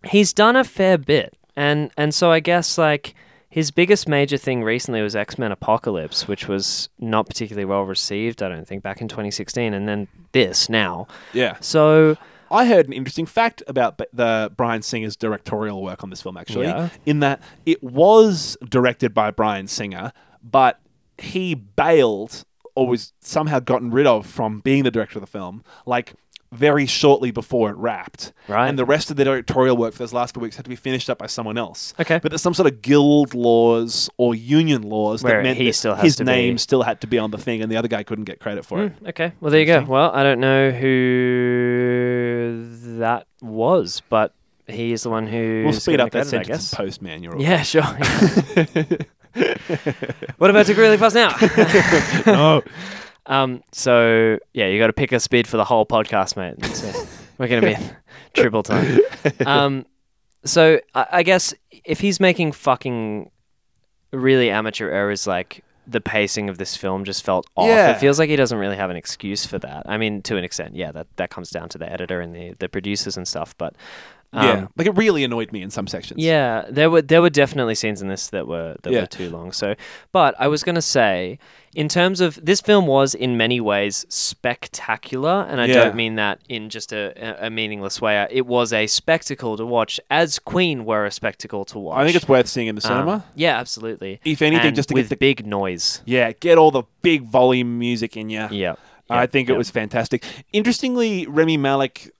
[SPEAKER 2] he's done a fair bit, and and so I guess like his biggest major thing recently was X Men Apocalypse, which was not particularly well received. I don't think back in 2016, and then this now.
[SPEAKER 1] Yeah.
[SPEAKER 2] So
[SPEAKER 1] I heard an interesting fact about b- the Brian Singer's directorial work on this film, actually,
[SPEAKER 2] Yeah.
[SPEAKER 1] in that it was directed by Brian Singer, but he bailed or was somehow gotten rid of from being the director of the film, like very shortly before it wrapped.
[SPEAKER 2] Right.
[SPEAKER 1] And the rest of the directorial work for those last few weeks had to be finished up by someone else.
[SPEAKER 2] Okay.
[SPEAKER 1] But there's some sort of guild laws or union laws
[SPEAKER 2] Where
[SPEAKER 1] that meant
[SPEAKER 2] he
[SPEAKER 1] that
[SPEAKER 2] still has
[SPEAKER 1] his
[SPEAKER 2] to be- Hmm.
[SPEAKER 1] name still had to be on the thing and the other guy couldn't get credit for it.
[SPEAKER 2] okay, well there you go. Well, I don't know who that was, but he is the one who
[SPEAKER 1] We'll speed up that
[SPEAKER 2] I
[SPEAKER 1] sentence
[SPEAKER 2] guess.
[SPEAKER 1] in post, man. You're all
[SPEAKER 2] Yeah, sure. what about to really fast now?
[SPEAKER 1] no.
[SPEAKER 2] Um, so yeah, you got to pick a speed for the whole podcast, mate. That's it. We're gonna be triple time. Um, so I, I guess if he's making fucking really amateur errors, like the pacing of this film just felt off.
[SPEAKER 1] Yeah.
[SPEAKER 2] It feels like he doesn't really have an excuse for that. I mean, to an extent, yeah, that that comes down to the editor and the the producers and stuff, but. Um,
[SPEAKER 1] yeah, like it really annoyed me in some sections.
[SPEAKER 2] Yeah, there were there were definitely scenes in this that were that
[SPEAKER 1] Yeah.
[SPEAKER 2] were too long. So, but I was gonna say, in terms of this film, was in many ways spectacular, and I
[SPEAKER 1] Yeah.
[SPEAKER 2] don't mean that in just a, a- a meaningless way. It was a spectacle to watch, as Queen were a spectacle to watch.
[SPEAKER 1] I think it's worth seeing in the
[SPEAKER 2] Um,
[SPEAKER 1] cinema.
[SPEAKER 2] yeah, absolutely.
[SPEAKER 1] If anything,
[SPEAKER 2] And
[SPEAKER 1] just to get
[SPEAKER 2] with
[SPEAKER 1] the-
[SPEAKER 2] big noise.
[SPEAKER 1] yeah, get all the big volume music in you.
[SPEAKER 2] Yeah,
[SPEAKER 1] I think
[SPEAKER 2] yeah.
[SPEAKER 1] it was fantastic. Interestingly, Remy Malik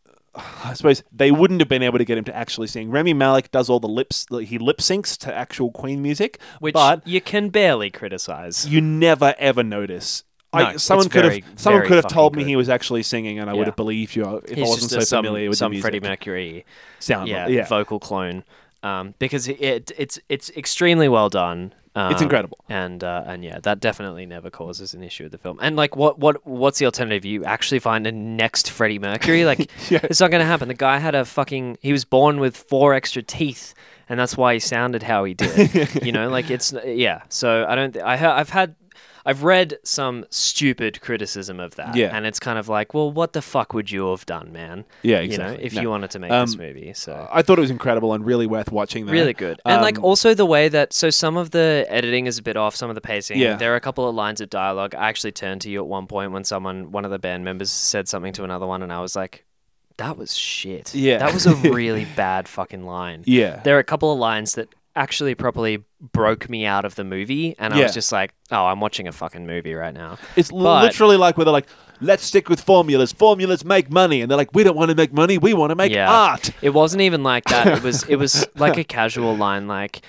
[SPEAKER 1] I suppose they wouldn't have been able to get him to actually sing. Remy Malik does all the lips; like, he lip syncs to actual Queen music,
[SPEAKER 2] which
[SPEAKER 1] but
[SPEAKER 2] you can barely criticize.
[SPEAKER 1] you never ever notice.
[SPEAKER 2] No,
[SPEAKER 1] I,
[SPEAKER 2] it's
[SPEAKER 1] someone could
[SPEAKER 2] very,
[SPEAKER 1] have someone
[SPEAKER 2] very
[SPEAKER 1] could have
[SPEAKER 2] fucking
[SPEAKER 1] told me
[SPEAKER 2] good.
[SPEAKER 1] he was actually singing, and I
[SPEAKER 2] Yeah.
[SPEAKER 1] would have believed you if I
[SPEAKER 2] He's
[SPEAKER 1] wasn't
[SPEAKER 2] just
[SPEAKER 1] so
[SPEAKER 2] a, some,
[SPEAKER 1] familiar with
[SPEAKER 2] some
[SPEAKER 1] the music.
[SPEAKER 2] Freddie Mercury
[SPEAKER 1] Sound,
[SPEAKER 2] yeah,
[SPEAKER 1] yeah.
[SPEAKER 2] vocal clone. Um, because it, it it's it's extremely well done. Um,
[SPEAKER 1] incredible.
[SPEAKER 2] and uh, and yeah, that definitely never causes an issue with the film. And like, what what what's the alternative? You actually find a next Freddie Mercury? Like, it's not going to happen. The guy had a fucking. He was born with four extra teeth, and that's why he sounded how he did. you know, like it's yeah. So I don't. thi- I ha- I've had. I've read some stupid criticism of that,
[SPEAKER 1] Yeah.
[SPEAKER 2] and it's kind of like, well, what the fuck would you have done, man?
[SPEAKER 1] Yeah,
[SPEAKER 2] You know,
[SPEAKER 1] exactly.
[SPEAKER 2] if
[SPEAKER 1] No.
[SPEAKER 2] you wanted to make this
[SPEAKER 1] Um,
[SPEAKER 2] movie, so
[SPEAKER 1] I thought it was incredible and really worth watching. Though.
[SPEAKER 2] Really good. And like
[SPEAKER 1] Um,
[SPEAKER 2] also the way that so some of the editing is a bit off, some of the pacing.
[SPEAKER 1] Yeah.
[SPEAKER 2] There are a couple of lines of dialogue. I actually turned to you at one point when someone one of the band members said something to another one and I was like, That was shit.
[SPEAKER 1] Yeah.
[SPEAKER 2] That was a really bad fucking line.
[SPEAKER 1] yeah,
[SPEAKER 2] There are a couple of lines that actually properly broke me out of the movie and I
[SPEAKER 1] Yeah.
[SPEAKER 2] was just like, Oh, I'm watching a fucking movie right now.
[SPEAKER 1] it's li-
[SPEAKER 2] but-
[SPEAKER 1] literally like where they're like, "Let's stick with formulas. Formulas make money," and they're like, "We don't want to make money. We want to make
[SPEAKER 2] Yeah.
[SPEAKER 1] art."
[SPEAKER 2] It wasn't even like that. It was it was like a casual line like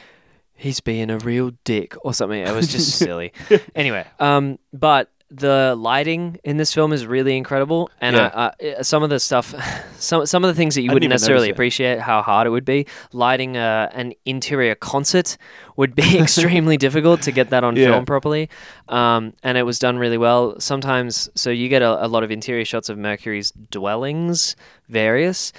[SPEAKER 2] he's being a real dick or something. It was just silly. Anyway, um but the lighting in this film is really incredible and
[SPEAKER 1] Yeah.
[SPEAKER 2] I, I, uh, some of the stuff some some of the things that you
[SPEAKER 1] I didn't
[SPEAKER 2] wouldn't
[SPEAKER 1] even notice
[SPEAKER 2] necessarily
[SPEAKER 1] it.
[SPEAKER 2] appreciate how hard it would be lighting uh, an interior concert would be extremely difficult to get that on
[SPEAKER 1] Yeah.
[SPEAKER 2] film properly um, and it was done really well sometimes so you get a, a lot of interior shots of mercury's dwellings various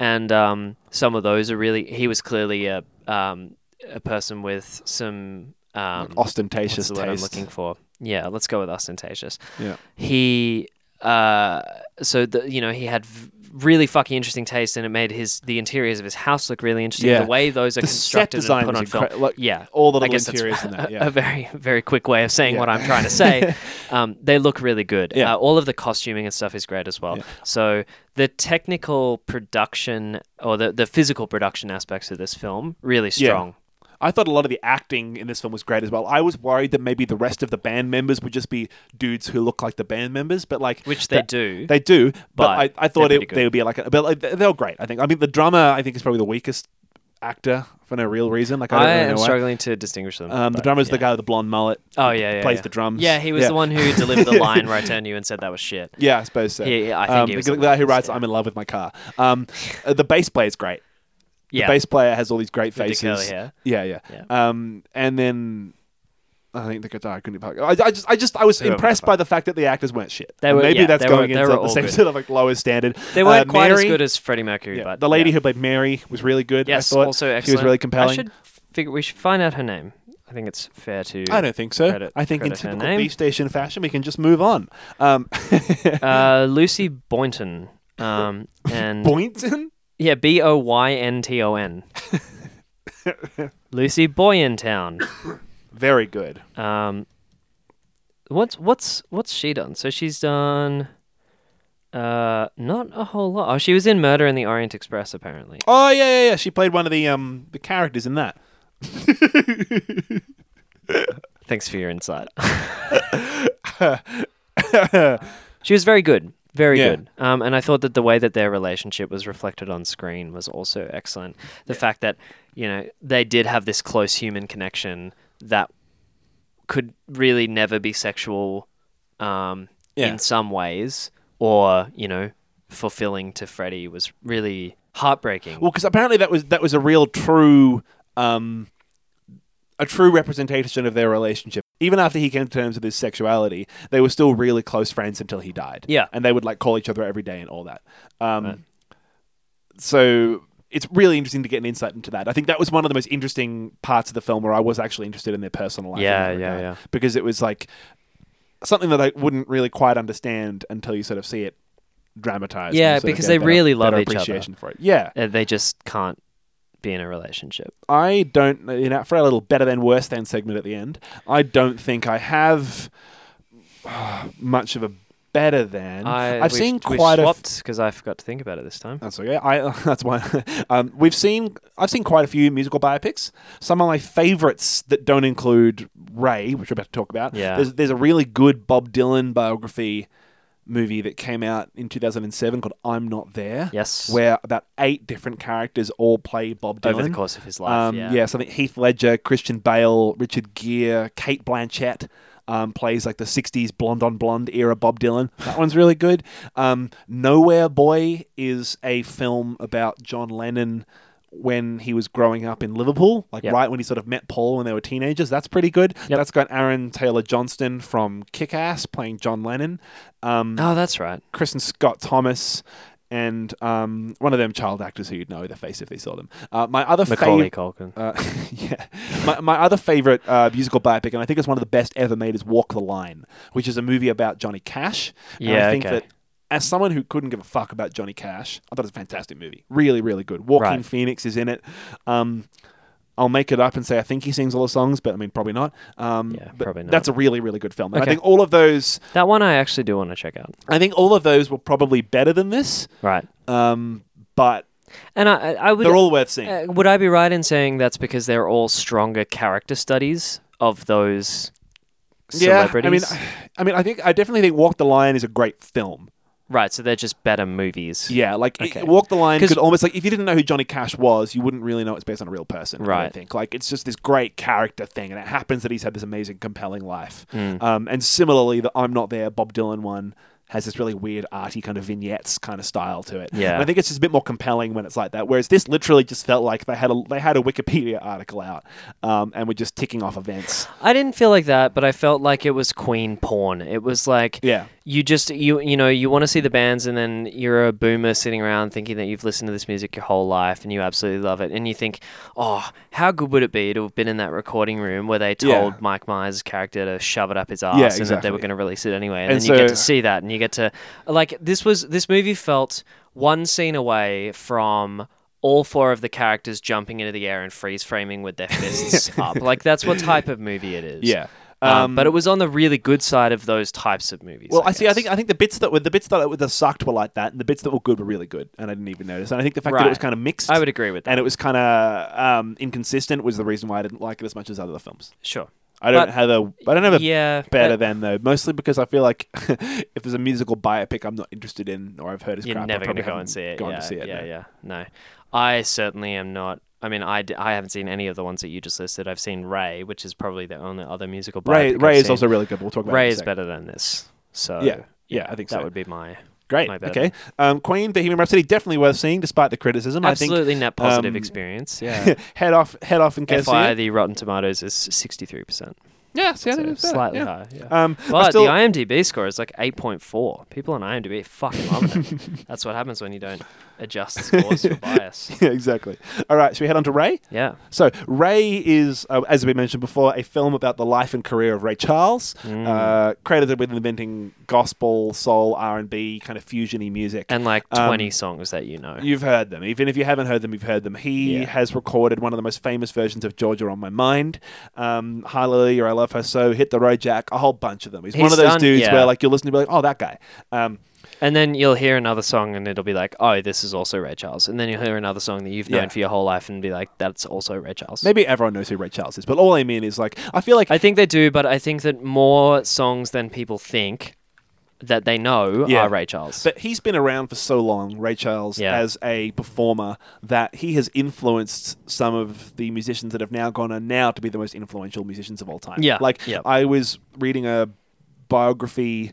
[SPEAKER 2] and um, some of those are really he was clearly a, um, a person with some um, what's
[SPEAKER 1] Ostentatious
[SPEAKER 2] the word I'm
[SPEAKER 1] taste.
[SPEAKER 2] looking for yeah let's go with ostentatious
[SPEAKER 1] Yeah.
[SPEAKER 2] he uh so the you know he had v- really fucking interesting taste and it made his the interiors of his house look really interesting
[SPEAKER 1] Yeah.
[SPEAKER 2] the way those are
[SPEAKER 1] The set
[SPEAKER 2] constructed
[SPEAKER 1] design
[SPEAKER 2] and put on
[SPEAKER 1] was incre-
[SPEAKER 2] film
[SPEAKER 1] like,
[SPEAKER 2] yeah
[SPEAKER 1] all the
[SPEAKER 2] I
[SPEAKER 1] little
[SPEAKER 2] guess that's uh,
[SPEAKER 1] interiors in that, yeah.
[SPEAKER 2] a very very quick way of saying
[SPEAKER 1] Yeah.
[SPEAKER 2] what I'm trying to say um they look really good
[SPEAKER 1] Yeah.
[SPEAKER 2] uh, all of the costuming and stuff is great as well so the technical production or the the physical production aspects of this film really
[SPEAKER 1] Yeah.
[SPEAKER 2] strong
[SPEAKER 1] I thought a lot of the acting in this film was great as well. I was worried that maybe the rest of the band members would just be dudes who look like the band members, but like
[SPEAKER 2] which they
[SPEAKER 1] that-
[SPEAKER 2] do
[SPEAKER 1] They do,
[SPEAKER 2] But
[SPEAKER 1] but, I, I
[SPEAKER 2] they're
[SPEAKER 1] thought
[SPEAKER 2] pretty
[SPEAKER 1] it,
[SPEAKER 2] good.
[SPEAKER 1] they would be like, a, but like, they- they're great. I think. I mean, the drummer I think is probably the weakest actor for no real reason. Like I
[SPEAKER 2] I,
[SPEAKER 1] don't really
[SPEAKER 2] am
[SPEAKER 1] know why.
[SPEAKER 2] struggling to distinguish them
[SPEAKER 1] Um, the
[SPEAKER 2] but
[SPEAKER 1] drummer's
[SPEAKER 2] yeah.
[SPEAKER 1] the guy with the blonde mullet.
[SPEAKER 2] Oh yeah, yeah
[SPEAKER 1] plays
[SPEAKER 2] yeah.
[SPEAKER 1] the drums.
[SPEAKER 2] Yeah, he was
[SPEAKER 1] Yeah.
[SPEAKER 2] the one who delivered the line where I turned to you and said that was shit.
[SPEAKER 1] Yeah, I suppose so.
[SPEAKER 2] Yeah, yeah, I think
[SPEAKER 1] um,
[SPEAKER 2] he was
[SPEAKER 1] the,
[SPEAKER 2] the
[SPEAKER 1] guy who
[SPEAKER 2] weakest,
[SPEAKER 1] writes
[SPEAKER 2] yeah.
[SPEAKER 1] "I'm in love with my car." Um, uh, the bass player's great.
[SPEAKER 2] Yeah,
[SPEAKER 1] Bass player has all these great
[SPEAKER 2] With the
[SPEAKER 1] faces.
[SPEAKER 2] curly hair.
[SPEAKER 1] Yeah, yeah. Um, and then I think the guitar couldn't be. I, I just, I just, I was
[SPEAKER 2] were
[SPEAKER 1] impressed by the fact that the actors weren't shit.
[SPEAKER 2] They
[SPEAKER 1] And
[SPEAKER 2] were-
[SPEAKER 1] Maybe
[SPEAKER 2] yeah,
[SPEAKER 1] that's
[SPEAKER 2] they were-
[SPEAKER 1] going
[SPEAKER 2] they
[SPEAKER 1] into
[SPEAKER 2] were
[SPEAKER 1] the
[SPEAKER 2] all
[SPEAKER 1] same
[SPEAKER 2] good.
[SPEAKER 1] sort of like lowest standard.
[SPEAKER 2] they weren't
[SPEAKER 1] Uh,
[SPEAKER 2] quite
[SPEAKER 1] Mary,
[SPEAKER 2] as good as Freddie Mercury,
[SPEAKER 1] yeah,
[SPEAKER 2] but
[SPEAKER 1] the lady
[SPEAKER 2] yeah.
[SPEAKER 1] who played Mary was really good.
[SPEAKER 2] yes,
[SPEAKER 1] I thought.
[SPEAKER 2] also excellent.
[SPEAKER 1] She was really compelling.
[SPEAKER 2] I should figure we should find out her name. I think it's fair to.
[SPEAKER 1] I don't think so.
[SPEAKER 2] Credit-
[SPEAKER 1] I think in
[SPEAKER 2] credit her
[SPEAKER 1] typical
[SPEAKER 2] name.
[SPEAKER 1] B station fashion, we can just move on. Um,
[SPEAKER 2] Uh, Lucy Boynton. Um, and
[SPEAKER 1] Boynton?
[SPEAKER 2] yeah, B O Y N T O N. Lucy Boyentown.
[SPEAKER 1] Very good.
[SPEAKER 2] Um, what's what's what's she done? So she's done, uh, not a whole lot. Oh, she was in Murder in the Orient Express, apparently.
[SPEAKER 1] Oh yeah, yeah, yeah. She played one of the um the characters in that.
[SPEAKER 2] Thanks for your insight. she was very good. Very
[SPEAKER 1] Yeah.
[SPEAKER 2] good. Um, and I thought that the way that their relationship was reflected on screen was also excellent. The fact that, you know, they did have this close human connection that could really never be sexual um,
[SPEAKER 1] Yeah.
[SPEAKER 2] in some ways or, you know, fulfilling to Freddie was really heartbreaking.
[SPEAKER 1] Well, because apparently that was that was a real true um a true representation of their relationship. Even after he came to terms with his sexuality, they were still really close friends until he died.
[SPEAKER 2] Yeah.
[SPEAKER 1] and they would like call each other every day and all that. Um, so. It's really interesting to get an insight into that. I think that was one of the most interesting parts of the film where I was actually interested in their personal life. in
[SPEAKER 2] Yeah,
[SPEAKER 1] that
[SPEAKER 2] yeah,
[SPEAKER 1] regard.
[SPEAKER 2] yeah.
[SPEAKER 1] Because it was like something that I wouldn't really quite understand until you sort of see it dramatized. and
[SPEAKER 2] Yeah,
[SPEAKER 1] you sort of
[SPEAKER 2] because
[SPEAKER 1] get
[SPEAKER 2] they
[SPEAKER 1] a better-
[SPEAKER 2] really love
[SPEAKER 1] better
[SPEAKER 2] each other.
[SPEAKER 1] appreciation for it. Yeah,
[SPEAKER 2] Uh, they just can't be in a relationship.
[SPEAKER 1] I don't, you know, for our little better than worse than segment at the end, I don't think I have uh, much of a better than.
[SPEAKER 2] I,
[SPEAKER 1] have
[SPEAKER 2] we've-
[SPEAKER 1] seen
[SPEAKER 2] we've
[SPEAKER 1] quite a. Uh, f-
[SPEAKER 2] swapped because I forgot to think about it this time.
[SPEAKER 1] that's okay. I, that's why. um, we've seen. I've seen quite a few musical biopics. Some of my favourites that don't include Ray, which we're about to talk about.
[SPEAKER 2] Yeah.
[SPEAKER 1] There's, there's a really good Bob Dylan biography movie that came out in 2007 called I'm Not There.
[SPEAKER 2] Yes.
[SPEAKER 1] Where about eight different characters all play Bob Dylan.
[SPEAKER 2] Over the course of his life,
[SPEAKER 1] Um,
[SPEAKER 2] yeah.
[SPEAKER 1] so I think Heath Ledger, Christian Bale, Richard Gere, Kate Blanchett um, plays like the 60s blonde on blonde era Bob Dylan. That one's really good. Um, Nowhere Boy is a film about John Lennon when he was growing up in Liverpool, like
[SPEAKER 2] Yep.
[SPEAKER 1] right when he sort of met Paul when they were teenagers. That's pretty good.
[SPEAKER 2] Yep.
[SPEAKER 1] That's got Aaron Taylor Johnston from Kick Ass playing John Lennon. Um,
[SPEAKER 2] Oh, that's right.
[SPEAKER 1] Kristen Scott Thomas, and um, one of them child actors who you'd know their face if they saw them. Uh, my other
[SPEAKER 2] Macaulay
[SPEAKER 1] favorite.
[SPEAKER 2] Culkin.
[SPEAKER 1] Uh, yeah, my, my other favorite uh, musical biopic, and I think it's one of the best ever made, is Walk the Line, which is a movie about Johnny Cash. and
[SPEAKER 2] Yeah,
[SPEAKER 1] I think
[SPEAKER 2] okay.
[SPEAKER 1] that as someone who couldn't give a fuck about Johnny Cash, I thought it was a fantastic movie, really, really good. Walking
[SPEAKER 2] Right.
[SPEAKER 1] Phoenix is in it. Um, I'll make it up and say I think he sings all the songs, but I mean probably not. Um,
[SPEAKER 2] Yeah,
[SPEAKER 1] but
[SPEAKER 2] probably not.
[SPEAKER 1] That's a really, really good film. And
[SPEAKER 2] Okay.
[SPEAKER 1] I think all of those,
[SPEAKER 2] That one I actually do want to check out.
[SPEAKER 1] I think all of those were probably better than this.
[SPEAKER 2] Right.
[SPEAKER 1] Um, but
[SPEAKER 2] And I, I I would.
[SPEAKER 1] they're all worth seeing.
[SPEAKER 2] uh, would I be right in saying that's because they're all stronger character studies of those celebrities?
[SPEAKER 1] I mean, I mean, I think I definitely think Walk the Line is a great film.
[SPEAKER 2] right. So they're just better movies.
[SPEAKER 1] Yeah, like it-
[SPEAKER 2] Okay.
[SPEAKER 1] Walk the Line
[SPEAKER 2] 'Cause-
[SPEAKER 1] could almost like if you didn't know who Johnny Cash was, you wouldn't really know it's based on a real person. I
[SPEAKER 2] Right.
[SPEAKER 1] don't think like it's just this great character thing, and it happens that he's had this amazing, compelling life.
[SPEAKER 2] Hmm.
[SPEAKER 1] Um, and similarly, the I'm Not There Bob Dylan one has this really weird arty kind of vignettes kind of style to it.
[SPEAKER 2] Yeah.
[SPEAKER 1] And I think it's just a bit more compelling when it's like that. Whereas this literally just felt like they had a they had a Wikipedia article out, um, and were just ticking off events.
[SPEAKER 2] I didn't feel like that, but I felt like it was Queen porn. It was like
[SPEAKER 1] Yeah.
[SPEAKER 2] you just you you know you want to see the bands, and then you're a boomer sitting around thinking that you've listened to this music your whole life and you absolutely love it, and you think, oh, how good would it be to have been in that recording room where they
[SPEAKER 1] Yeah.
[SPEAKER 2] told Mike Myers' character to shove it up his ass, and that they were
[SPEAKER 1] exactly.
[SPEAKER 2] going to release it anyway, and,
[SPEAKER 1] And
[SPEAKER 2] then you get
[SPEAKER 1] so-
[SPEAKER 2] to see that, and you get to like this was this movie felt one scene away from. All four of the characters jumping into the air and freeze framing with their fists up. Like, that's what type of movie it is.
[SPEAKER 1] Yeah.
[SPEAKER 2] Um, but it was on the really good side of those types of movies.
[SPEAKER 1] Well, I, see. I
[SPEAKER 2] guess.
[SPEAKER 1] think I think the bits that were the bits that were that sucked were like that, and the bits that were good were really good, and I didn't even notice. And I think the fact that it was
[SPEAKER 2] Right.
[SPEAKER 1] kind of mixed,
[SPEAKER 2] I would agree with that.
[SPEAKER 1] and it was kind of um, inconsistent, was the reason why I didn't like it as much as other films.
[SPEAKER 2] Sure.
[SPEAKER 1] I don't
[SPEAKER 2] But-
[SPEAKER 1] have a I don't have a
[SPEAKER 2] yeah.
[SPEAKER 1] better
[SPEAKER 2] but
[SPEAKER 1] than though, mostly because I feel like if there's a musical biopic I'm not interested in or I've heard is
[SPEAKER 2] You're
[SPEAKER 1] crap,
[SPEAKER 2] never
[SPEAKER 1] I
[SPEAKER 2] going
[SPEAKER 1] probably
[SPEAKER 2] to go
[SPEAKER 1] haven't
[SPEAKER 2] and see it.
[SPEAKER 1] gone
[SPEAKER 2] yeah,
[SPEAKER 1] to see it.
[SPEAKER 2] yeah,
[SPEAKER 1] no.
[SPEAKER 2] yeah. No, I certainly am not. I mean, I, d- I haven't seen any of the ones that you just listed. I've seen Ray, which is probably the only other musical.
[SPEAKER 1] Ray,
[SPEAKER 2] biopic I've
[SPEAKER 1] Ray is
[SPEAKER 2] seen.
[SPEAKER 1] also really good. We'll talk about it
[SPEAKER 2] Ray
[SPEAKER 1] in a
[SPEAKER 2] is
[SPEAKER 1] sec.
[SPEAKER 2] better than this. So
[SPEAKER 1] Yeah, yeah, I think
[SPEAKER 2] that
[SPEAKER 1] so.
[SPEAKER 2] would be my
[SPEAKER 1] Great.
[SPEAKER 2] My bad.
[SPEAKER 1] Okay. Um, Queen, Bohemian Rhapsody, definitely worth seeing, despite the criticism. I
[SPEAKER 2] absolutely net positive
[SPEAKER 1] um,
[SPEAKER 2] experience. Yeah.
[SPEAKER 1] think head off, head off, and go see
[SPEAKER 2] FYI,
[SPEAKER 1] it.
[SPEAKER 2] the Rotten Tomatoes is sixty three percent,
[SPEAKER 1] Yeah, see, I think
[SPEAKER 2] so
[SPEAKER 1] it's better,
[SPEAKER 2] slightly
[SPEAKER 1] yeah.
[SPEAKER 2] higher. Yeah.
[SPEAKER 1] Um, I
[SPEAKER 2] But
[SPEAKER 1] still-
[SPEAKER 2] the IMDb score is like 8.4. People on IMDb are fucking loving it. That's what happens when you don't adjust scores for bias.
[SPEAKER 1] yeah, exactly. All right, should we head on to Ray?
[SPEAKER 2] Yeah.
[SPEAKER 1] So, Ray is, uh, as we mentioned before, a film about the life and career of Ray Charles,
[SPEAKER 2] Mm.
[SPEAKER 1] uh, credited with inventing gospel, soul, R and B kind of fusiony music.
[SPEAKER 2] And like
[SPEAKER 1] Um,
[SPEAKER 2] 20 songs that you know.
[SPEAKER 1] You've heard them. Even if you haven't heard them, you've heard them. He
[SPEAKER 2] Yeah.
[SPEAKER 1] has recorded one of the most famous versions of Georgia on My Mind, um, Hallelujah, I Love Her So, Hit the Road Jack, a whole bunch of them. He's, one
[SPEAKER 2] He's
[SPEAKER 1] of those
[SPEAKER 2] done-
[SPEAKER 1] dudes
[SPEAKER 2] yeah.
[SPEAKER 1] where like you'll listen to be like, oh, that guy. Um,
[SPEAKER 2] And then you'll hear another song and it'll be like, oh, this is also Ray Charles. And then you'll hear another song that you've
[SPEAKER 1] Yeah.
[SPEAKER 2] known for your whole life and be like, that's also Ray Charles.
[SPEAKER 1] maybe everyone knows who Ray Charles is, but all I mean is like, I feel like
[SPEAKER 2] I think they do, but I think that more songs than people think that they know
[SPEAKER 1] Yeah.
[SPEAKER 2] are Ray Charles.
[SPEAKER 1] But he's been around for so long, Ray Charles,
[SPEAKER 2] Yeah.
[SPEAKER 1] as a performer, that he has influenced some of the musicians that have now gone on now to be the most influential musicians of all time.
[SPEAKER 2] Yeah,
[SPEAKER 1] Like,
[SPEAKER 2] yeah.
[SPEAKER 1] I was reading a biography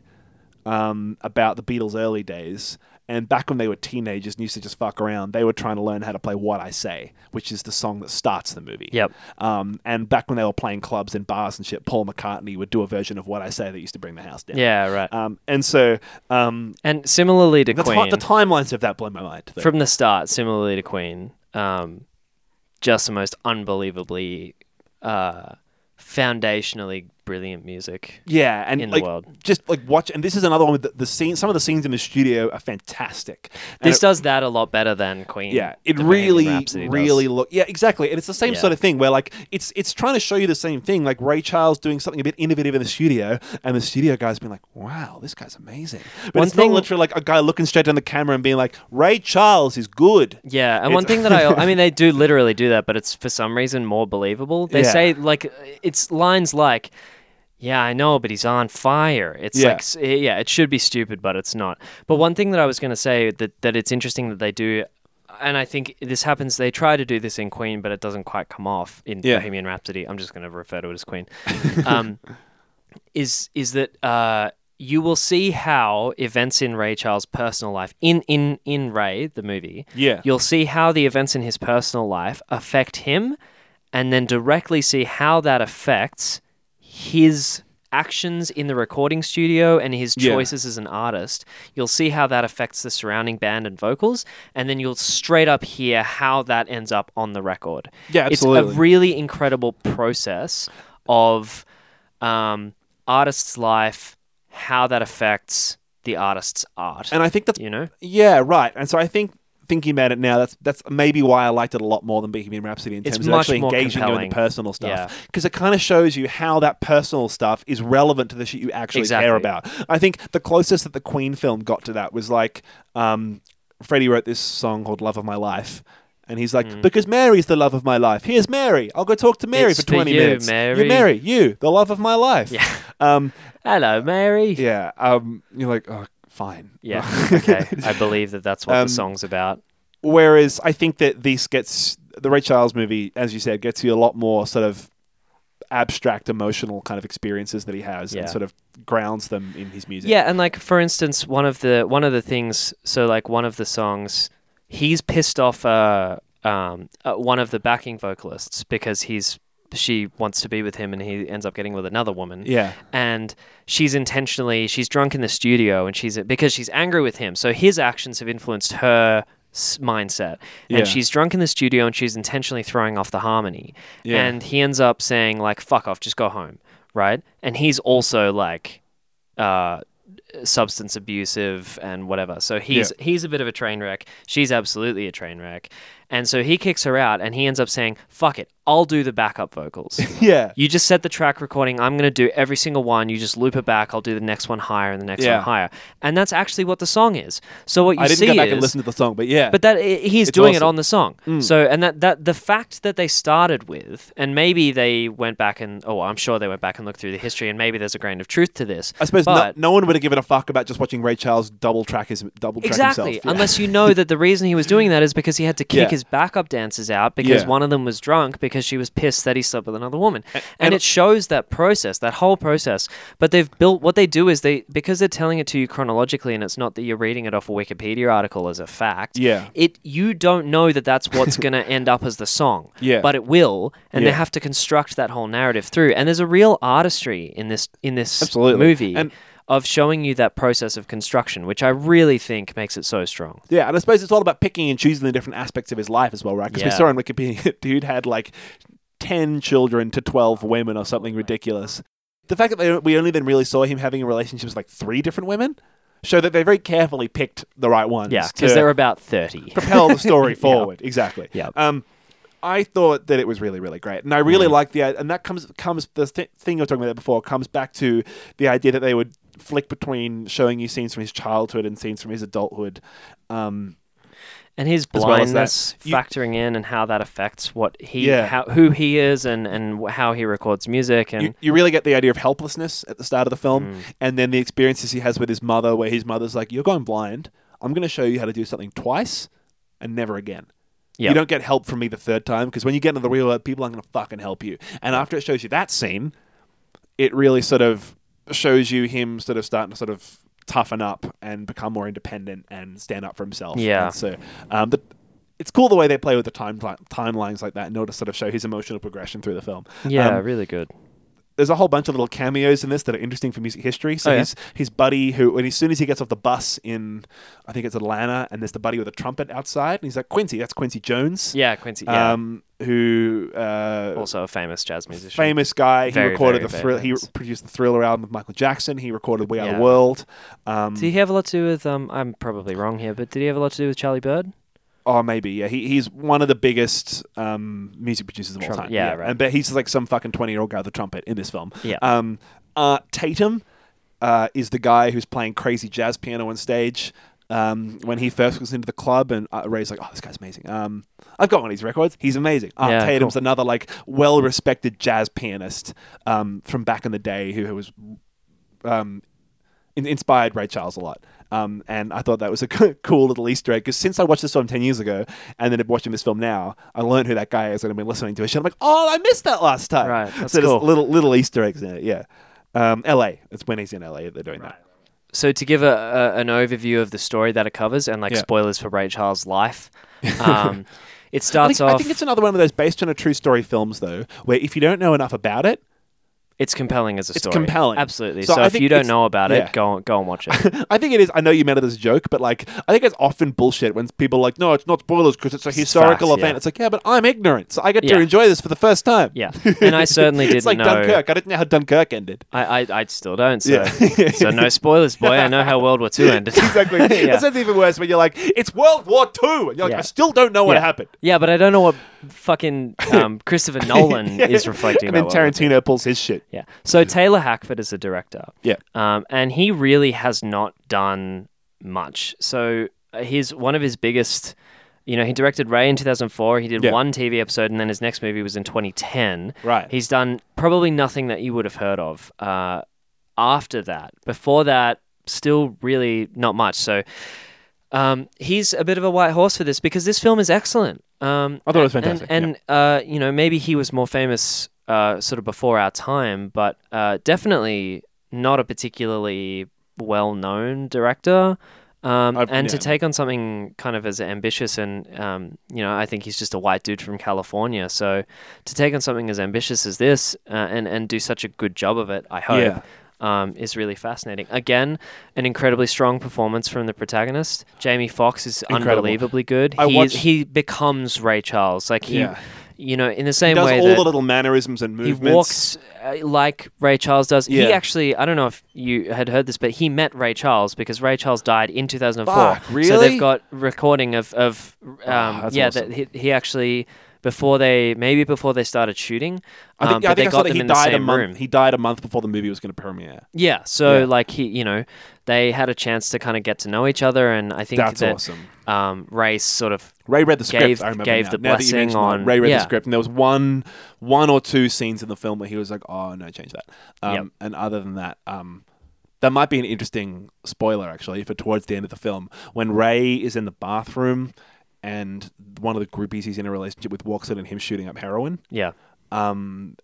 [SPEAKER 1] um, about the Beatles' early days. And back when they were teenagers and used to just fuck around, they were trying to learn how to play What I Say, which is the song that starts the movie.
[SPEAKER 2] Yep.
[SPEAKER 1] Um, and back when they were playing clubs and bars and shit, Paul McCartney would do a version of What I Say that used to bring the house down.
[SPEAKER 2] yeah, right.
[SPEAKER 1] Um, and so um,
[SPEAKER 2] and similarly to
[SPEAKER 1] the, ti-
[SPEAKER 2] Queen.
[SPEAKER 1] the timelines of that blow my mind. though.
[SPEAKER 2] from the start, similarly to Queen, um, just the most unbelievably uh, foundationally brilliant music.
[SPEAKER 1] yeah, and
[SPEAKER 2] in the
[SPEAKER 1] like,
[SPEAKER 2] world.
[SPEAKER 1] just like watch. And this is another one with the, the scene. Some of the scenes in the studio are fantastic. And
[SPEAKER 2] This
[SPEAKER 1] it-
[SPEAKER 2] does that a lot better than Queen.
[SPEAKER 1] yeah, it
[SPEAKER 2] the Bohemian
[SPEAKER 1] really,
[SPEAKER 2] Rhapsody does.
[SPEAKER 1] really look. Yeah, exactly. And it's the same
[SPEAKER 2] Yeah.
[SPEAKER 1] sort of thing where like it's it's trying to show you the same thing. Like Ray Charles doing something a bit innovative in the studio, and the studio guy's being like, "Wow, this guy's amazing." But
[SPEAKER 2] One
[SPEAKER 1] it's
[SPEAKER 2] thing-
[SPEAKER 1] not literally like a guy looking straight down the camera and being like, "Ray Charles is good."
[SPEAKER 2] Yeah, and one
[SPEAKER 1] It's-
[SPEAKER 2] thing that I, I mean, they do literally do that, but it's for some reason more believable. They
[SPEAKER 1] Yeah.
[SPEAKER 2] say like it's lines like, Yeah, I know, but he's on fire. It's
[SPEAKER 1] Yeah.
[SPEAKER 2] like s- eh, yeah, it should be stupid, but it's not. But one thing that I was going to say that that it's interesting that they do and I think this happens they try to do this in Queen, but it doesn't quite come off in
[SPEAKER 1] Yeah.
[SPEAKER 2] Bohemian Rhapsody. I'm just going to refer to it as Queen. Um is is that uh you will see how events in Ray Charles' personal life in in in Ray the movie
[SPEAKER 1] Yeah.
[SPEAKER 2] you'll see how the events in his personal life affect him and then directly see how that affects his actions in the recording studio and his
[SPEAKER 1] Yeah.
[SPEAKER 2] choices as an artist. You'll see how that affects the surrounding band and vocals, and then you'll straight up hear how that ends up on the record.
[SPEAKER 1] Yeah,
[SPEAKER 2] It's
[SPEAKER 1] absolutely.
[SPEAKER 2] a really incredible process of um, artist's life, how that affects the artist's art.
[SPEAKER 1] And I think that's
[SPEAKER 2] you know?
[SPEAKER 1] Yeah, right. And so I think thinking about it now, that's that's maybe why I liked it a lot more than Bohemian Rhapsody in
[SPEAKER 2] It's
[SPEAKER 1] terms of
[SPEAKER 2] much
[SPEAKER 1] actually
[SPEAKER 2] more
[SPEAKER 1] engaging you in
[SPEAKER 2] compelling.
[SPEAKER 1] the personal
[SPEAKER 2] Yeah.
[SPEAKER 1] stuff because it kind of shows you how that personal stuff is relevant to the shit you actually care
[SPEAKER 2] Exactly.
[SPEAKER 1] about. I think the closest that the Queen film got to that was like um, Freddie wrote this song called "Love of My Life." And he's like,
[SPEAKER 2] Hmm.
[SPEAKER 1] because Mary's the love of my life. Here's Mary. I'll go talk to Mary
[SPEAKER 2] It's
[SPEAKER 1] for
[SPEAKER 2] for
[SPEAKER 1] 20
[SPEAKER 2] you,
[SPEAKER 1] minutes.
[SPEAKER 2] Mary."
[SPEAKER 1] You're Mary. You, the love of my life.
[SPEAKER 2] Yeah.
[SPEAKER 1] Um,
[SPEAKER 2] Hello, Mary.
[SPEAKER 1] yeah. Um, you're like, oh, fine.
[SPEAKER 2] Yeah. Okay. I believe that that's what
[SPEAKER 1] Um,
[SPEAKER 2] the song's about.
[SPEAKER 1] Whereas I think that this gets the Ray Charles movie, as you said, gets you a lot more sort of abstract, emotional kind of experiences that he has,
[SPEAKER 2] Yeah.
[SPEAKER 1] and sort of grounds them in his music.
[SPEAKER 2] Yeah, and like for instance, one of the one of the things. So like one of the songs, he's pissed off uh, um, uh, one of the backing vocalists because he's she wants to be with him, and he ends up getting with another woman.
[SPEAKER 1] yeah,
[SPEAKER 2] and she's intentionally she's drunk in the studio and she's because she's angry with him so his actions have influenced her s- mindset and
[SPEAKER 1] Yeah.
[SPEAKER 2] she's drunk in the studio and she's intentionally throwing off the harmony
[SPEAKER 1] Yeah.
[SPEAKER 2] and he ends up saying like fuck off just go home right and he's also like uh substance abusive and whatever so he's he's a bit of a train wreck she's absolutely a train wreck and so he kicks her out and he ends up saying fuck it i'll do the backup vocals
[SPEAKER 1] yeah,
[SPEAKER 2] you just set the track recording. I'm going to do every single one. You just loop it back. I'll do the next one higher and the next
[SPEAKER 1] Yeah.
[SPEAKER 2] one higher. And that's actually what the song is. So what you
[SPEAKER 1] I didn't
[SPEAKER 2] see
[SPEAKER 1] go back
[SPEAKER 2] is,
[SPEAKER 1] and listen to the song, but yeah,
[SPEAKER 2] but that i- he's
[SPEAKER 1] It's
[SPEAKER 2] doing it
[SPEAKER 1] awesome. Mm.
[SPEAKER 2] on the song. So and that that the fact that they started with, and maybe they went back and oh, I'm sure they went back and looked through the history, and maybe there's a grain of truth to this.
[SPEAKER 1] I suppose
[SPEAKER 2] but,
[SPEAKER 1] no, no one would have given a fuck about just watching Ray Charles double track his double track
[SPEAKER 2] Exactly.
[SPEAKER 1] himself. Yeah.
[SPEAKER 2] Unless you know that the reason he was doing that is because he had to kick
[SPEAKER 1] Yeah.
[SPEAKER 2] his backup dancers out because
[SPEAKER 1] Yeah.
[SPEAKER 2] one of them was drunk because she was pissed that he slept with another woman. And,
[SPEAKER 1] and-
[SPEAKER 2] it shows that process, that whole process. But they've built what they do is they because they're telling it to you chronologically and it's not that you're reading it off a Wikipedia article as a fact.
[SPEAKER 1] Yeah.
[SPEAKER 2] It you don't know that that's what's going to end up as the song.
[SPEAKER 1] Yeah.
[SPEAKER 2] But it will and they
[SPEAKER 1] Yeah.
[SPEAKER 2] have to construct that whole narrative through. And there's a real artistry in this in this
[SPEAKER 1] Absolutely.
[SPEAKER 2] movie
[SPEAKER 1] And-
[SPEAKER 2] of showing you that process of construction, which I really think makes it so strong.
[SPEAKER 1] Yeah, and I suppose it's all about picking and choosing the different aspects of his life as well, right? Because we
[SPEAKER 2] Yeah.
[SPEAKER 1] saw on Wikipedia, dude had like ten children to twelve women or something ridiculous. The fact that they, we only then really saw him having relationships with like three different women show that they very carefully picked the right ones.
[SPEAKER 2] Yeah,
[SPEAKER 1] to
[SPEAKER 2] because they're about 30.
[SPEAKER 1] propel the story forward. Exactly.
[SPEAKER 2] Yeah. Mm.
[SPEAKER 1] Um, I thought that it was really, really great, and I really liked the and that comes comes the th- thing you were talking about before comes back to the idea that they would flick between showing you scenes from his childhood and scenes from his adulthood. Um,
[SPEAKER 2] And his
[SPEAKER 1] As well as that,
[SPEAKER 2] blindness
[SPEAKER 1] you-
[SPEAKER 2] factoring in and how that affects what he,
[SPEAKER 1] Yeah.
[SPEAKER 2] how, who he is and, and wh- how he records music. And Mm.
[SPEAKER 1] you, you really get the idea of helplessness at the start of the film, and then the experiences he has with his mother, where his mother's like, "You're going blind. I'm going to show you how to do something twice, and never again."
[SPEAKER 2] yeah,
[SPEAKER 1] You don't get help from me the third time because when you get into the real world, people aren't going to fucking help you. And after it shows you that scene, it really sort of shows you him sort of starting to sort of toughen up and become more independent and stand up for himself.
[SPEAKER 2] Yeah.
[SPEAKER 1] And so, um, but it's cool the way they play with the time timelines like that in order to sort of show his emotional progression through the film.
[SPEAKER 2] yeah,
[SPEAKER 1] Um,
[SPEAKER 2] really good.
[SPEAKER 1] there's a whole bunch of little cameos in this that are interesting for music history. So
[SPEAKER 2] Oh, yeah?
[SPEAKER 1] his his buddy who, when as soon as he gets off the bus in, I think it's Atlanta, and there's the buddy with a trumpet outside, and he's like Quincy, that's Quincy Jones
[SPEAKER 2] Yeah, Quincy. Yeah,
[SPEAKER 1] um, who uh,
[SPEAKER 2] also a famous jazz musician.
[SPEAKER 1] famous guy.
[SPEAKER 2] Very,
[SPEAKER 1] he recorded
[SPEAKER 2] very,
[SPEAKER 1] the
[SPEAKER 2] very
[SPEAKER 1] thrill. He
[SPEAKER 2] famous. produced
[SPEAKER 1] produced the Thriller album with Michael Jackson. He recorded "We Are
[SPEAKER 2] Yeah.
[SPEAKER 1] the World." Um,
[SPEAKER 2] Did he have a lot to do with? Um, I'm probably wrong here, but did he have a lot to do with Charlie Bird?
[SPEAKER 1] oh, maybe yeah. He, he's one of the biggest um, music producers of all
[SPEAKER 2] Trumpet,
[SPEAKER 1] time.
[SPEAKER 2] yeah, right.
[SPEAKER 1] And but he's like some fucking twenty-year-old guy with a trumpet in this film.
[SPEAKER 2] Yeah.
[SPEAKER 1] Um, uh, Tatum uh, is the guy who's playing crazy jazz piano on stage. um, when he first was into the club, and uh, Ray's like, "Oh, this guy's amazing. Um, I've got one of his records. He's amazing." Art
[SPEAKER 2] Yeah,
[SPEAKER 1] Tatum's another like well-respected jazz pianist um, from back in the day who, who was um, in- inspired Ray Charles a lot. Um, and I thought that was a cool little Easter egg because since I watched this film 10 years ago and then watching this film now, I learned who that guy is and I've been listening to his shit. I'm like, oh, I missed that last time.
[SPEAKER 2] Right, that's
[SPEAKER 1] so
[SPEAKER 2] cool.
[SPEAKER 1] there's little, little Easter eggs in it, yeah. Um, LA. It's when he's in LA that they're doing that.
[SPEAKER 2] so to give a, a, an overview of the story that it covers and like
[SPEAKER 1] Yeah.
[SPEAKER 2] spoilers for Ray Charles' life, um, it
[SPEAKER 1] I
[SPEAKER 2] starts
[SPEAKER 1] think, I
[SPEAKER 2] off.
[SPEAKER 1] think
[SPEAKER 2] it's,
[SPEAKER 1] it's another one of those based on a true story films, though, where if you don't know enough about it,
[SPEAKER 2] compelling as a story.
[SPEAKER 1] compelling.
[SPEAKER 2] absolutely.
[SPEAKER 1] So
[SPEAKER 2] So,
[SPEAKER 1] I
[SPEAKER 2] if
[SPEAKER 1] think
[SPEAKER 2] you don't
[SPEAKER 1] it's-
[SPEAKER 2] know about
[SPEAKER 1] yeah.
[SPEAKER 2] it, go on- go and watch it.
[SPEAKER 1] I think it is. I know you meant it as a joke, but like, I think it's often bullshit when people are like, no, it's not spoilers because it's a historical
[SPEAKER 2] facts,
[SPEAKER 1] event.
[SPEAKER 2] yeah.
[SPEAKER 1] It's like, yeah, but I'm ignorant, so I get to
[SPEAKER 2] Yeah.
[SPEAKER 1] enjoy this for the first time.
[SPEAKER 2] Yeah, and I certainly didn't
[SPEAKER 1] it's like
[SPEAKER 2] know.
[SPEAKER 1] Dunkirk. I didn't know how Dunkirk ended.
[SPEAKER 2] I, I I still don't. So,
[SPEAKER 1] Yeah.
[SPEAKER 2] so no spoilers, boy. I know how World War II ended.
[SPEAKER 1] Exactly.
[SPEAKER 2] yeah.
[SPEAKER 1] That's even worse when you're like, it's World War II, and you're like,
[SPEAKER 2] Yeah.
[SPEAKER 1] I still don't know what
[SPEAKER 2] Yeah.
[SPEAKER 1] happened.
[SPEAKER 2] Yeah, but I don't know what fucking um, Christopher Nolan is Mm, reflecting
[SPEAKER 1] and then
[SPEAKER 2] about. World War II.
[SPEAKER 1] Tarantino pulls his shit.
[SPEAKER 2] Yeah. So Taylor Hackford is a director.
[SPEAKER 1] Yeah.
[SPEAKER 2] Um, and he really has not done much. So uh, his one of his biggest, you know, he directed Ray in 2004. He did
[SPEAKER 1] Yeah.
[SPEAKER 2] one TV episode, and then his next movie was in 2010.
[SPEAKER 1] Right.
[SPEAKER 2] He's done probably nothing that you would have heard of. Uh, after that, before that, still really not much. So. Um, he's a bit of a white horse for this because this film is excellent. Um,
[SPEAKER 1] I thought it was
[SPEAKER 2] and-
[SPEAKER 1] fantastic,
[SPEAKER 2] And, uh, you know, maybe he was more famous uh, sort of before our time, but uh, definitely not a particularly well known director. Um,
[SPEAKER 1] I've-
[SPEAKER 2] and to
[SPEAKER 1] yeah.
[SPEAKER 2] take on something kind of as ambitious and, um, you know, I think he's just a white dude from California. So to take on something as ambitious as this uh, and, and do such a good job of it, I hope,
[SPEAKER 1] Yeah.
[SPEAKER 2] um, is really fascinating. Again, an incredibly strong performance from the protagonist. Jamie Foxx is
[SPEAKER 1] Incredible.
[SPEAKER 2] unbelievably good.
[SPEAKER 1] I
[SPEAKER 2] he,
[SPEAKER 1] watched-
[SPEAKER 2] he becomes Ray Charles. Like he,
[SPEAKER 1] Yeah.
[SPEAKER 2] you know, in the same
[SPEAKER 1] Does
[SPEAKER 2] way
[SPEAKER 1] all
[SPEAKER 2] that
[SPEAKER 1] the little mannerisms and
[SPEAKER 2] he
[SPEAKER 1] movements.
[SPEAKER 2] walks uh, like Ray Charles does.
[SPEAKER 1] Yeah.
[SPEAKER 2] He actually, I don't know if you had heard this, but he met Ray Charles because Ray Charles died in 2004.
[SPEAKER 1] Fuck,
[SPEAKER 2] So
[SPEAKER 1] really? Oh,
[SPEAKER 2] they've got recording of, of um,
[SPEAKER 1] that's
[SPEAKER 2] yeah,
[SPEAKER 1] awesome.
[SPEAKER 2] that he, he actually, before they, maybe before they started shooting,
[SPEAKER 1] I think,
[SPEAKER 2] um,
[SPEAKER 1] yeah,
[SPEAKER 2] but
[SPEAKER 1] I think
[SPEAKER 2] they
[SPEAKER 1] I saw
[SPEAKER 2] got
[SPEAKER 1] that
[SPEAKER 2] them
[SPEAKER 1] he
[SPEAKER 2] in the
[SPEAKER 1] died a
[SPEAKER 2] same
[SPEAKER 1] month.
[SPEAKER 2] room.
[SPEAKER 1] He died a month before the movie was going to premiere.
[SPEAKER 2] Yeah, so
[SPEAKER 1] Yeah.
[SPEAKER 2] like he, you know, they had a chance to kind of get to know each other, and I think
[SPEAKER 1] That's
[SPEAKER 2] that
[SPEAKER 1] awesome.
[SPEAKER 2] um, Ray sort of
[SPEAKER 1] Ray read the script.
[SPEAKER 2] Gave-
[SPEAKER 1] I remember
[SPEAKER 2] gave
[SPEAKER 1] now.
[SPEAKER 2] the
[SPEAKER 1] Now that you
[SPEAKER 2] blessing
[SPEAKER 1] mention that,
[SPEAKER 2] on-
[SPEAKER 1] Ray read
[SPEAKER 2] yeah.
[SPEAKER 1] the script, and there was one, one or two scenes in the film where he was like, "Oh no, change that." Um,
[SPEAKER 2] Yep.
[SPEAKER 1] And other than that, um, that might be an interesting spoiler actually for towards the end of the film when Ray is in the bathroom and one of the groupies he's in a relationship with walks in and him shooting up heroin.
[SPEAKER 2] yeah,
[SPEAKER 1] Um,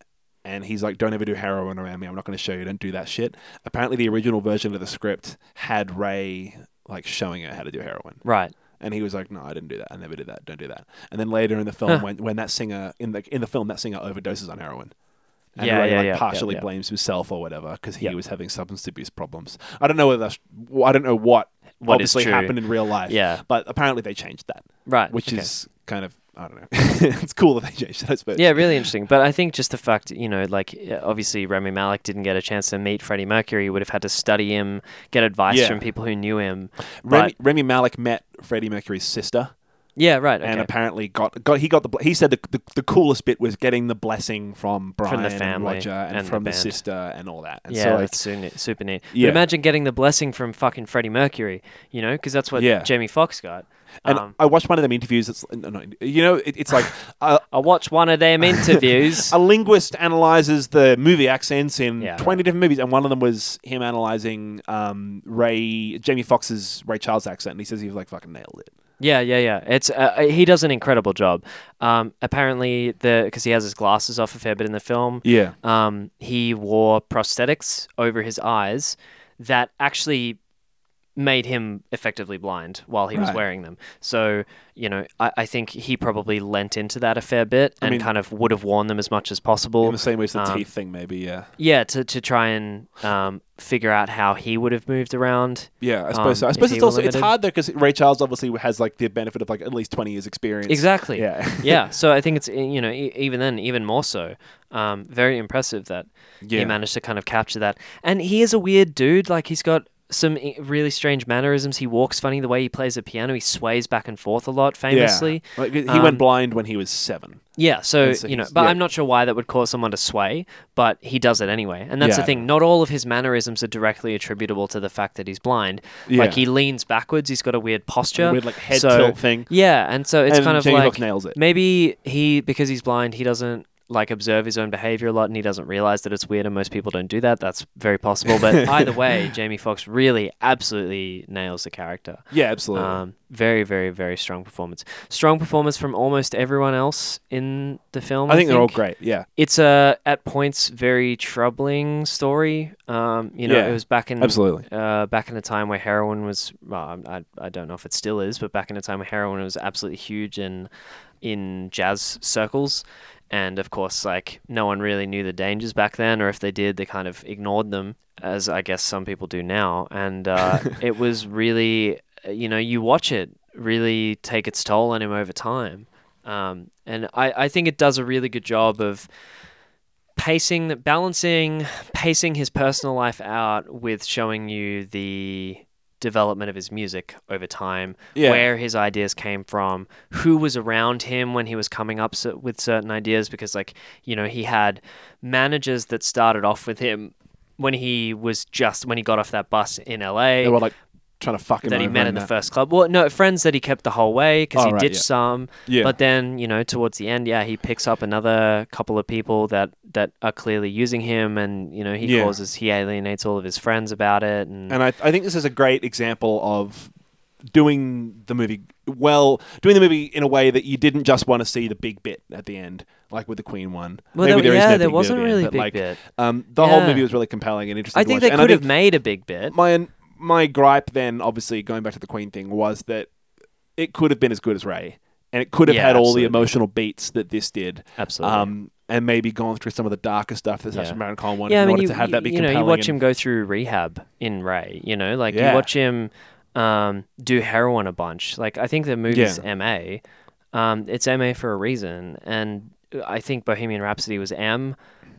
[SPEAKER 1] and he's like, "Don't ever do heroin around me. I'm not going to show you. Don't do that shit." Apparently, the original version of the script had Ray like showing her how to do heroin.
[SPEAKER 2] right,
[SPEAKER 1] And he was like, "No, I didn't do that. I never did that. Don't do that." And then later in the film, when, when that singer in the in the film that singer overdoses on heroin, and
[SPEAKER 2] Yeah,
[SPEAKER 1] Ray,
[SPEAKER 2] yeah,
[SPEAKER 1] like,
[SPEAKER 2] yeah, yeah,
[SPEAKER 1] partially
[SPEAKER 2] yeah.
[SPEAKER 1] blames himself or whatever because he
[SPEAKER 2] Yep.
[SPEAKER 1] was having substance abuse problems. I don't know whether that's well, I don't know what,
[SPEAKER 2] What is
[SPEAKER 1] obviously
[SPEAKER 2] true.
[SPEAKER 1] happened in real life.
[SPEAKER 2] Yeah.
[SPEAKER 1] but apparently they changed that,
[SPEAKER 2] right,
[SPEAKER 1] which
[SPEAKER 2] okay.
[SPEAKER 1] is kind of I don't know. it's cool that they changed that, I suppose.
[SPEAKER 2] Yeah, really interesting. But I think just the fact, you know, like uh, obviously Remy Malik didn't get a chance to meet Freddie Mercury. He would have had to study him, get advice
[SPEAKER 1] Yeah.
[SPEAKER 2] from people who knew him.
[SPEAKER 1] Remy,
[SPEAKER 2] Right.
[SPEAKER 1] Remy Malik met Freddie Mercury's sister,
[SPEAKER 2] yeah, right. Okay.
[SPEAKER 1] and apparently got got he got the bl- he said the, the the coolest bit was getting the blessing from Brian
[SPEAKER 2] the
[SPEAKER 1] and
[SPEAKER 2] family
[SPEAKER 1] Roger and,
[SPEAKER 2] and the
[SPEAKER 1] from the,
[SPEAKER 2] band.
[SPEAKER 1] sister and all that. And
[SPEAKER 2] yeah,
[SPEAKER 1] so like,
[SPEAKER 2] that's su- super neat.
[SPEAKER 1] Yeah.
[SPEAKER 2] But imagine getting the blessing from fucking Freddie Mercury, you know, because that's what
[SPEAKER 1] Yeah.
[SPEAKER 2] Jamie Foxx got.
[SPEAKER 1] and
[SPEAKER 2] um,
[SPEAKER 1] I watched one of them interviews. It's no, no, you know, it, it's like a,
[SPEAKER 2] I watched one of them interviews.
[SPEAKER 1] a linguist analyzes the movie accents in
[SPEAKER 2] Yeah,
[SPEAKER 1] twenty different movies, and one of them was him analyzing um, Ray Jamie Foxx's Ray Charles accent, and he says he was like fucking nailed it.
[SPEAKER 2] Yeah, yeah, yeah. It's uh, he does an incredible job. Um, apparently, the because he has his glasses off a fair bit in the film.
[SPEAKER 1] Yeah.
[SPEAKER 2] Um, he wore prosthetics over his eyes that actually made him effectively blind while he was
[SPEAKER 1] Right.
[SPEAKER 2] wearing them. So you know, I, I think he probably lent into that a fair bit and
[SPEAKER 1] mean-
[SPEAKER 2] kind of would have worn them as much as
[SPEAKER 1] In
[SPEAKER 2] possible.
[SPEAKER 1] the same way as the
[SPEAKER 2] um,
[SPEAKER 1] teeth thing, maybe. Yeah.
[SPEAKER 2] Yeah, to to try and um, figure out how he would have moved around.
[SPEAKER 1] Yeah, I
[SPEAKER 2] um,
[SPEAKER 1] suppose so. I
[SPEAKER 2] if
[SPEAKER 1] suppose
[SPEAKER 2] he
[SPEAKER 1] it's
[SPEAKER 2] were
[SPEAKER 1] also it's
[SPEAKER 2] limited.
[SPEAKER 1] hard though because Ray Charles obviously has like the benefit of like at least twenty years experience.
[SPEAKER 2] Exactly.
[SPEAKER 1] Yeah.
[SPEAKER 2] yeah. So I think it's you know e- even then even more so, um, very impressive that
[SPEAKER 1] Yeah.
[SPEAKER 2] he managed to kind of capture that. And he is a weird dude. Like he's got some i- really strange mannerisms. He walks funny. The way he plays the piano, he sways back and forth a lot. Famously,
[SPEAKER 1] Yeah. Like, he
[SPEAKER 2] Um,
[SPEAKER 1] went blind when he was seven.
[SPEAKER 2] yeah. so,
[SPEAKER 1] And so
[SPEAKER 2] you know,
[SPEAKER 1] he's-
[SPEAKER 2] but
[SPEAKER 1] yeah.
[SPEAKER 2] I'm not sure why that would cause someone to sway. But he does it anyway, and that's
[SPEAKER 1] Yeah.
[SPEAKER 2] the thing. Not all of his mannerisms are directly attributable to the fact that he's blind.
[SPEAKER 1] Yeah.
[SPEAKER 2] Like he leans backwards. He's got a weird posture.
[SPEAKER 1] Weird, like, head
[SPEAKER 2] so,
[SPEAKER 1] tilt thing.
[SPEAKER 2] Yeah, and so it's
[SPEAKER 1] And
[SPEAKER 2] kind of
[SPEAKER 1] Jamie Foxx
[SPEAKER 2] like
[SPEAKER 1] nails it.
[SPEAKER 2] maybe he because he's blind, he doesn't like observe his own behavior a lot, and he doesn't realize that it's weird, and most people don't do that. That's very possible. But either way, Jamie Foxx really absolutely nails the character.
[SPEAKER 1] Yeah, absolutely.
[SPEAKER 2] Um, very, very, very strong performance. Strong performance from almost everyone else in the film.
[SPEAKER 1] I think they're all great. Yeah.
[SPEAKER 2] It's a at points very troubling story. Um, you know,
[SPEAKER 1] Yeah,
[SPEAKER 2] it was back in
[SPEAKER 1] Absolutely.
[SPEAKER 2] uh, back in a time where heroin was, well, I'm- I, I don't know if it still is, but back in a time where heroin was absolutely huge in in jazz circles, and of course, like no one really knew the dangers back then, or if they did, they kind of ignored them, as I guess some people do now. And uh, it was really, uh, you know, you watch it really take its toll on him over time, um, and I, I think it does a really good job of pacing balancing pacing his personal life out with showing you the development of his music over time
[SPEAKER 1] Yeah.
[SPEAKER 2] where his ideas came from who was around him when he was coming up so, with certain ideas because like you know he had managers that started off with him when he was just when he got off that bus in LA
[SPEAKER 1] They were like trying to fuck him
[SPEAKER 2] that he
[SPEAKER 1] over
[SPEAKER 2] met
[SPEAKER 1] and
[SPEAKER 2] in the
[SPEAKER 1] that.
[SPEAKER 2] first club. Well, no, friends that he kept the whole way because
[SPEAKER 1] Oh,
[SPEAKER 2] he
[SPEAKER 1] right,
[SPEAKER 2] ditched
[SPEAKER 1] yeah.
[SPEAKER 2] some.
[SPEAKER 1] Yeah.
[SPEAKER 2] But then, you know, towards the end, yeah, he picks up another couple of people that that are clearly using him, and you know, he
[SPEAKER 1] Yeah.
[SPEAKER 2] causes he alienates all of his friends about it, and,
[SPEAKER 1] And I, I think this is a great example of doing the movie well, doing the movie in a way that you didn't just want to see the big bit at the end, like with the Queen one.
[SPEAKER 2] Well,
[SPEAKER 1] Maybe
[SPEAKER 2] there-
[SPEAKER 1] is
[SPEAKER 2] yeah,
[SPEAKER 1] no
[SPEAKER 2] there
[SPEAKER 1] big bit at
[SPEAKER 2] wasn't
[SPEAKER 1] the end,
[SPEAKER 2] really
[SPEAKER 1] but,
[SPEAKER 2] big
[SPEAKER 1] like,
[SPEAKER 2] bit.
[SPEAKER 1] Um, the whole
[SPEAKER 2] Yeah.
[SPEAKER 1] movie was really compelling and interesting.
[SPEAKER 2] I
[SPEAKER 1] to
[SPEAKER 2] think
[SPEAKER 1] watch.
[SPEAKER 2] they
[SPEAKER 1] And I
[SPEAKER 2] could have
[SPEAKER 1] think
[SPEAKER 2] made a big bit.
[SPEAKER 1] my my gripe then, obviously going back to the Queen thing, was that it could have been as good as Ray, and it could have
[SPEAKER 2] Yeah,
[SPEAKER 1] had all
[SPEAKER 2] absolutely.
[SPEAKER 1] the emotional beats that this did.
[SPEAKER 2] Absolutely.
[SPEAKER 1] Um, and maybe gone through some of the darker stuff that Sacha
[SPEAKER 2] Yeah.
[SPEAKER 1] Baron Cohen wanted
[SPEAKER 2] yeah, I
[SPEAKER 1] in
[SPEAKER 2] mean,
[SPEAKER 1] order
[SPEAKER 2] you,
[SPEAKER 1] to have that be
[SPEAKER 2] you know,
[SPEAKER 1] compelling.
[SPEAKER 2] you watch
[SPEAKER 1] and-
[SPEAKER 2] him go through rehab in Ray. You know, like
[SPEAKER 1] Yeah.
[SPEAKER 2] you watch him um, do heroin a bunch. Like I think the movie's MA. Um, it's MA for a reason, and I think Bohemian Rhapsody was M.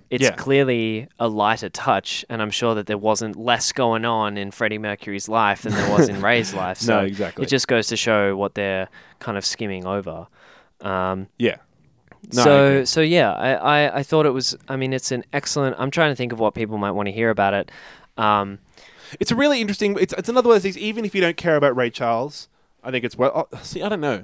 [SPEAKER 2] It's
[SPEAKER 1] Yeah.
[SPEAKER 2] clearly a lighter touch, and I'm sure that there wasn't less going on in Freddie Mercury's life than there was in Ray's life. So
[SPEAKER 1] No, exactly.
[SPEAKER 2] It just goes to show what they're kind of skimming over. Um,
[SPEAKER 1] yeah. No, I
[SPEAKER 2] so
[SPEAKER 1] agree.
[SPEAKER 2] so yeah, I, I I thought it was. I mean, it's an excellent. I'm trying to think of what people might want to hear about it. Um,
[SPEAKER 1] It's a really interesting. It's, it's another one of these. Even if you don't care about Ray Charles, I think it's well. Oh, see, I don't know.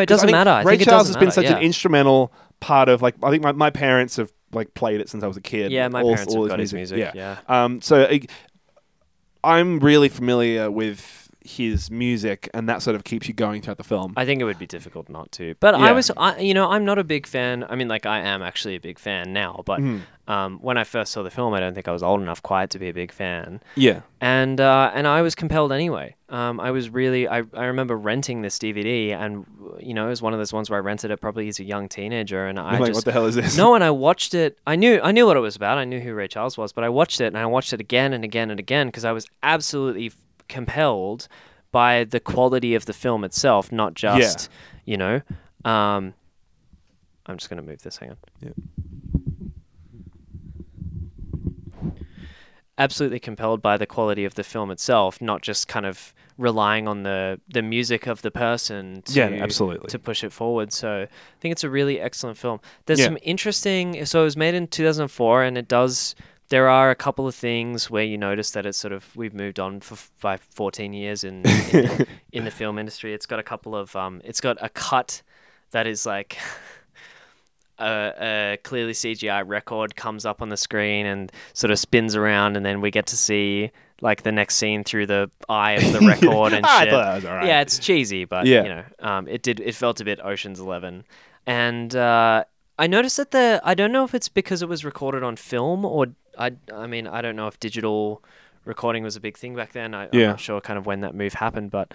[SPEAKER 1] 'Cause
[SPEAKER 2] it
[SPEAKER 1] I
[SPEAKER 2] doesn't
[SPEAKER 1] think
[SPEAKER 2] matter. I
[SPEAKER 1] Ray
[SPEAKER 2] think it
[SPEAKER 1] Charles
[SPEAKER 2] doesn't
[SPEAKER 1] has been
[SPEAKER 2] matter,
[SPEAKER 1] such
[SPEAKER 2] yeah.
[SPEAKER 1] an instrumental part of like. I think my, my parents have like played it since I was a kid.
[SPEAKER 2] Yeah, my
[SPEAKER 1] All-
[SPEAKER 2] parents
[SPEAKER 1] all
[SPEAKER 2] have got his music,
[SPEAKER 1] Um. So I, I'm really familiar with his music, and that sort of keeps you going throughout the film.
[SPEAKER 2] I think it would be difficult not to. But
[SPEAKER 1] Yeah.
[SPEAKER 2] I was, I, you know, I'm not a big fan. I mean, like I am actually a big fan now, but
[SPEAKER 1] Mm-hmm.
[SPEAKER 2] um, when I first saw the film, I don't think I was old enough quite to be a big fan.
[SPEAKER 1] yeah.
[SPEAKER 2] and uh, and I was compelled anyway. Um, I was really I, I remember renting this DVD, and you know it was one of those ones where I rented it probably as a young teenager, and I
[SPEAKER 1] like,
[SPEAKER 2] just
[SPEAKER 1] "What the hell is this?"
[SPEAKER 2] No, and I watched it. I knew I knew what it was about. I knew who Ray Charles was, but I watched it and I watched it again and again and again because I was absolutely f- compelled by the quality of the film itself, not just you know. Um, I'm just gonna move this. Hang on. absolutely compelled by the quality of the film itself, not just kind of relying on the the music of the person to,
[SPEAKER 1] Yeah, absolutely.
[SPEAKER 2] to push it forward. So I think it's a really excellent film. There's
[SPEAKER 1] Yeah.
[SPEAKER 2] some interesting so it was made in 2004 and it does there are a couple of things where you notice that it's sort of we've moved on for f- by 14 years in in, in the film industry. It's got a couple of um it's got a cut that is like a, a clearly CGI record comes up on the screen and sort of spins around, and then we get to see like the next scene through the eye of the record and
[SPEAKER 1] I
[SPEAKER 2] shit.
[SPEAKER 1] thought that was alright.
[SPEAKER 2] Yeah, it's cheesy, but
[SPEAKER 1] Yeah.
[SPEAKER 2] you know, um, it did. It felt a bit Ocean's Eleven, and uh, I noticed that the I don't know if it's because it was recorded on film or I I mean I don't know if digital recording was a big thing back then. I,
[SPEAKER 1] Yeah.
[SPEAKER 2] I'm not sure kind of when that move happened, but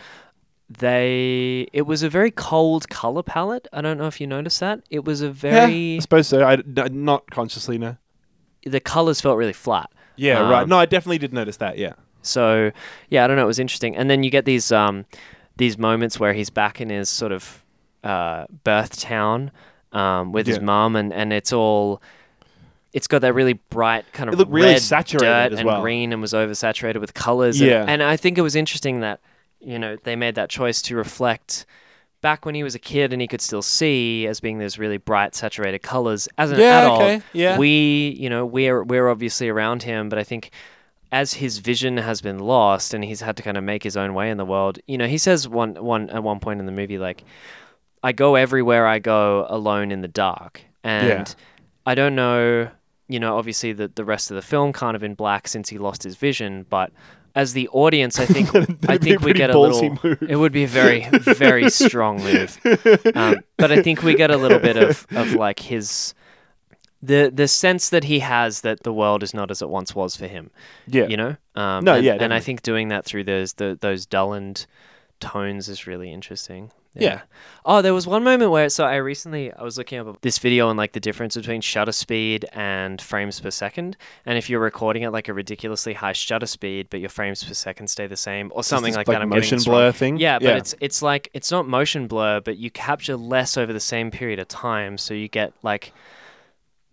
[SPEAKER 2] they it was a very cold color palette. I don't know if you noticed that. It was a very
[SPEAKER 1] Yeah, I suppose so. I n- not consciously no.
[SPEAKER 2] the colors felt really flat.
[SPEAKER 1] Yeah.
[SPEAKER 2] Um,
[SPEAKER 1] right. No, I definitely did notice that. Yeah.
[SPEAKER 2] So yeah, I don't know. It was interesting. And then you get these um, these moments where he's back in his sort of uh, birth town um, with his
[SPEAKER 1] Yeah.
[SPEAKER 2] mum, and and it's all it's got that really bright kind of
[SPEAKER 1] It looked really
[SPEAKER 2] red
[SPEAKER 1] saturated
[SPEAKER 2] dirt
[SPEAKER 1] as
[SPEAKER 2] and
[SPEAKER 1] well.
[SPEAKER 2] green and was oversaturated with colors. And-
[SPEAKER 1] Yeah.
[SPEAKER 2] And, I think it was interesting that, you know, they made that choice to reflect back when he was a kid and he could still see as being those really bright saturated colors as an
[SPEAKER 1] Yeah,
[SPEAKER 2] adult.
[SPEAKER 1] okay, yeah.
[SPEAKER 2] We, you know, we're we're obviously around him, but I think as his vision has been lost and he's had to kind of make his own way in the world, you know, he says one one at one point in the movie like I go everywhere I go alone in the dark. And I don't know, you know, obviously the, the rest of the film kind of in black since he lost his vision, but as the audience, I think I
[SPEAKER 1] That'd be a
[SPEAKER 2] think we
[SPEAKER 1] pretty
[SPEAKER 2] get a
[SPEAKER 1] ballsy
[SPEAKER 2] little.
[SPEAKER 1] move.
[SPEAKER 2] It would be a very very strong move, um, but I think we get a little bit of of like his the the sense that he has that the world is not as it once was for him
[SPEAKER 1] Yeah.
[SPEAKER 2] you know. Um,
[SPEAKER 1] No,
[SPEAKER 2] and,
[SPEAKER 1] yeah,
[SPEAKER 2] and I
[SPEAKER 1] definitely.
[SPEAKER 2] think doing that through those the, those dullened tones is really interesting.
[SPEAKER 1] Yeah.
[SPEAKER 2] Oh, there was one moment where so I recently I was looking up this video on like the difference between shutter speed and frames per second, and if you're recording at like a ridiculously high shutter speed, but your frames per second stay the same or something
[SPEAKER 1] this,
[SPEAKER 2] like,
[SPEAKER 1] like,
[SPEAKER 2] that. I'm getting
[SPEAKER 1] motion
[SPEAKER 2] this
[SPEAKER 1] blur
[SPEAKER 2] wrong.
[SPEAKER 1] thing?
[SPEAKER 2] Yeah, but
[SPEAKER 1] Yeah.
[SPEAKER 2] it's it's like it's not motion blur, but you capture less over the same period of time, so you get like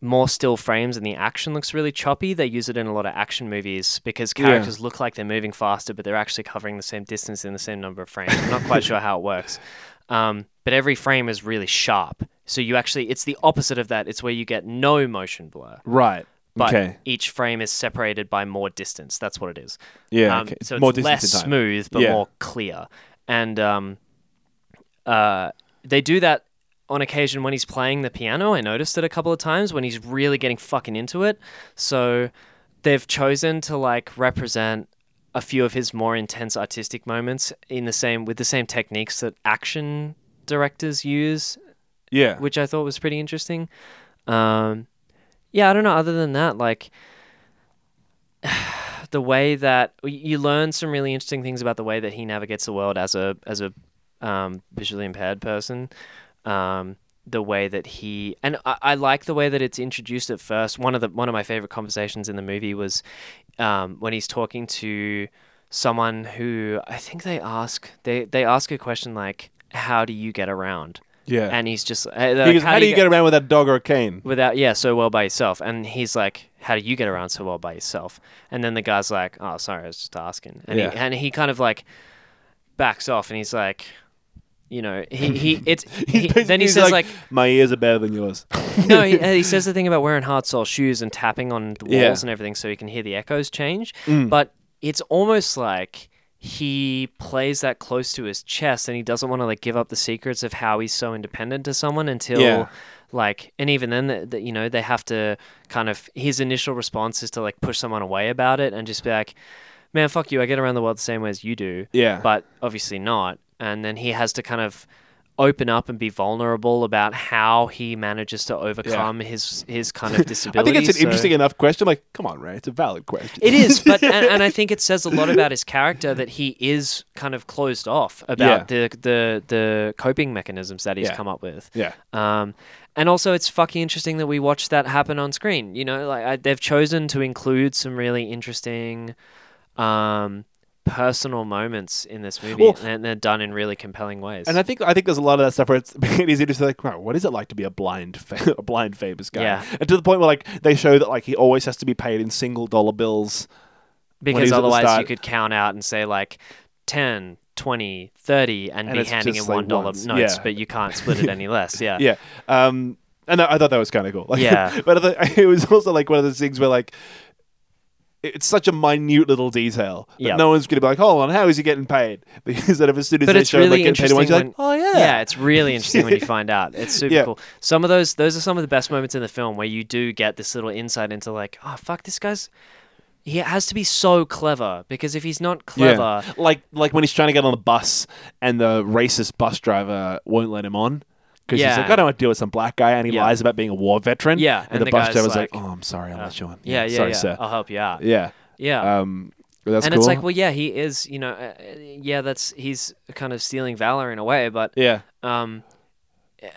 [SPEAKER 2] more still frames and the action looks really choppy. They use it in a lot of action movies because
[SPEAKER 1] Yeah.
[SPEAKER 2] characters look like they're moving faster, but they're actually covering the same distance in the same number of frames. I'm not quite sure how it works. Um, but every frame is really sharp. So you actually, it's the opposite of that. It's where you get no motion blur,
[SPEAKER 1] Right.
[SPEAKER 2] but
[SPEAKER 1] okay.
[SPEAKER 2] each frame is separated by more distance. That's what it is.
[SPEAKER 1] Yeah.
[SPEAKER 2] Um,
[SPEAKER 1] okay.
[SPEAKER 2] So it's
[SPEAKER 1] More
[SPEAKER 2] less
[SPEAKER 1] distance in time.
[SPEAKER 2] smooth, but
[SPEAKER 1] Yeah.
[SPEAKER 2] more clear. And um, uh, they do that on occasion when he's playing the piano. I noticed it a couple of times when he's really getting fucking into it. So they've chosen to like represent a few of his more intense artistic moments in the same with the same techniques that action directors use
[SPEAKER 1] Yeah.
[SPEAKER 2] which I thought was pretty interesting. Um, yeah, I don't know. Other than that, like the way that y- you learn some really interesting things about the way that he navigates the world as a as a um, visually impaired person. Um, the way that he and I, I like the way that it's introduced at first. One of the one of my favorite conversations in the movie was um, when he's talking to someone who I think they ask they they ask a question like, "How do you get around?"
[SPEAKER 1] yeah.
[SPEAKER 2] and he's just uh, they're
[SPEAKER 1] Because
[SPEAKER 2] like,
[SPEAKER 1] how do you get around with that dog or a cane?
[SPEAKER 2] without yeah so well by yourself and he's like how do you get around so well by yourself and then the guy's like oh sorry i was just asking and,
[SPEAKER 1] Yeah.
[SPEAKER 2] he, and he kind of like backs off and he's like you know he, he it's he, then he
[SPEAKER 1] He's
[SPEAKER 2] says like,
[SPEAKER 1] my ears are better than yours.
[SPEAKER 2] no he, he says the thing about wearing hard sole shoes and tapping on the walls
[SPEAKER 1] Yeah. Mm.
[SPEAKER 2] and everything so he can hear the echoes change but it's almost like he plays that close to his chest and he doesn't want to like give up the secrets of how he's so independent to someone until
[SPEAKER 1] Yeah.
[SPEAKER 2] like and even then that that, you know they have to kind of his initial response is to like push someone away about it and just be like man fuck you i get around the world the same way as you do
[SPEAKER 1] Yeah.
[SPEAKER 2] but obviously not and then he has to kind of open up and be vulnerable about how he manages to overcome his his kind of
[SPEAKER 1] I
[SPEAKER 2] disability
[SPEAKER 1] think it's an
[SPEAKER 2] so-
[SPEAKER 1] interesting enough question. Like, come on, Ray, it's a valid question.
[SPEAKER 2] it is, but and, and I think it says a lot about his character that he is kind of closed off about the, the the coping mechanisms that he's
[SPEAKER 1] Yeah.
[SPEAKER 2] come up with.
[SPEAKER 1] Yeah.
[SPEAKER 2] Um, and also, it's fucking interesting that we watched that happen on screen. You know, like I, they've chosen to include some really interesting um, personal moments in this movie,
[SPEAKER 1] Well-
[SPEAKER 2] and they're done in really compelling ways.
[SPEAKER 1] And I think I think there's a lot of that stuff where it's it is interesting. Like, wow, what is it like to be a blind fa- a blind famous guy?
[SPEAKER 2] Yeah.
[SPEAKER 1] And to the point where like they show that like he always has to be paid in single dollar bills. he
[SPEAKER 2] because
[SPEAKER 1] was at the
[SPEAKER 2] otherwise you
[SPEAKER 1] start-
[SPEAKER 2] could count out and say like 10 20 30 and,
[SPEAKER 1] And
[SPEAKER 2] be
[SPEAKER 1] it's
[SPEAKER 2] handing him
[SPEAKER 1] just,
[SPEAKER 2] one
[SPEAKER 1] like,
[SPEAKER 2] dollar
[SPEAKER 1] once.
[SPEAKER 2] notes
[SPEAKER 1] Yeah.
[SPEAKER 2] but you can't split it any less yeah
[SPEAKER 1] Yeah. Um. And I I thought that was kind of cool. Like,
[SPEAKER 2] Yeah.
[SPEAKER 1] but I thought- it was also like one of those things where like. It's such a minute little detail that
[SPEAKER 2] Yeah.
[SPEAKER 1] no one's going to be like, "Hold on, how is he getting paid?" Because then, as soon as
[SPEAKER 2] but
[SPEAKER 1] they
[SPEAKER 2] it's
[SPEAKER 1] show him,
[SPEAKER 2] really
[SPEAKER 1] like, getting paid,
[SPEAKER 2] interesting
[SPEAKER 1] everyone's
[SPEAKER 2] when,
[SPEAKER 1] like, "Oh yeah,
[SPEAKER 2] yeah it's really interesting when you find out it's super
[SPEAKER 1] Yeah.
[SPEAKER 2] cool some of those those are some of the best moments in the film where you do get this little insight into like oh fuck this guy's he has to be so clever because if he's not clever
[SPEAKER 1] Yeah. Like like when he's trying to get on the bus and the racist bus driver won't let him on. Because he's
[SPEAKER 2] Yeah.
[SPEAKER 1] like, I don't want to deal with some black guy, and he
[SPEAKER 2] Yeah.
[SPEAKER 1] lies about being a war veteran.
[SPEAKER 2] Yeah,
[SPEAKER 1] and,
[SPEAKER 2] and
[SPEAKER 1] the,
[SPEAKER 2] the
[SPEAKER 1] bus
[SPEAKER 2] guy's
[SPEAKER 1] driver's like,
[SPEAKER 2] like, uh,
[SPEAKER 1] "Oh, I'm sorry, I'll let you on."
[SPEAKER 2] yeah yeah yeah,
[SPEAKER 1] sorry, sir.
[SPEAKER 2] i'll help you out
[SPEAKER 1] Yeah,
[SPEAKER 2] yeah
[SPEAKER 1] um, that's
[SPEAKER 2] and
[SPEAKER 1] cool.
[SPEAKER 2] it's like well yeah he is you know uh, uh, yeah that's he's kind of stealing valor in a way but
[SPEAKER 1] yeah,
[SPEAKER 2] um,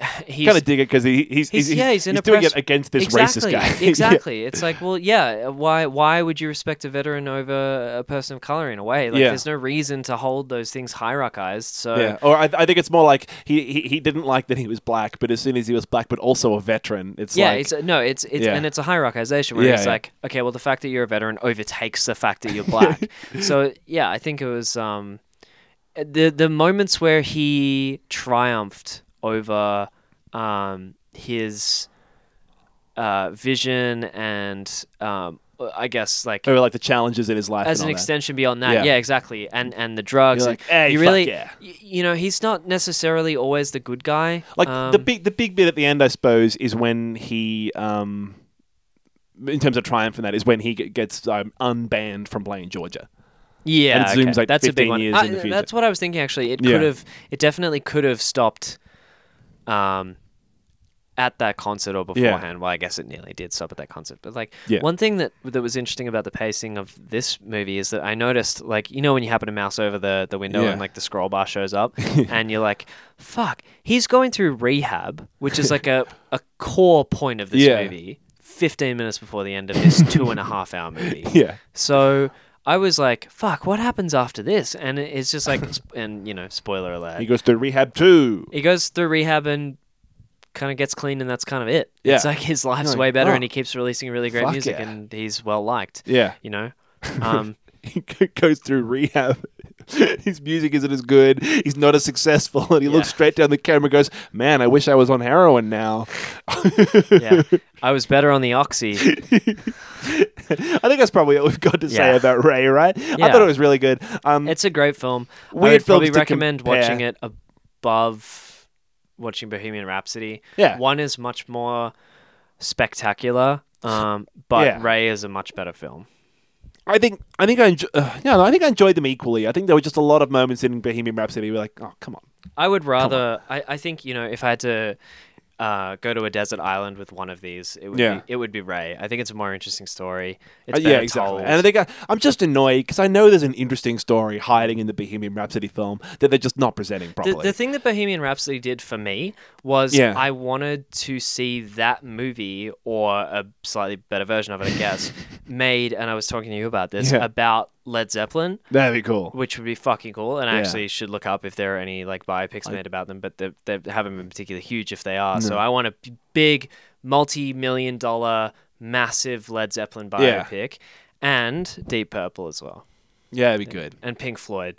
[SPEAKER 2] he's
[SPEAKER 1] kind of dig it because he, he's, he's,
[SPEAKER 2] he's- yeah, he's in a
[SPEAKER 1] doing
[SPEAKER 2] press-
[SPEAKER 1] it against this racist
[SPEAKER 2] exactly,
[SPEAKER 1] guy. Yeah.
[SPEAKER 2] exactly. It's like, well, yeah. uh, Why? Why would you respect a veteran over a person of color in a way? Like,
[SPEAKER 1] Yeah.
[SPEAKER 2] there's no reason to hold those things hierarchized. So,
[SPEAKER 1] Yeah, or I, I think it's more like he, he he didn't like that he was black, but as soon as he was black, but also a veteran, it's
[SPEAKER 2] yeah.
[SPEAKER 1] like
[SPEAKER 2] it's uh, no. It's it's
[SPEAKER 1] Yeah.
[SPEAKER 2] and it's a hierarchization where
[SPEAKER 1] Yeah,
[SPEAKER 2] it's
[SPEAKER 1] yeah.
[SPEAKER 2] like, okay, well, the fact that you're a veteran overtakes the fact that you're black. so, yeah, I think it was um, the the moments where he triumphed over um his uh vision and um I guess like
[SPEAKER 1] or like the challenges in his life
[SPEAKER 2] as
[SPEAKER 1] and
[SPEAKER 2] an
[SPEAKER 1] all that.
[SPEAKER 2] extension beyond that. Yeah.
[SPEAKER 1] Yeah.
[SPEAKER 2] exactly. And and the drugs.
[SPEAKER 1] You're
[SPEAKER 2] and
[SPEAKER 1] like, "Hey,
[SPEAKER 2] you
[SPEAKER 1] fuck
[SPEAKER 2] really,
[SPEAKER 1] yeah."
[SPEAKER 2] y- you know, he's not necessarily always the good guy.
[SPEAKER 1] Like the
[SPEAKER 2] Um,
[SPEAKER 1] big the big bit at the end, I suppose, is when he um, in terms of triumph in that is when he g- gets um, unbanned from playing Georgia.
[SPEAKER 2] yeah,
[SPEAKER 1] and it zooms,
[SPEAKER 2] okay.
[SPEAKER 1] like,
[SPEAKER 2] that's a
[SPEAKER 1] 15
[SPEAKER 2] big one.
[SPEAKER 1] years
[SPEAKER 2] I-
[SPEAKER 1] in the future.
[SPEAKER 2] that's what I was thinking. Actually, it
[SPEAKER 1] Yeah.
[SPEAKER 2] could have, it definitely could have stopped, um, at that concert or beforehand. Well, I guess it nearly did stop at that concert. But like
[SPEAKER 1] Yeah.
[SPEAKER 2] one thing that that was interesting about the pacing of this movie is that I noticed, like, you know, when you happen to mouse over the the window
[SPEAKER 1] Yeah.
[SPEAKER 2] and like the scroll bar shows up, and you're like, "Fuck, he's going through rehab," which is like a a core point of this
[SPEAKER 1] Yeah.
[SPEAKER 2] movie. Fifteen minutes before the end of this two and a half hour movie.
[SPEAKER 1] Yeah.
[SPEAKER 2] So I was like, "Fuck, what happens after this?" And it- it's just like, and you know, spoiler alert,
[SPEAKER 1] He goes to rehab too.
[SPEAKER 2] he goes through rehab and kind of gets clean, and that's kind of it.
[SPEAKER 1] Yeah.
[SPEAKER 2] It's like his life's
[SPEAKER 1] Like,
[SPEAKER 2] way better,
[SPEAKER 1] oh,
[SPEAKER 2] and he keeps releasing really great
[SPEAKER 1] fuck
[SPEAKER 2] music,
[SPEAKER 1] yeah.
[SPEAKER 2] and he's well liked.
[SPEAKER 1] Yeah,
[SPEAKER 2] You know, um,
[SPEAKER 1] he g- goes through rehab. His music isn't as good. He's not as successful, and he looks
[SPEAKER 2] Yeah.
[SPEAKER 1] straight down the camera. and Goes, man, I wish I was on heroin now.
[SPEAKER 2] yeah, I was better on the oxy.
[SPEAKER 1] I think that's probably all we've got to
[SPEAKER 2] Yeah.
[SPEAKER 1] say about Ray, right? I thought
[SPEAKER 2] Yeah.
[SPEAKER 1] it was really good. Um,
[SPEAKER 2] It's a great film. I
[SPEAKER 1] Weird
[SPEAKER 2] would probably
[SPEAKER 1] films to
[SPEAKER 2] recommend
[SPEAKER 1] compare.
[SPEAKER 2] watching it above watching Bohemian Rhapsody.
[SPEAKER 1] Yeah.
[SPEAKER 2] One is much more spectacular, um, but
[SPEAKER 1] Yeah.
[SPEAKER 2] Ray is a much better film.
[SPEAKER 1] I think I think I enjo- uh, no, no, I think I enjoyed them equally. I think there were just a lot of moments in Bohemian Rhapsody where like, oh come on,
[SPEAKER 2] I would rather. I, I think you know if I had to uh, go to a desert island with one of these, it would
[SPEAKER 1] Yeah.
[SPEAKER 2] be, it would be Ray. I think it's a more interesting story. It's
[SPEAKER 1] Uh,
[SPEAKER 2] better
[SPEAKER 1] yeah, exactly.
[SPEAKER 2] told.
[SPEAKER 1] And I think I, I'm just annoyed because I know there's an interesting story hiding in the Bohemian Rhapsody film that they're just not presenting
[SPEAKER 2] the,
[SPEAKER 1] properly.
[SPEAKER 2] the thing that Bohemian Rhapsody did for me was
[SPEAKER 1] Yeah.
[SPEAKER 2] I wanted to see that movie or a slightly better version of it, I guess, made, and I was talking to you about this,
[SPEAKER 1] Yeah.
[SPEAKER 2] about Led Zeppelin,
[SPEAKER 1] That'd be cool.
[SPEAKER 2] which would be fucking cool. And I
[SPEAKER 1] Yeah.
[SPEAKER 2] actually should look up if there are any like biopics made about them, but they, they haven't been particularly huge if they are. So I want a b- big, multi million dollar, massive Led Zeppelin
[SPEAKER 1] Yeah.
[SPEAKER 2] biopic and Deep Purple as well,
[SPEAKER 1] Yeah, it'd be good.
[SPEAKER 2] and Pink Floyd.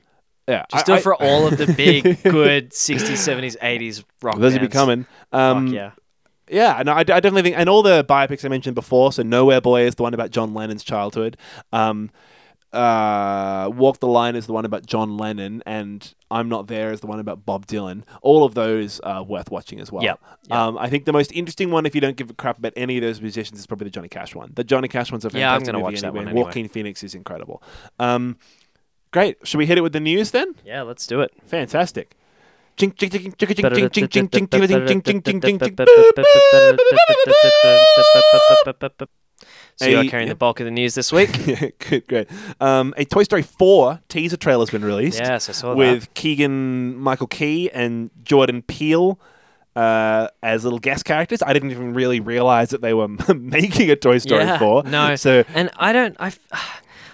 [SPEAKER 1] Yeah,
[SPEAKER 2] Just
[SPEAKER 1] I-
[SPEAKER 2] do
[SPEAKER 1] I-
[SPEAKER 2] it for all of the big, good 60s, 70s, 80s rock
[SPEAKER 1] Those would be
[SPEAKER 2] bands.
[SPEAKER 1] coming.
[SPEAKER 2] Fuck
[SPEAKER 1] Um,
[SPEAKER 2] yeah.
[SPEAKER 1] Yeah, no, I, I definitely think, and all the biopics I mentioned before, so Nowhere Boy is the one about John Lennon's childhood. Um, uh, Walk the Line is the one about John Lennon, and I'm Not There is the one about Bob Dylan. All of those are worth watching as well.
[SPEAKER 2] Yep, yep.
[SPEAKER 1] Um, I think the most interesting one, if you don't give a crap about any of those musicians, is probably the Johnny Cash one. The Johnny Cash one's a
[SPEAKER 2] Yeah, I'm
[SPEAKER 1] fantastic
[SPEAKER 2] gonna
[SPEAKER 1] movie
[SPEAKER 2] watch that
[SPEAKER 1] anyway,
[SPEAKER 2] one
[SPEAKER 1] and
[SPEAKER 2] anyway.
[SPEAKER 1] Joaquin Phoenix is incredible. Um, great. Should we hit it with the news then?
[SPEAKER 2] Yeah, let's do it.
[SPEAKER 1] Fantastic. Ching, ching, ching, ching, ching, ching, ching, ching, ching, ching, ching, ching, ching, ching.
[SPEAKER 2] So you are
[SPEAKER 1] Hey,
[SPEAKER 2] carrying
[SPEAKER 1] yeah.
[SPEAKER 2] the bulk of the news this week.
[SPEAKER 1] Yeah, good, great. Um, a Toy Story 4 teaser trailer has been released.
[SPEAKER 2] Yes, I saw that.
[SPEAKER 1] With Keegan Michael Key and Jordan Peele uh, as little guest characters. I didn't even really realize that they were making a Toy Story 4.
[SPEAKER 2] No,
[SPEAKER 1] So,
[SPEAKER 2] and I don't. I,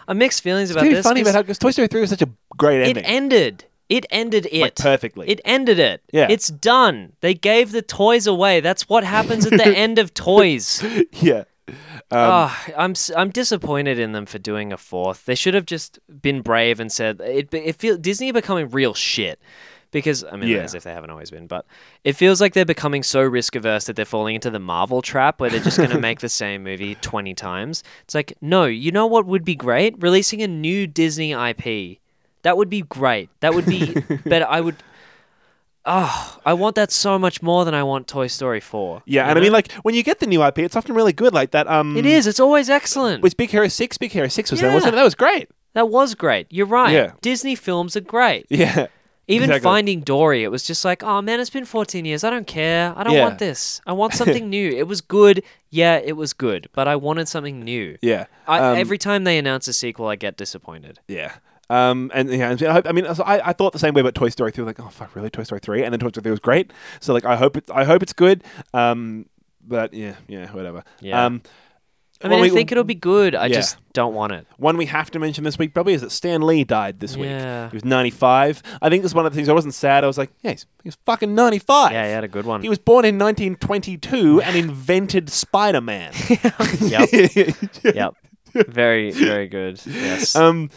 [SPEAKER 2] I mixed feelings
[SPEAKER 1] it's
[SPEAKER 2] about
[SPEAKER 1] really
[SPEAKER 2] this.
[SPEAKER 1] funny about
[SPEAKER 2] 'cause
[SPEAKER 1] how 'cause Toy Story 3 was such a great
[SPEAKER 2] it
[SPEAKER 1] ending.
[SPEAKER 2] ended. It ended it
[SPEAKER 1] Like, perfectly.
[SPEAKER 2] It ended it.
[SPEAKER 1] Yeah.
[SPEAKER 2] it's done. They gave the toys away. That's what happens at the end of toys.
[SPEAKER 1] yeah. Um,
[SPEAKER 2] Ah, I'm s- I'm disappointed in them for doing a fourth. They should have just been brave and said it. It feel Disney are becoming real shit because I mean,
[SPEAKER 1] Yeah.
[SPEAKER 2] as if they haven't always been, but it feels like they're becoming so risk averse that they're falling into the Marvel trap where they're just going to make the same movie twenty times. It's like, no, you know what would be great? Releasing a new Disney IP. That would be great. That would be better. I would. Oh, I want that so much more than I want Toy Story 4.
[SPEAKER 1] Yeah, and I mean, like, when you get the new IP, it's often really good. Like that. Um,
[SPEAKER 2] it is. It's always excellent.
[SPEAKER 1] Was Big Hero 6? Big Hero 6 was there,
[SPEAKER 2] Yeah.
[SPEAKER 1] wasn't it? That was great.
[SPEAKER 2] That was great. You're right.
[SPEAKER 1] Yeah.
[SPEAKER 2] Disney films are great.
[SPEAKER 1] Yeah.
[SPEAKER 2] Even
[SPEAKER 1] Exactly.
[SPEAKER 2] Finding Dory, it was just like, oh man, it's been 14 years. I don't care. I don't
[SPEAKER 1] Yeah.
[SPEAKER 2] want this. I want something new. It was good. Yeah, it was good, but I wanted something new.
[SPEAKER 1] Yeah.
[SPEAKER 2] I,
[SPEAKER 1] Um,
[SPEAKER 2] every time they announce a sequel, I get disappointed.
[SPEAKER 1] Yeah. Um, and yeah, and I, hope, I mean, so I, I thought the same way about Toy Story three. Like, oh fuck, really, Toy Story three? And then Toy Story three was great. So like, I hope it, I hope it's good. Um, but yeah, yeah, whatever.
[SPEAKER 2] Yeah.
[SPEAKER 1] Um,
[SPEAKER 2] I
[SPEAKER 1] one
[SPEAKER 2] mean, I
[SPEAKER 1] we-
[SPEAKER 2] think it'll be good. I
[SPEAKER 1] Yeah.
[SPEAKER 2] just don't want it.
[SPEAKER 1] One we have to mention this week probably is that Stan Lee died this
[SPEAKER 2] Yeah.
[SPEAKER 1] week. He was 95. I think that's one of the things I wasn't sad. I was like, yeah, he's, he's fucking 95.
[SPEAKER 2] Yeah, he had a good one.
[SPEAKER 1] He was born in 1922 and invented Spider Man.
[SPEAKER 2] Yep. yep. Very, very good. Yes.
[SPEAKER 1] um,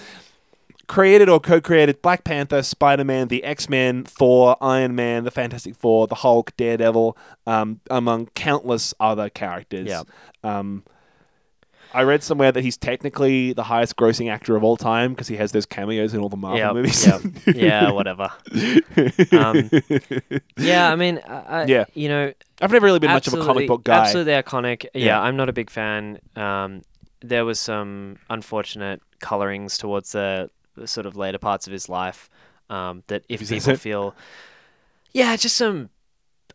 [SPEAKER 1] created or co created Black Panther, Spider Man, the X Men, Thor, Iron Man, the Fantastic Four, the Hulk, Daredevil, um, among countless other characters.
[SPEAKER 2] Yep.
[SPEAKER 1] Um, I read somewhere that he's technically the highest grossing actor of all time because he has those cameos in all the Marvel
[SPEAKER 2] yep.
[SPEAKER 1] movies.
[SPEAKER 2] yep. Yeah, whatever. Um, yeah, I mean, I, I-
[SPEAKER 1] Yeah.
[SPEAKER 2] you know,
[SPEAKER 1] I've never really been much of a comic
[SPEAKER 2] absolutely-
[SPEAKER 1] book guy.
[SPEAKER 2] Absolutely iconic. Yeah,
[SPEAKER 1] Yeah.
[SPEAKER 2] I'm not a big fan. Um, there was some unfortunate colorings towards the, the sort of later parts of his life um, that if
[SPEAKER 1] Is that
[SPEAKER 2] people
[SPEAKER 1] it?
[SPEAKER 2] feel, yeah, just some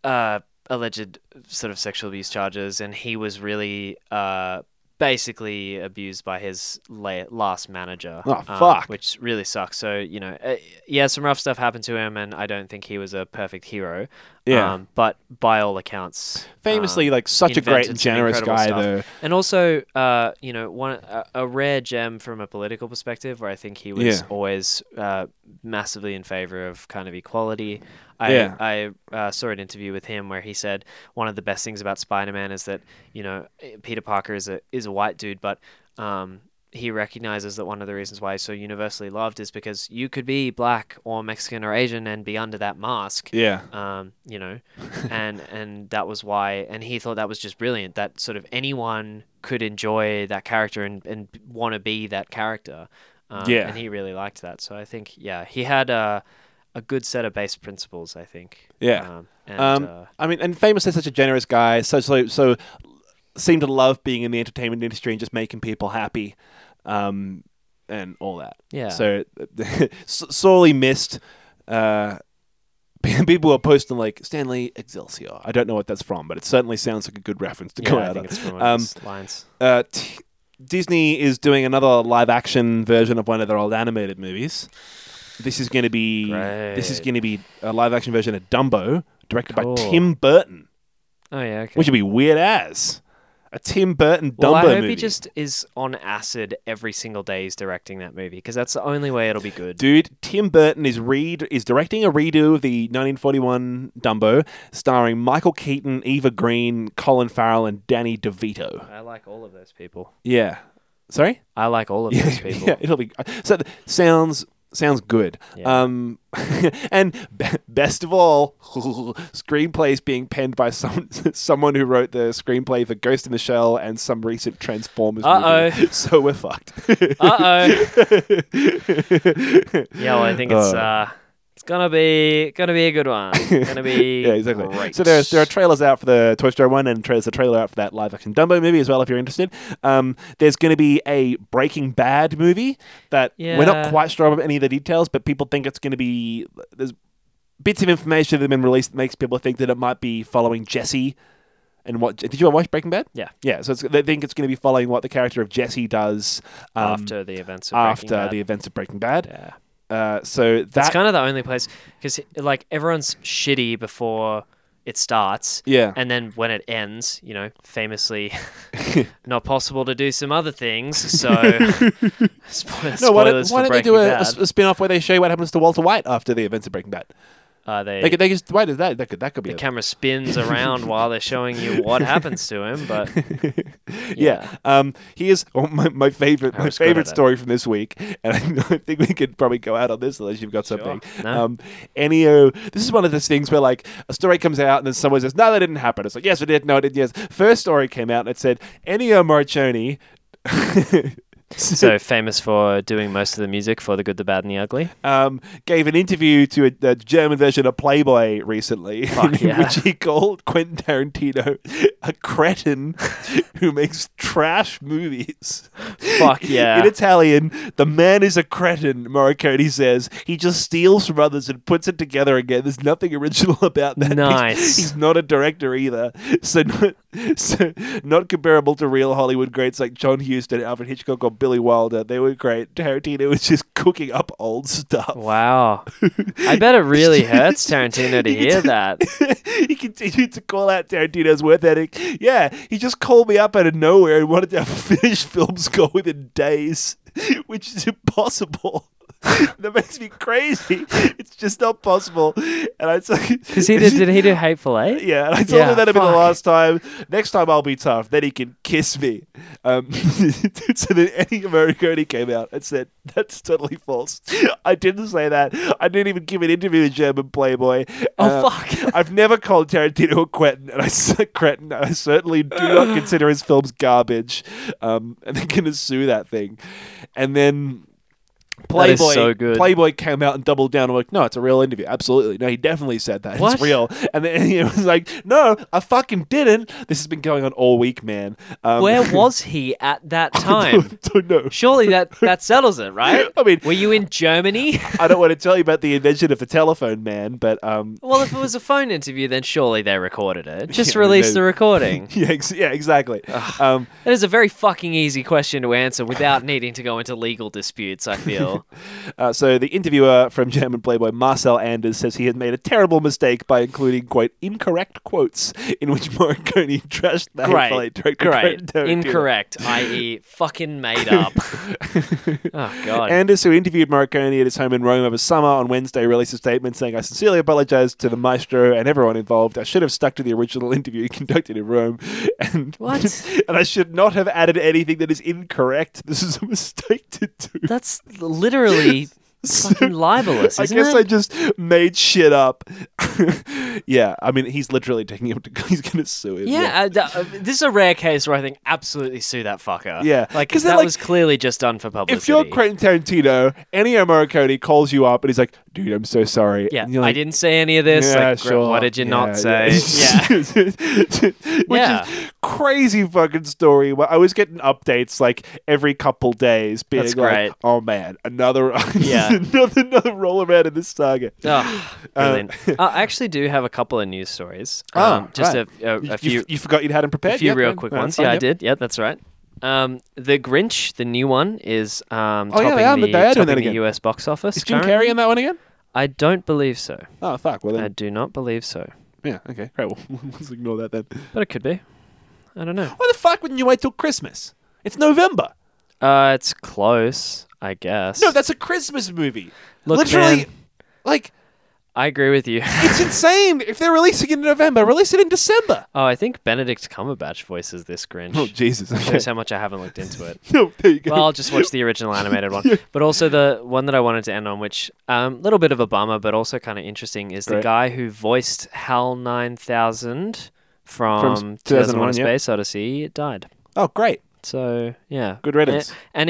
[SPEAKER 2] uh, alleged sort of sexual abuse charges, and he was really. Uh, Basically abused by his la- last manager,
[SPEAKER 1] Oh,
[SPEAKER 2] um,
[SPEAKER 1] fuck.
[SPEAKER 2] which really sucks. So you know, uh, yeah, some rough stuff happened to him, and I don't think he was a perfect hero.
[SPEAKER 1] Yeah.
[SPEAKER 2] Um, but by all accounts,
[SPEAKER 1] Famously,
[SPEAKER 2] um,
[SPEAKER 1] like such a great
[SPEAKER 2] invented
[SPEAKER 1] and
[SPEAKER 2] some
[SPEAKER 1] generous
[SPEAKER 2] incredible
[SPEAKER 1] guy,
[SPEAKER 2] stuff.
[SPEAKER 1] though.
[SPEAKER 2] and also, uh, you know, one a, a rare gem from a political perspective, where I think he was
[SPEAKER 1] Yeah.
[SPEAKER 2] always uh, massively in favor of kind of equality. I
[SPEAKER 1] Yeah.
[SPEAKER 2] I uh, saw an interview with him where he said one of the best things about Spider-Man is that you know Peter Parker is a is a white dude, but um, he recognizes that one of the reasons why he's so universally loved is because you could be black or Mexican or Asian and be under that mask
[SPEAKER 1] Yeah.
[SPEAKER 2] um, you know, and and that was why, and he thought that was just brilliant. That sort of anyone could enjoy that character and and want to be that character. Um,
[SPEAKER 1] Yeah.
[SPEAKER 2] and he really liked that. So I think, yeah, he had a a good set of base principles. I think.
[SPEAKER 1] Yeah.
[SPEAKER 2] Um, and,
[SPEAKER 1] Um,
[SPEAKER 2] uh,
[SPEAKER 1] I mean, and famously such a generous guy, so so so seemed to love being in the entertainment industry and just making people happy, um, and all that.
[SPEAKER 2] Yeah.
[SPEAKER 1] So s- sorely missed. Uh, people are posting like Stanley Excelsior. I don't know what that's from, but it certainly sounds like a good reference to
[SPEAKER 2] yeah,
[SPEAKER 1] go
[SPEAKER 2] I
[SPEAKER 1] out
[SPEAKER 2] think
[SPEAKER 1] of.
[SPEAKER 2] it's from one
[SPEAKER 1] Um,
[SPEAKER 2] of his lines.
[SPEAKER 1] Uh, t- Disney is doing another live action version of one of their old animated movies. This is going to be this is
[SPEAKER 2] Great.
[SPEAKER 1] going to be a live action version of Dumbo, directed
[SPEAKER 2] Cool.
[SPEAKER 1] by Tim Burton
[SPEAKER 2] Oh yeah. Okay.
[SPEAKER 1] which would be weird as a Tim Burton Dumbo
[SPEAKER 2] well, I hope
[SPEAKER 1] movie.
[SPEAKER 2] he just is on acid every single day he's directing that movie because that's the only way it'll be good.
[SPEAKER 1] Dude, Tim Burton is read is directing a redo of the 1941 Dumbo, starring Michael Keaton, Eva Green, Colin Farrell, and Danny DeVito.
[SPEAKER 2] I like all of those people.
[SPEAKER 1] Yeah, sorry.
[SPEAKER 2] I like all of those people.
[SPEAKER 1] yeah, it'll be so. th- Sounds sounds good.
[SPEAKER 2] Yeah.
[SPEAKER 1] Um, and be- best of all, screenplays being penned by some someone who wrote the screenplay for Ghost in the Shell and some recent Transformers.
[SPEAKER 2] Uh-oh.
[SPEAKER 1] movie. So we're fucked.
[SPEAKER 2] Uh oh.
[SPEAKER 1] yeah,
[SPEAKER 2] Yeah, well, I think it's
[SPEAKER 1] Uh.
[SPEAKER 2] uh, it's gonna be gonna be a good one. It's gonna be
[SPEAKER 1] exactly.
[SPEAKER 2] Great.
[SPEAKER 1] So there's there are trailers out for the Toy Story one, and there's a trailer out for that live action Dumbo movie as well. If you're interested, um, there's going to be a Breaking Bad movie that we're
[SPEAKER 2] Yeah.
[SPEAKER 1] not quite sure about any of the details, but people think it's going to be there's bits of information that have been released that makes people think that it might be following Jesse. And what did you watch Breaking Bad?
[SPEAKER 2] Yeah.
[SPEAKER 1] yeah. So it's, they think it's going to be following what the character of Jesse does um,
[SPEAKER 2] after the events. Of
[SPEAKER 1] after
[SPEAKER 2] Breaking
[SPEAKER 1] the events of Breaking Bad.
[SPEAKER 2] Bad. yeah,
[SPEAKER 1] Uh, so
[SPEAKER 2] it's
[SPEAKER 1] that
[SPEAKER 2] kind of the only place because like everyone's shitty before it starts.
[SPEAKER 1] yeah.
[SPEAKER 2] And then when it ends, you know, famously, not possible to do some other things. So, spoil- spoilers
[SPEAKER 1] No, why don't,
[SPEAKER 2] for
[SPEAKER 1] why don't they
[SPEAKER 2] Breaking
[SPEAKER 1] do a,
[SPEAKER 2] Bad.
[SPEAKER 1] a spin off where they show you what happens to Walter White after the events of Breaking Bad?
[SPEAKER 2] uh, they,
[SPEAKER 1] They could, they just why does that that could that could be
[SPEAKER 2] the
[SPEAKER 1] a-
[SPEAKER 2] camera spins around while they're showing you what happens to him, but
[SPEAKER 1] yeah. Um, here's oh, my, my favorite my
[SPEAKER 2] was good at
[SPEAKER 1] favorite
[SPEAKER 2] it.
[SPEAKER 1] story from this week, and I, think we could probably go out on this unless you've got something.
[SPEAKER 2] No.
[SPEAKER 1] Um, Ennio, this is one of those things where like a story comes out and then someone says, "No, that didn't happen." It's like, "Yes, it did. No, it did. Yes." First story came out and it said Ennio Morricone.
[SPEAKER 2] so famous for doing most of the music for the good, the bad, and the ugly.
[SPEAKER 1] um, gave an interview to a, a German version of Playboy recently,
[SPEAKER 2] Fuck
[SPEAKER 1] in
[SPEAKER 2] yeah.
[SPEAKER 1] which he called Quentin Tarantino a cretin who makes trash movies.
[SPEAKER 2] Fuck yeah.
[SPEAKER 1] In Italian, the man is a cretin, Morricone says. He just steals from others and puts it together again. There's nothing original about that. He's-
[SPEAKER 2] Nice.
[SPEAKER 1] He's, not a director either. So, no- so, not comparable to real Hollywood greats like John Huston, Alfred Hitchcock, or Billy Wilder. They were great. Tarantino was just cooking up old stuff.
[SPEAKER 2] Wow. I bet it really hurts Tarantino to hear that.
[SPEAKER 1] he continued to call out Tarantino's worth ethic. Yeah, he just called me up out of nowhere and wanted to have finished film score within days, which is impossible. that makes me crazy. It's just not possible. And I was like,
[SPEAKER 2] Because he did, did he do Hateful Eight?
[SPEAKER 1] yeah, and I told
[SPEAKER 2] Yeah,
[SPEAKER 1] him that'd be the
[SPEAKER 2] fuck.
[SPEAKER 1] last time. Next time I'll be tough. Then he can kiss me. Um, so then Eddie Americoni came out and said, That's totally false. I didn't say that. I didn't even give an interview to German Playboy.
[SPEAKER 2] Oh,
[SPEAKER 1] Uh,
[SPEAKER 2] fuck.
[SPEAKER 1] I've never called Tarantino a cretin, and I s- cretin. I certainly do not consider his films garbage. Um, and they're gonna sue that thing. And then
[SPEAKER 2] That is
[SPEAKER 1] Playboy,
[SPEAKER 2] so good.
[SPEAKER 1] Playboy came out and doubled down. I'm like, no, it's a real interview. Absolutely, no, he definitely said that.
[SPEAKER 2] What?
[SPEAKER 1] It's real. And then he was like, no, I fucking didn't. This has been going on all week, man. Um,
[SPEAKER 2] Where was he at that time?
[SPEAKER 1] don't know.
[SPEAKER 2] Surely that, that settles it, right?
[SPEAKER 1] I mean-
[SPEAKER 2] were you in Germany?
[SPEAKER 1] I don't want to tell you about the invention of the telephone, man. But um,
[SPEAKER 2] well, if it was a phone interview, then surely they recorded it. Just
[SPEAKER 1] Yeah,
[SPEAKER 2] release
[SPEAKER 1] they-
[SPEAKER 2] the recording.
[SPEAKER 1] yeah, ex- yeah, exactly. Um,
[SPEAKER 2] That is a very fucking easy question to answer without needing to go into legal disputes, I feel.
[SPEAKER 1] Uh, so the interviewer from German Playboy, Marcel Anders, says he had made a terrible mistake by including quote incorrect quotes in which Morricone trashed the
[SPEAKER 2] Great.
[SPEAKER 1] Hateful Eight director.
[SPEAKER 2] Great.
[SPEAKER 1] Tarantino.
[SPEAKER 2] Incorrect, i.e., fucking made up. oh, God.
[SPEAKER 1] Anders, who interviewed Morricone at his home in Rome over summer, on Wednesday released a statement saying, I sincerely apologize to the maestro and everyone involved. I should have stuck to the original interview conducted in Rome. And,
[SPEAKER 2] What?
[SPEAKER 1] and I should not have added anything that is incorrect. This is a mistake to do.
[SPEAKER 2] That's literally fucking libelous,
[SPEAKER 1] I
[SPEAKER 2] isn't
[SPEAKER 1] guess
[SPEAKER 2] it?
[SPEAKER 1] I just made shit up. yeah, I mean, he's literally taking him to. He's gonna sue him.
[SPEAKER 2] yeah, uh, th- uh, this is a rare case where I think absolutely sue that fucker.
[SPEAKER 1] Yeah,
[SPEAKER 2] like
[SPEAKER 1] 'cause
[SPEAKER 2] that
[SPEAKER 1] they're like-
[SPEAKER 2] was clearly just done for publicity.
[SPEAKER 1] If you're Quentin Tarantino, Ennio Morricone calls you up and he's like, "Dude, I'm so sorry."
[SPEAKER 2] yeah,
[SPEAKER 1] and you're
[SPEAKER 2] I
[SPEAKER 1] like,
[SPEAKER 2] didn't say any of this.
[SPEAKER 1] Yeah,
[SPEAKER 2] like, gr-
[SPEAKER 1] sure.
[SPEAKER 2] What did you
[SPEAKER 1] Yeah,
[SPEAKER 2] not say? Yeah.
[SPEAKER 1] Which
[SPEAKER 2] Yeah.
[SPEAKER 1] is crazy fucking story. Where I was getting updates like every couple days, being
[SPEAKER 2] That's
[SPEAKER 1] like,
[SPEAKER 2] great.
[SPEAKER 1] "Oh man, another
[SPEAKER 2] Yeah.
[SPEAKER 1] another another roll around in this saga."
[SPEAKER 2] Oh, brilliant. Uh, I actually do have a couple of news stories.
[SPEAKER 1] Ah,
[SPEAKER 2] Um, just
[SPEAKER 1] right.
[SPEAKER 2] a,
[SPEAKER 1] You-
[SPEAKER 2] a, a
[SPEAKER 1] you,
[SPEAKER 2] few
[SPEAKER 1] you, forgot you hadn't prepared.
[SPEAKER 2] a few
[SPEAKER 1] Yep,
[SPEAKER 2] real
[SPEAKER 1] yep.
[SPEAKER 2] quick
[SPEAKER 1] That's
[SPEAKER 2] ones.
[SPEAKER 1] fine,
[SPEAKER 2] Yeah, I
[SPEAKER 1] yep.
[SPEAKER 2] did. Yeah, that's right. Um, the Grinch, the new one, is um,
[SPEAKER 1] Oh,
[SPEAKER 2] topping,
[SPEAKER 1] yeah, they are-
[SPEAKER 2] the,
[SPEAKER 1] they are doing
[SPEAKER 2] topping
[SPEAKER 1] that
[SPEAKER 2] the
[SPEAKER 1] again.
[SPEAKER 2] U.S. box office.
[SPEAKER 1] Is Jim
[SPEAKER 2] currently.
[SPEAKER 1] Carrey in that one again?
[SPEAKER 2] I don't believe so.
[SPEAKER 1] Oh fuck! Well, then,
[SPEAKER 2] I do not believe so,
[SPEAKER 1] Yeah, okay. Right, well, let's ignore that then.
[SPEAKER 2] but it could be. I don't know.
[SPEAKER 1] Why the fuck wouldn't you wait till Christmas? It's November.
[SPEAKER 2] Uh, it's close, I guess.
[SPEAKER 1] No, that's a Christmas movie.
[SPEAKER 2] Look,
[SPEAKER 1] Literally,
[SPEAKER 2] man.
[SPEAKER 1] like,
[SPEAKER 2] I agree with you.
[SPEAKER 1] it's insane. If they're releasing it in November, release it in December.
[SPEAKER 2] oh, I think Benedict Cumberbatch voices this Grinch.
[SPEAKER 1] Oh, Jesus.
[SPEAKER 2] Shows how much I haven't looked into it.
[SPEAKER 1] No, there you go.
[SPEAKER 2] Well, I'll just watch the original animated one, but also the one that I wanted to end on, which a um, little bit of a bummer, but also kind of interesting, is the
[SPEAKER 1] Great.
[SPEAKER 2] guy who voiced Hal Nine Thousand from,
[SPEAKER 1] 2001,
[SPEAKER 2] 2001: A
[SPEAKER 1] yeah.
[SPEAKER 2] Space Odyssey died.
[SPEAKER 1] oh, great.
[SPEAKER 2] So yeah,
[SPEAKER 1] Good riddance.
[SPEAKER 2] A- an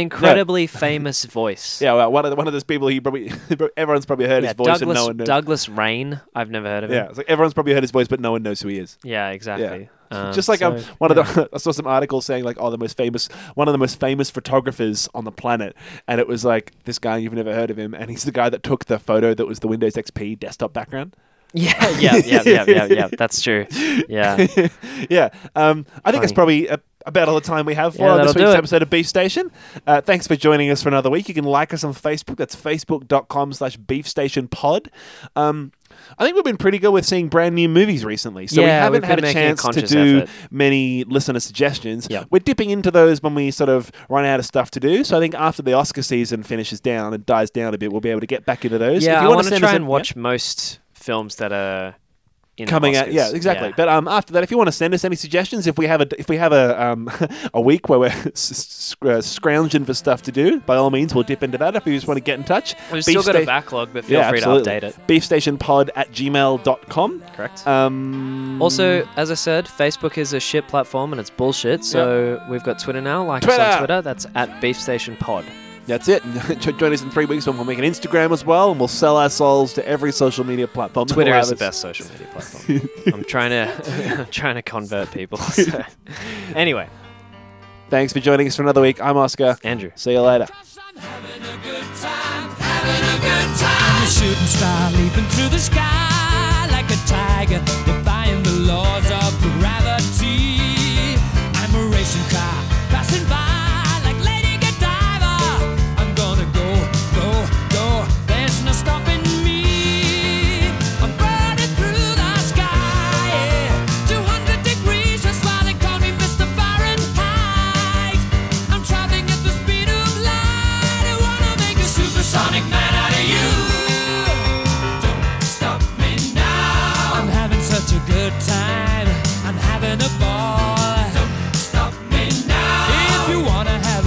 [SPEAKER 2] incredibly famous voice.
[SPEAKER 1] Yeah, well, one of, the, one of those people you probably, everyone's probably heard
[SPEAKER 2] Yeah,
[SPEAKER 1] his voice and
[SPEAKER 2] Douglas,
[SPEAKER 1] no one knows.
[SPEAKER 2] Douglas Rain. I've never heard of
[SPEAKER 1] yeah,
[SPEAKER 2] him.
[SPEAKER 1] it's like everyone's probably heard his voice, but no one knows who he is.
[SPEAKER 2] Yeah, exactly. Um,
[SPEAKER 1] Just like um,
[SPEAKER 2] so-
[SPEAKER 1] one of the, I saw some articles saying like, oh, the most famous, one of the most famous photographers on the planet, and it was like this guy you've never heard of him, and he's the guy that took the photo that was the Windows XP desktop background.
[SPEAKER 2] yeah, yeah, yeah, yeah, yeah, yeah. That's true. Yeah.
[SPEAKER 1] yeah, um, I think it's
[SPEAKER 2] Funny.
[SPEAKER 1] probably. A, about all the time we have for this
[SPEAKER 2] Yeah, that'll
[SPEAKER 1] week's
[SPEAKER 2] do it.
[SPEAKER 1] episode of Beef Station. Uh, thanks for joining us for another week. You can like us on Facebook. That's facebook.com slash beef station pod. Um, I think we've been pretty good with seeing brand new movies recently. So we
[SPEAKER 2] Yeah,
[SPEAKER 1] haven't
[SPEAKER 2] we've
[SPEAKER 1] had
[SPEAKER 2] been
[SPEAKER 1] a
[SPEAKER 2] making a
[SPEAKER 1] chance to
[SPEAKER 2] conscious
[SPEAKER 1] do
[SPEAKER 2] effort.
[SPEAKER 1] many listener suggestions.
[SPEAKER 2] Yep.
[SPEAKER 1] We're dipping into those when we sort of run out of stuff to do. So I think after the Oscar season finishes down and dies down a bit, we'll be able to get back into those.
[SPEAKER 2] Yeah,
[SPEAKER 1] If you
[SPEAKER 2] I
[SPEAKER 1] wanna
[SPEAKER 2] want to
[SPEAKER 1] send us
[SPEAKER 2] try
[SPEAKER 1] a-
[SPEAKER 2] and watch most films that are in the
[SPEAKER 1] coming out.
[SPEAKER 2] Oscars.
[SPEAKER 1] Yeah, exactly. But um, after that, if you want to send us any suggestions, if we have a if we have a um, a week where we're s- s- uh, scrounging for stuff to do, by all means, we'll dip into that. If you just want to get in touch,
[SPEAKER 2] We've still got a
[SPEAKER 1] Beefsta-
[SPEAKER 2] backlog, but feel
[SPEAKER 1] Yeah,
[SPEAKER 2] free
[SPEAKER 1] absolutely.
[SPEAKER 2] to update it.
[SPEAKER 1] Beefstationpod at gmail.com.
[SPEAKER 2] Correct.
[SPEAKER 1] Um,
[SPEAKER 2] also, as I said, Facebook is a shit platform and it's bullshit. So we've got Twitter now. Like us
[SPEAKER 1] Twitter!
[SPEAKER 2] on Twitter. That's at Beef Station Pod.
[SPEAKER 1] that's it. Jo- Join us in three weeks when we'll make an Instagram as well, and we'll sell our souls to every social media platform. that
[SPEAKER 2] Twitter
[SPEAKER 1] will
[SPEAKER 2] is the
[SPEAKER 1] have us.
[SPEAKER 2] best social media platform. I'm trying to, I'm trying to convert people. So. Anyway,
[SPEAKER 1] Thanks for joining us for another week. I'm Oscar.
[SPEAKER 2] Andrew.
[SPEAKER 1] See you later.
[SPEAKER 3] I'm having a good time, having a good time. I'm a shooting star leaping through the sky like a tiger, defying the laws of gravity.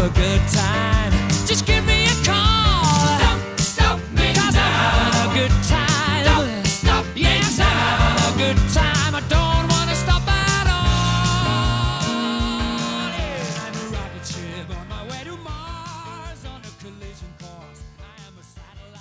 [SPEAKER 3] a good time. Just give me a call. Don't stop me i I'm having a good time. Don't stop me i I'm having a good time. I don't